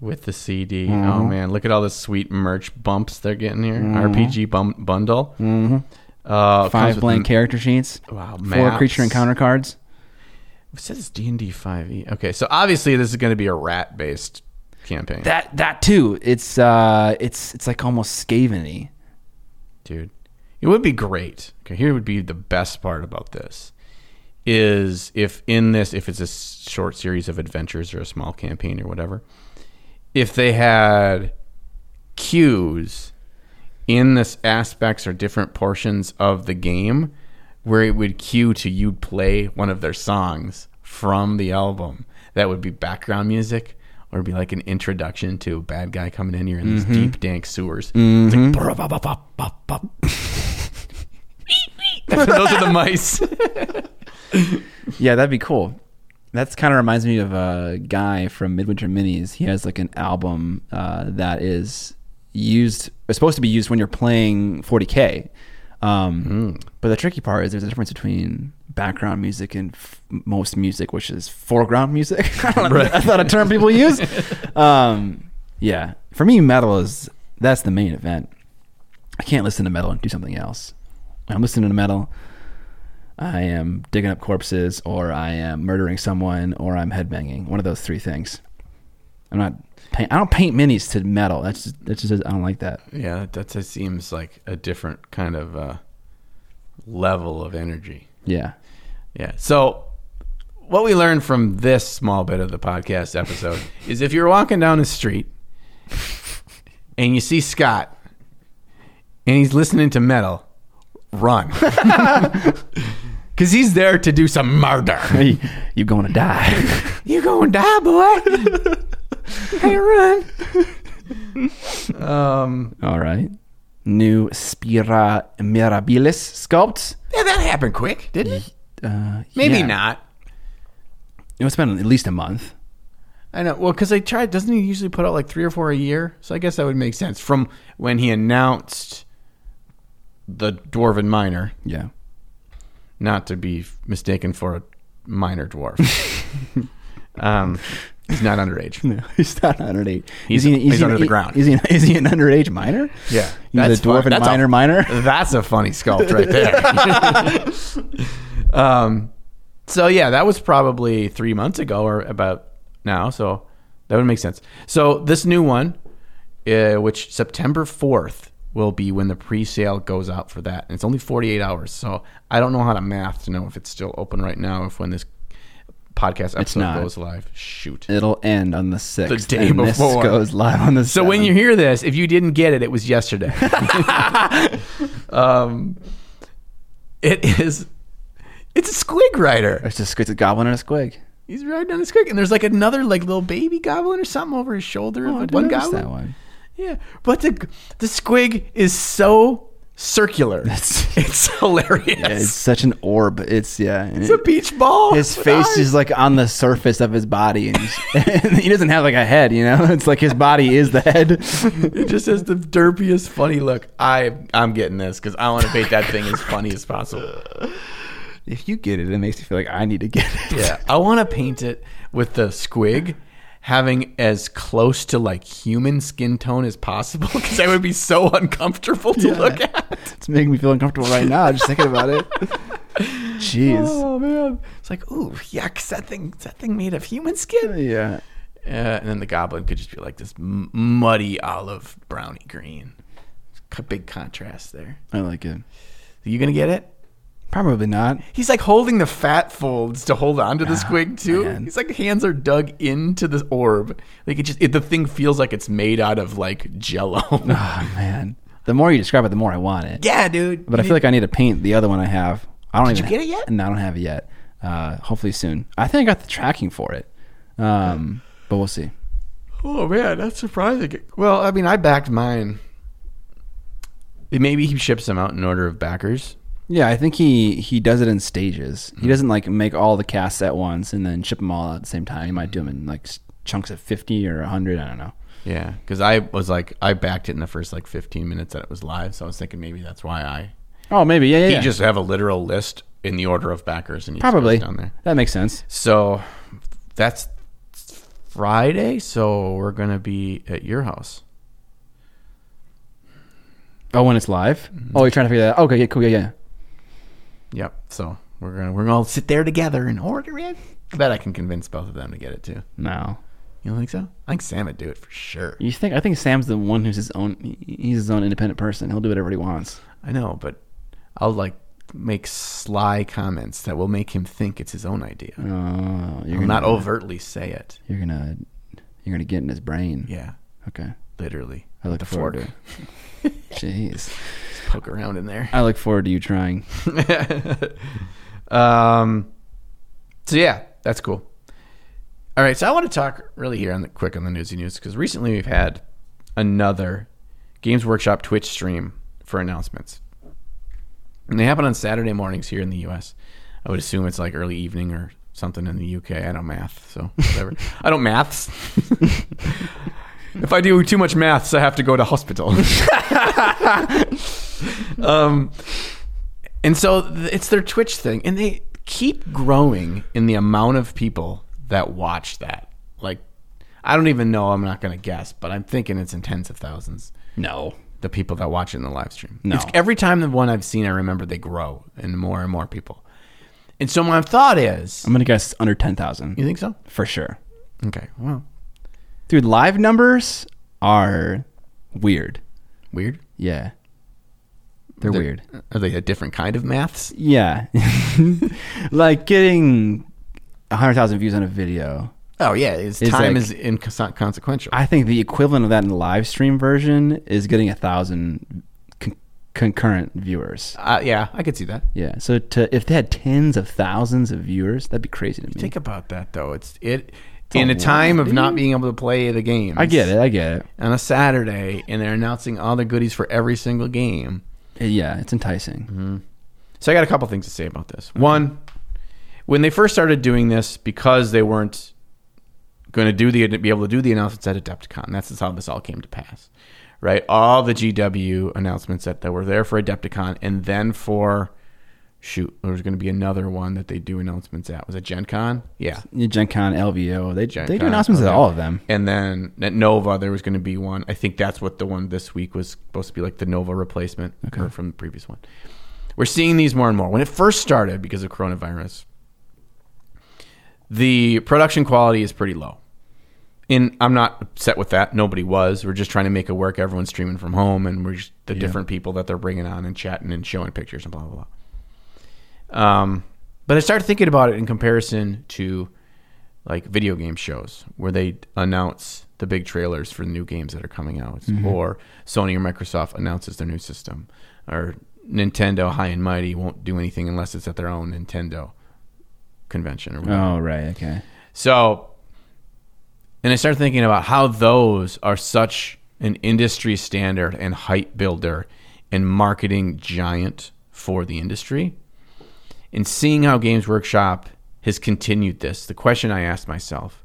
with the CD. Oh man, look at all the sweet merch bumps they're getting here. RPG bum- bundle. Mm-hmm. Uh,
Mm-hmm. Five blank character sheets.
Wow,
Four creature
maps.
encounter cards.
It says D and D five E. Okay, so obviously this is going to be a rat based campaign,
That that too. It's uh, it's it's like almost scaveny.
dude. You It would be great. Okay, here would be the best part about this is if in this if it's a s- short series of adventures or a small campaign or whatever, if they had cues in this aspects or different portions of the game where it would cue to you play one of their songs from the album that would be background music or be like an introduction to a bad guy coming in here in these deep dank sewers It's like, "Brr, bop, bop, bop, bop, bop." <laughs> those are the mice
Yeah, that'd be cool. That's kind of reminds me of a guy from Midwinter Minis. He has like an album uh, that is used, it's supposed to be used when you're playing 40K. Um, But the tricky part is there's a difference between background music and f- most music, which is foreground music. <laughs> I don't know, that's not a term people use. um, yeah. For me, metal is, that's the main event. I can't listen to metal and do something else. When I'm listening to metal. I am digging up corpses, or I am murdering someone, or I'm headbanging. One of those three things. I'm not. Paint, I don't paint minis to metal. That's just, that's just. I don't like that.
<laughs> yeah that- that just seems like a different kind of uh, level of energy
Yeah.
Yeah. So what we learned from this small bit of the podcast <laughs> episode is if you're walking down the street and you see Scott and he's listening to metal, run. <laughs> Cause he's there to do some murder.
<laughs> Hey, you're going to
<laughs>
die.
You gonna die, <laughs> boy. hey, run. Um,
All right. New Spira Mirabilis sculpt.
yeah, that happened quick, didn't it?
Uh,
Maybe
yeah.
not.
It's been at least a month.
I know. Well, because I tried. Doesn't he usually put out like three or four a year? So I guess that would make sense from when he announced the Dwarven Miner,
Yeah.
not to be mistaken for a minor dwarf. um, he's not underage.
No, he's not underage.
<laughs> He's-
Is he- is
he's
he-
under the ground.
Is he, is he an underage minor?
Yeah,
That's the
fun-
dwarf and
that's a-
minor minor.
<laughs> That's a funny sculpt right there. um, so yeah, that was probably three months ago or about now. So that would make sense. So this new one, uh, which September fourth will be when the pre-sale goes out for that, and it's only forty-eight hours. So I don't know how to math to know if it's still open right now, if when this podcast episode
not.
goes live. Shoot.
It'll end on the sixth.
day
and this
before.
goes live on the.
So when you hear this, if you didn't get it, it was
<laughs>
yesterday. um, it is. It's a squig rider.
It's just it's a goblin and a squig.
He's riding on a squig, and there's like another like little baby goblin or something over his shoulder. of
Oh, I
one
didn't notice
goblin.
that one.
Yeah, but the the squig is so circular.
<laughs> That's-
<laughs> it's hilarious.
It's
it's,
such an orb. It's yeah. and
a
it-
beach ball.
his
with
face
eyes.
is like on the surface of his body, and, he's- <laughs> and he doesn't have like a head. You know, <laughs> it's like his body is the head.
<laughs> It just has the derpiest funny look. I I'm getting this because I want to make that thing as funny as possible.
if you get it, it makes me feel like I need to get it. <laughs>
Yeah, I want to paint it with the squig having as close to like human skin tone as possible <laughs> because that would be so uncomfortable to look at.
It's making me feel uncomfortable right now just thinking
<laughs>
about it. Jeez.
Oh man, it's like ooh yuck! That thing, that thing made of human skin.
Yeah.
Uh, and then the goblin could just be like this m- muddy olive browny green. C- Big contrast there.
I like it.
Are you gonna get it?
Probably not.
He's like holding the fat folds to hold on to the squig too.
Ah, man.
He's like hands are dug into the orb. Like it just it, the thing feels like it's made out of like
<laughs>
jello. <laughs>
Oh man. The more you describe it, the more I want it.
yeah, dude.
But I feel like I need to paint the other one I have. I don't
Did
even
you get it yet?
No, I don't have it yet. Uh, hopefully soon. I think I got the tracking for it, um, but we'll see.
oh man, that's surprising. Well, I mean, I backed mine. Maybe he ships them out in order of backers.
Yeah, I think he he does it in stages.
Hmm.
He doesn't like make all the casts at once and then ship them all out at the same time. He might do them in like s- chunks of fifty or hundred. I don't know.
Yeah, because I was like, I backed it in the first like 15 minutes that it was live, so I was thinking maybe that's why I.
Oh, maybe yeah, yeah. yeah.
You just have a literal list in the order of backers, and you just goes
probably
down there.
that makes sense.
So that's Friday. So we're gonna be at your house.
Oh, when it's live.
Hmm.
Oh, you're trying to figure that. out. Okay, yeah, cool, yeah, yeah.
Yep. So we're gonna we're gonna all sit there together and order it. I bet I can convince both of them to get it too.
No,
You don't think so? I think Sam would do it for sure.
you think I think Sam's the one who's his own. he- He's his own independent person. He'll do whatever he wants.
I know, but I'll like make sly comments that will make him think it's his own idea.
Oh, you're
I'll
gonna-
not overtly say it.
You're gonna you're gonna get in his brain.
Yeah,
Okay.
literally.
I look
the
forward
fork.
to it. Jeez.
Just poke around in there.
I look forward to you trying.
<laughs> um, so yeah, that's cool. All right, so I want to talk really here on the quick on the newsy news because recently we've had another Games Workshop Twitch stream for announcements, and they happen on Saturday mornings here in the U.S. I would assume it's like early evening or something in the U.K. I don't math, so whatever. I don't maths. <laughs> if I do too much maths, I have to go to hospital. <laughs> um, and so th- it's their Twitch thing, and they keep growing in the amount of people that watch that. Like, I don't even know. I'm not going to guess, but I'm thinking it's in tens of thousands.
No.
The people that watch it in the live stream.
No.
It's- every time the one I've seen, I remember they grow and more and more people. And so my thought is,
I'm gonna guess under ten thousand.
you think so?
For sure.
Okay. Well,
Dude, live numbers are weird.
weird.
Yeah. They're
They're-
weird.
Are they a different kind of maths? <laughs>
Yeah. like getting hundred thousand views on a video.
Oh yeah, it's,
It's
time
like-
is inconsequential.
I think the equivalent of that in the live stream version is getting a thousand con- concurrent viewers.
uh, yeah, I could see that.
Yeah. So to if they had tens of thousands of viewers, that'd be crazy to me.
Think about that though. It's it
Mm. a
in a
lot,
time of
dude.
not being able to play the game.
I get it. I get it.
On a Saturday, and they're announcing all the goodies for every single game.
Yeah, it's enticing.
So I got a couple things to say about this. One, when they first started doing this, because they weren't going to do the be able to do the announcements at Adepticon, that's how this all came to pass, right? All the GW announcements that, that were there for Adepticon, and then for shoot, there was going to be another one that they do announcements at. Was it Gen Con? Yeah.
Yeah, Gen Con, LVO, they
Mm-hmm. Gen
they do
Con,
announcements at
okay.
all of them.
And then at Nova, there was going to be one. I think that's what the one this week was supposed to be like the Nova replacement or from the previous one. We're seeing these more and more. When it first started, because of coronavirus, the production quality is pretty low. And I'm not upset with that. Nobody was. We're just trying to make it work. Everyone's streaming from home, and we're just the different people that they're bringing on and chatting and showing pictures and blah blah blah. Um, but I started thinking about it in comparison to like video game shows where they announce the big trailers for new games that are coming out, or Sony or Microsoft announces their new system, or Nintendo High and Mighty won't do anything unless it's at their own Nintendo convention or whatever.
Oh right, okay.
So, and I started thinking about how those are such an industry standard and hype builder and marketing giant for the industry. And seeing how Games Workshop has continued this, the question I asked myself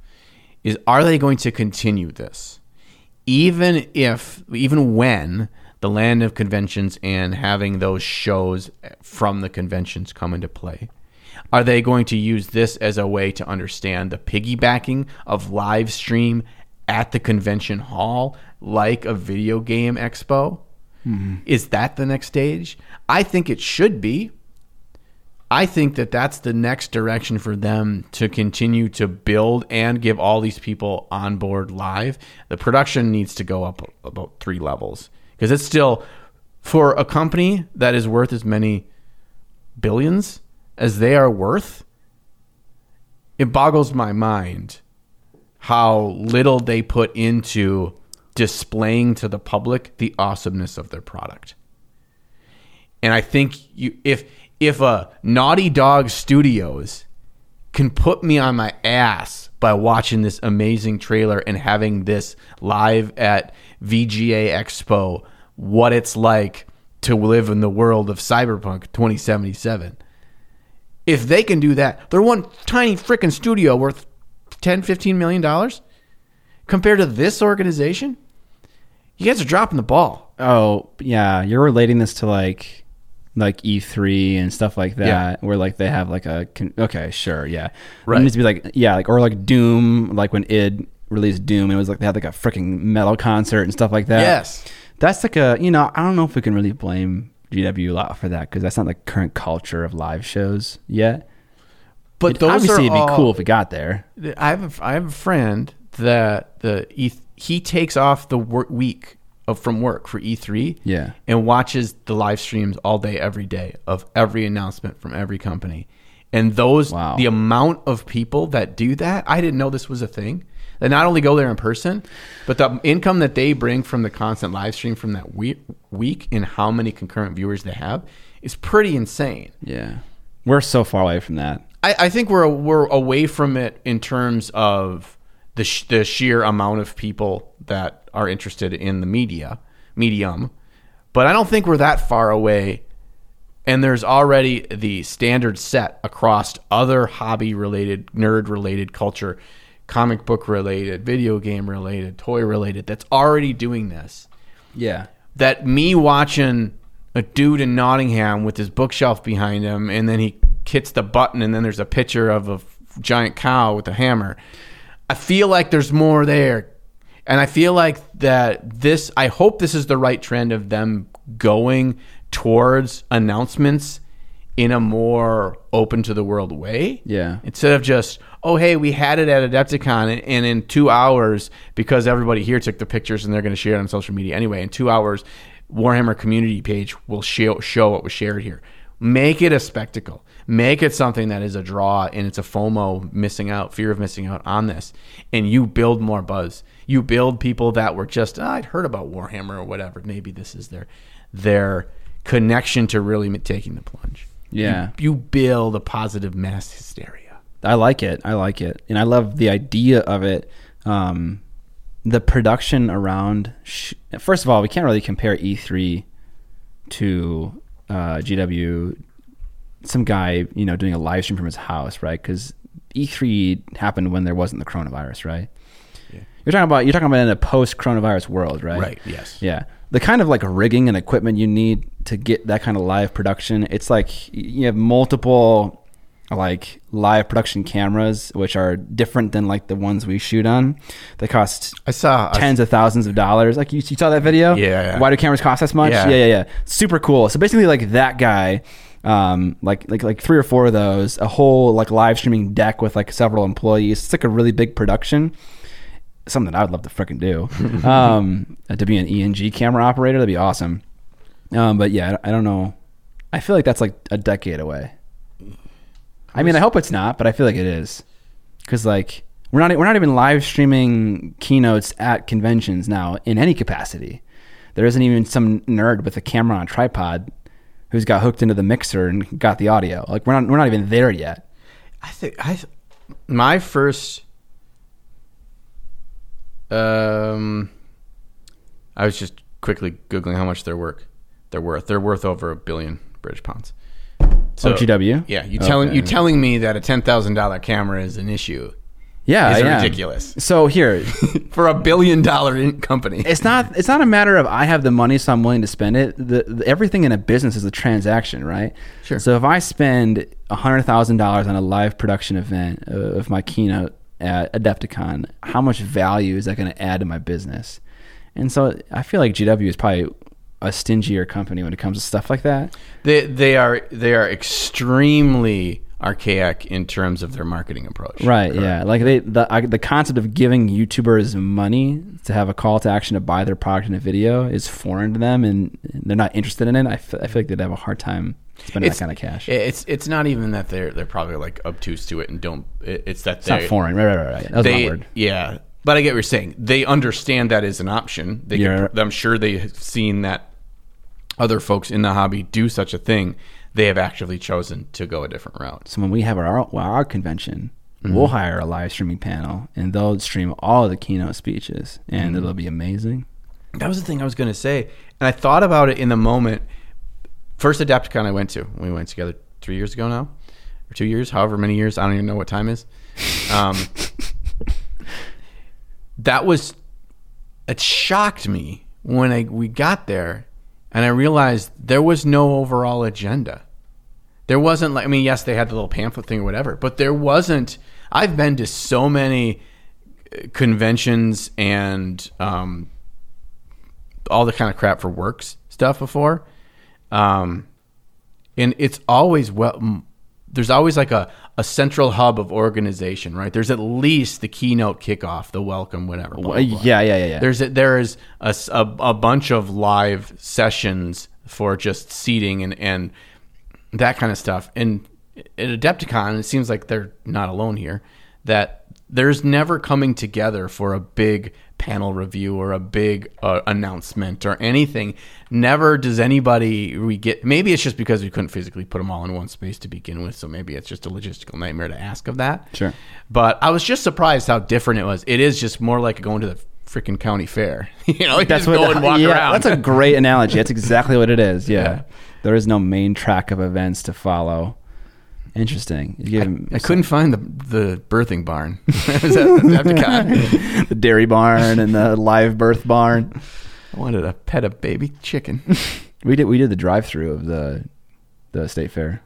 is are they going to continue this? Even if, even when the land of conventions and having those shows from the conventions come into play, are they going to use this as a way to understand the piggybacking of live stream at the convention hall, like a video game expo? Is that the next stage? I think it should be. I think that that's the next direction for them to continue to build and give all these people on board live. The production needs to go up about three levels because it's still for a company that is worth as many billions as they are worth. It boggles my mind how little they put into displaying to the public the awesomeness of their product. And I think you if if a Naughty Dog Studios can put me on my ass by watching this amazing trailer and having this live at VGA Expo what it's like to live in the world of Cyberpunk 2077. If they can do that, they're one tiny freaking studio worth 10 15 million dollars compared to this organization. You guys are dropping the ball.
Oh yeah, you're relating this to like like E3 and stuff like that,
Yeah.
where like they have like a con- okay, sure, yeah,
Right.
It needs to be like yeah, like or like Doom, like when id released Doom, it was like they had like a freaking metal concert and stuff like that.
Yes.
that's like a you know I don't know if we can really blame GW a lot for that because that's not the current culture of live shows yet.
But
It-
those
obviously
are
it'd be
all-
cool if it got there.
E I have a, I have a friend that the he, he takes off the wor- week of from work for E3
Yeah.
and watches the live streams all day every day of every announcement from every company. And those
Wow.
the amount of people that do that, I didn't know this was a thing. They not only go there in person, but the income that they bring from the constant live stream from that week, week and how many concurrent viewers they have is pretty insane.
Yeah. We're so far away from that.
I, I think we're we're away from it in terms of the sh- the sheer amount of people that are interested in the media medium, but I don't think we're that far away. And there's already the standard set across other hobby related, nerd related culture, comic book related, video game related, toy related that's already doing this
Yeah.
that me watching a dude in Nottingham with his bookshelf behind him, and then he hits the button, and then there's a picture of a f- giant cow with a hammer. I feel like there's more there. And I feel like that this, I hope this is the right trend of them going towards announcements in a more open to the world way
Yeah.
instead of just oh hey we had it at adepticon and, and in two hours because everybody here took the pictures and they're going to share it on social media anyway in two hours warhammer community page will show, show what was shared here make it a spectacle make it something that is a draw and it's a fomo missing out fear of missing out on this and you build more buzz you build people that were just "Ah, i'd heard about warhammer or whatever maybe this is their their connection to really taking the plunge
Yeah.
you build a positive mass hysteria.
I like it. I like it, and I love the idea of it. Um, the production around. Sh- First of all, we can't really compare E3 to uh, GW. Some guy, you know, doing a live stream from his house, right? Because E3 happened when there wasn't the coronavirus, right? You're talking about you're talking about in a post-coronavirus world, right?
Right, yes.
Yeah. The kind of like rigging and equipment you need to get that kind of live production, it's like y- you have multiple like live production cameras, which are different than like the ones we shoot on. They cost
I saw
tens of thousands of dollars. Like you, you saw that video?
Yeah, yeah.
Why do cameras cost this much?
Yeah.
yeah, yeah, yeah. Super cool. So basically, like that guy, um, like like like three or four of those, a whole like live streaming deck with like several employees. It's like a really big production. Something I would love to freaking do.
<laughs>
um, to be an ENG camera operator, that'd be awesome. Um, but yeah, I I don't know. I feel like that's like a decade away. I mean, I hope it's not, but I feel like it is because like we're not we're not even live streaming keynotes at conventions now in any capacity. There isn't even some nerd with a camera on a tripod who's got hooked into the mixer and got the audio. Like we're not we're not even there yet.
I think I my first um I was just quickly googling how much they're worth. They're worth. They're worth over a billion British pounds. So
OGW?
Yeah, you telling
Okay.
you telling me that a ten thousand dollar camera is an issue <laughs>
Yeah,
is
yeah.
ridiculous
So here,
for a billion dollar in company.
<laughs> it's not it's not a matter of I have the money, so I'm willing to spend it. The, the, everything in a business is a transaction, right?
Sure.
So if I spend hundred thousand dollars on a live production event of my keynote at Adepticon, how much value is that going to add to my business? And so I feel like GW is probably a stingier company when it comes to stuff like that.
They they are they are extremely archaic in terms of their marketing approach.
Right. Yeah. Like they the I, the concept of giving YouTubers money to have a call to action to buy their product in a video is foreign to them, and they're not interested in it. I fe- I feel like they'd have a hard time spending that kind of cash.
i- It's it's not even that they're they're probably like obtuse to it and don't. it- It's that
it's not
they
foreign. Right. Right. Right. right. That was my
they
word.
yeah. But I get what you're saying. They understand that is an option. They
Yeah.
could, I'm sure they have seen that other folks in the hobby do such a thing. They have actively chosen to go a different route.
So when we have our well, our convention,
Mm-hmm.
we'll hire a live streaming panel, and they'll stream all the keynote speeches,
Mm-hmm.
and it'll be amazing.
That was the thing I was going to say, and I thought about it in the moment. First Adepticon I went to, we went together three years ago now, or two years, however many years. I don't even know what time is. Um, <laughs> that was it shocked me when I we got there and I realized there was no overall agenda. There wasn't like I mean, yes, they had the little pamphlet thing or whatever, but there wasn't. I've been to so many uh, conventions and um, all the kind of crap for works stuff before, um, and it's always well. m- there's always like a, a central hub of organization, right? There's at least the keynote kickoff, the welcome, whatever. blah,
Well,
blah, blah.
yeah, yeah, yeah, yeah.
There's a, there is a, s- a- a bunch of live sessions for just seating and and that kind of stuff. And at Adepticon, it seems like they're not alone here. That there's never coming together for a big panel review or a big uh, announcement or anything. Never does anybody we get. Maybe it's just because we couldn't physically put them all in one space to begin with. So maybe it's just a logistical nightmare to ask of that.
Sure.
But I was just surprised how different it was. It is just more like going to the freaking county fair. <laughs> you know, you just go and walk
yeah,
around.
That's a great analogy. That's exactly what
<laughs>
it is. Yeah.
Yeah.
There is no main track of events to follow. Interesting. You give him
I couldn't find the the birthing barn. <laughs> Is that <laughs> Adepticon?
<laughs> the dairy barn and
<laughs>
the live birth barn.
I wanted to pet a baby chicken.
We did we did the drive through of the the state fair.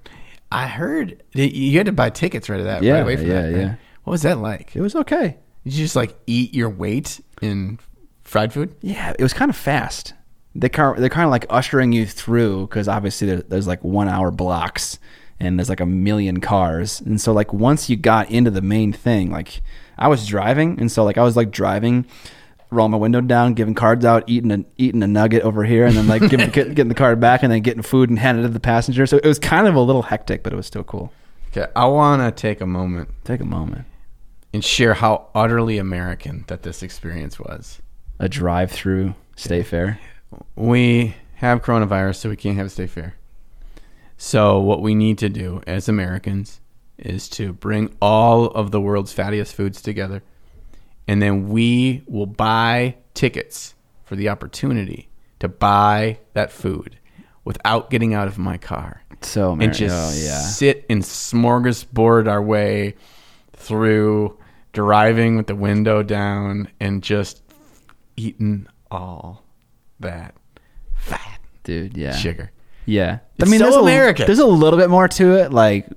I heard that you had to buy tickets right to that.
Yeah,
right away from
yeah,
that, right?
yeah.
What was that like?
It was okay.
Did you just like eat your weight in fried food?
Yeah, it was kind of fast. They kind of, they're kind of like ushering you through because obviously there, there's like one hour blocks and there's like a million cars and so like once you got into the main thing like I was driving and so like I was like driving rolling my window down giving cards out eating a eating a nugget over here and then like <laughs> giving, get, getting the card back and then getting food and handing it to the passenger so it was kind of a little hectic but it was still cool
Okay, I want to take a moment
take a moment
and share how utterly American that this experience was.
a drive through stay fair
we have coronavirus, so we can't have a state fair. So what we need to do as Americans is to bring all of the world's fattiest foods together, and then we will buy tickets for the opportunity to buy that food without getting out of my car
so Mary,
and just
oh, yeah
sit and smorgasbord our way through driving with the window down and just eating all that fat
dude yeah
sugar.
Yeah,
It's so
there's a-
American.
there's a little bit more to it. Like,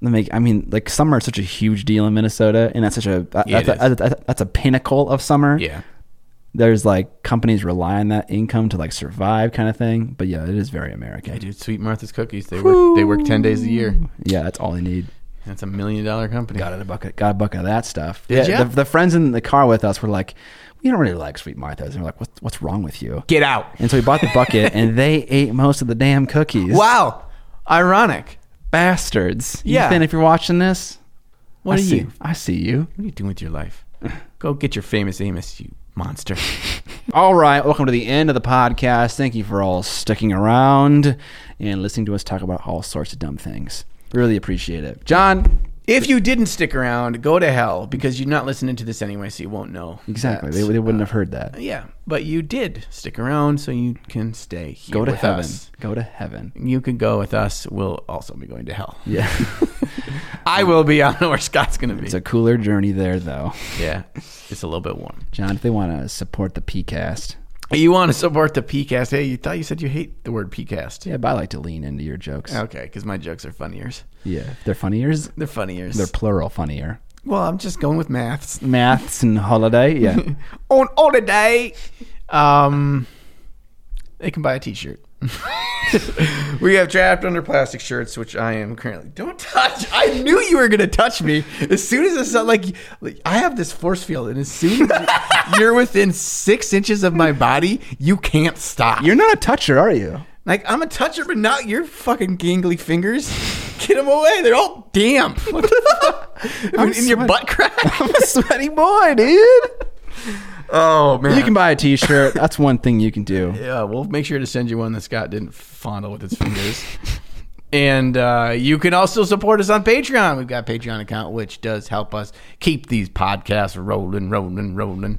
let me. I mean, like summer is such a huge deal in Minnesota, and that's such a that-
Yeah, it
that's, a, that's a- that's a pinnacle of summer.
Yeah.
there's like companies rely on that income to like survive, kind of thing. But yeah, it is very
I
American.
do Sweet Martha's cookies. They work they work ten days a year.
Yeah, that's all they need.
That's a million dollar company.
Got a bucket. Got a bucket of that stuff.
Did
yeah,
ya?
the, the friends in the car with us were like, "We don't really like Sweet Martha's," and we're like, "What's what's wrong with you?"
Get out.
And so we bought the bucket, and they ate most of the damn cookies.
Wow. Ironic.
bastards.
Yeah.
Ethan, if you're watching this,
What
I
are
see,
you?
I see you.
What are you doing with your
<laughs>
life? Go get your famous Amos, you monster.
All right, welcome to the end of the podcast. Thank you for all sticking around and listening to us talk about all sorts of dumb things. Really appreciate it. John,
if you didn't stick around, go to hell because you're not listening to this anyway, so you won't know.
exactly. They,
That's-
they wouldn't have heard that.
Yeah, but you did stick around, so you can stay here.
Go to
with
heaven.
Us.
Go to heaven.
You could go with us. We'll also be going to hell.
Yeah.
<laughs> I will be. I don't know where Scott's going to be.
it's a cooler journey there, though.
yeah, it's a little bit warm.
John, if they want to support the PCAST,
You want to support the PCAST? Hey, you thought you said you hate the word PCAST.
yeah, but I like to lean into your jokes.
Okay, because my jokes are funniers.
Yeah. They're funniers.
They're funniers.
They're plural funnier.
well, I'm just going with maths.
Maths and holiday. Yeah.
<laughs> On holiday, um, they can buy a T-shirt. <laughs> we have trapped under plastic shirts, which I am currently. Don't touch! I knew you were gonna touch me as soon as it's like, like I have this force field, and as soon as you're within six inches of my body, you can't stop.
<laughs> you're not a toucher, are you?
Like I'm a toucher, but not your fucking gangly fingers. Get them away! They're all damp. What <laughs> the fuck? In
I'm
your
sweating.
butt crack.
I'm a sweaty boy, dude.
<laughs> oh man!
You can buy a T-shirt. That's one thing you can do.
Yeah, we'll make sure to send you one that Scott didn't fondle with his fingers. and uh, you can also support us on Patreon. We've got a Patreon account, which does help us keep these podcasts rolling, rolling, rolling.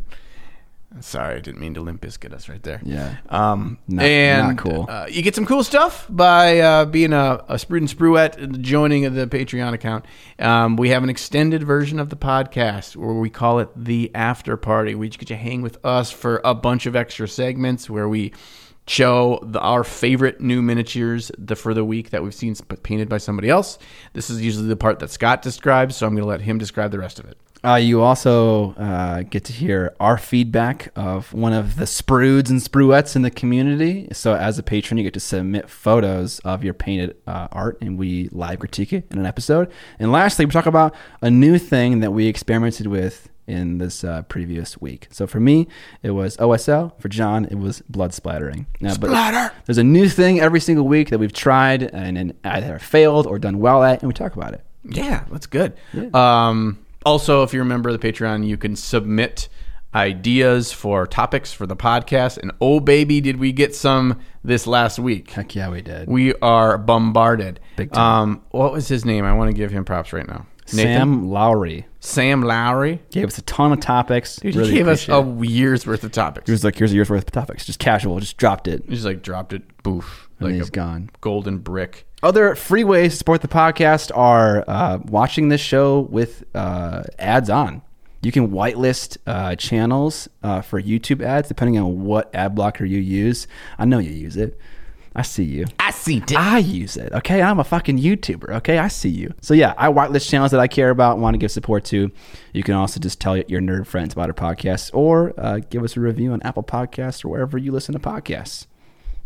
Sorry, I didn't mean to limp biscuit us right there.
Yeah.
Um,
Not-
and
not cool.
Uh, you get some cool stuff by uh, being a, a Sprude and Spruette and joining of the Patreon account. Um, we have an extended version of the podcast where we call it the after party. We just get to hang with us for a bunch of extra segments where we show the, our favorite new miniatures the, for the week that we've seen sp- painted by somebody else. This is usually the part that Scott describes, so I'm going to let him describe the rest of it.
Uh, you also uh, get to hear our feedback of one of the sprudes and spruettes in the community. So, as a patron, you get to submit photos of your painted uh, art, and we live critique it in an episode. And lastly, we talk about a new thing that we experimented with in this uh, previous week. So, for me, it was OSL. For John, it was blood splattering. Now, but
Splatter!
There's a new thing every single week that we've tried and, and either failed or done well at, and we talk about it.
Yeah, that's good. Um, also, if you remember the Patreon, you can submit ideas for topics for the podcast. And oh, baby, did we get some this last week?
Heck yeah, we did.
We are bombarded.
Big
Um, what was his name? I want to give him props right now. Nathan?
Sam Lowry
Sam Lowry.
gave us a ton of topics.
Dude,
really
he gave us
appreciate it.
a year's worth of topics.
He was like, "Here's a year's worth of topics, just casual, just dropped it."
He just like dropped it, boof,
And
like
he's
a
gone.
golden brick.
Other free ways to support the podcast are uh, watching this show with uh, ads on. You can whitelist uh, channels uh, for YouTube ads depending on what ad blocker you use. I know you use it. I see you.
I see. Dick.
I use it. Okay, I'm a fucking YouTuber. Okay, I see you. So yeah, I whitelist channels that I care about, and want to give support to. You can also just tell your nerd friends about our podcast, or uh, give us a review on Apple Podcasts or wherever you listen to podcasts.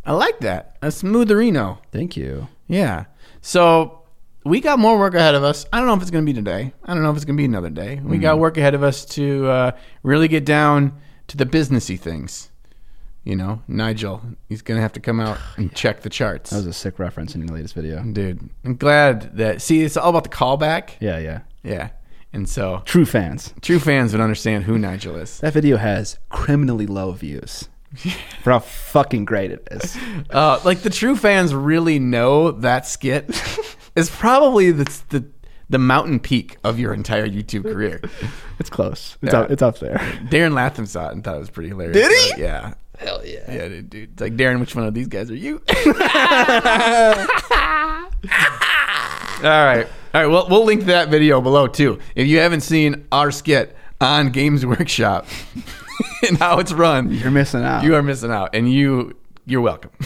I like that. A smootherino.
Thank you.
Yeah. So we got more work ahead of us. I don't know if it's going to be today. I don't know if it's going to be another day.
Hmm.
We got work ahead of us to uh, really get down to the businessy things. You know, Nigel, he's going to have to come
<sighs>
out and check the charts.
That was a sick reference in your latest video.
Dude, I'm glad that. See, it's all about the callback.
Yeah, yeah.
Yeah. And so
True fans.
true fans would understand who Nigel
<laughs>
is.
That video has criminally low views
<laughs>
for how fucking great it is.
Uh, like the true fans really know that
<laughs>
skit is probably the, the the mountain peak of your entire YouTube career.
It's close. It's,
Yeah.
up, it's up there.
Darren Latham saw it and thought it was pretty hilarious.
Did he?
Uh, yeah.
Hell yeah.
Yeah, dude, dude. It's like, Darren, which one of these guys are you? <laughs> All right. All right. Well, we'll link that video below, too. If you haven't seen our skit on Games Workshop <laughs> and how it's run,
You're missing out.
you are missing out, and you you're welcome. <laughs>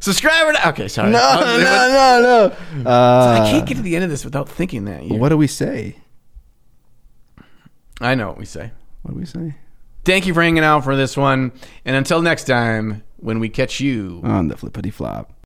Subscribe or not? Okay, sorry.
<laughs> no,
I was-
no, no, no. Uh,
I can't get to the end of this without thinking that. You-
what do we say?
I know what we say.
What do we say?
Thank you for hanging out for this one, and until next time, when we catch you.
On the flippity flop.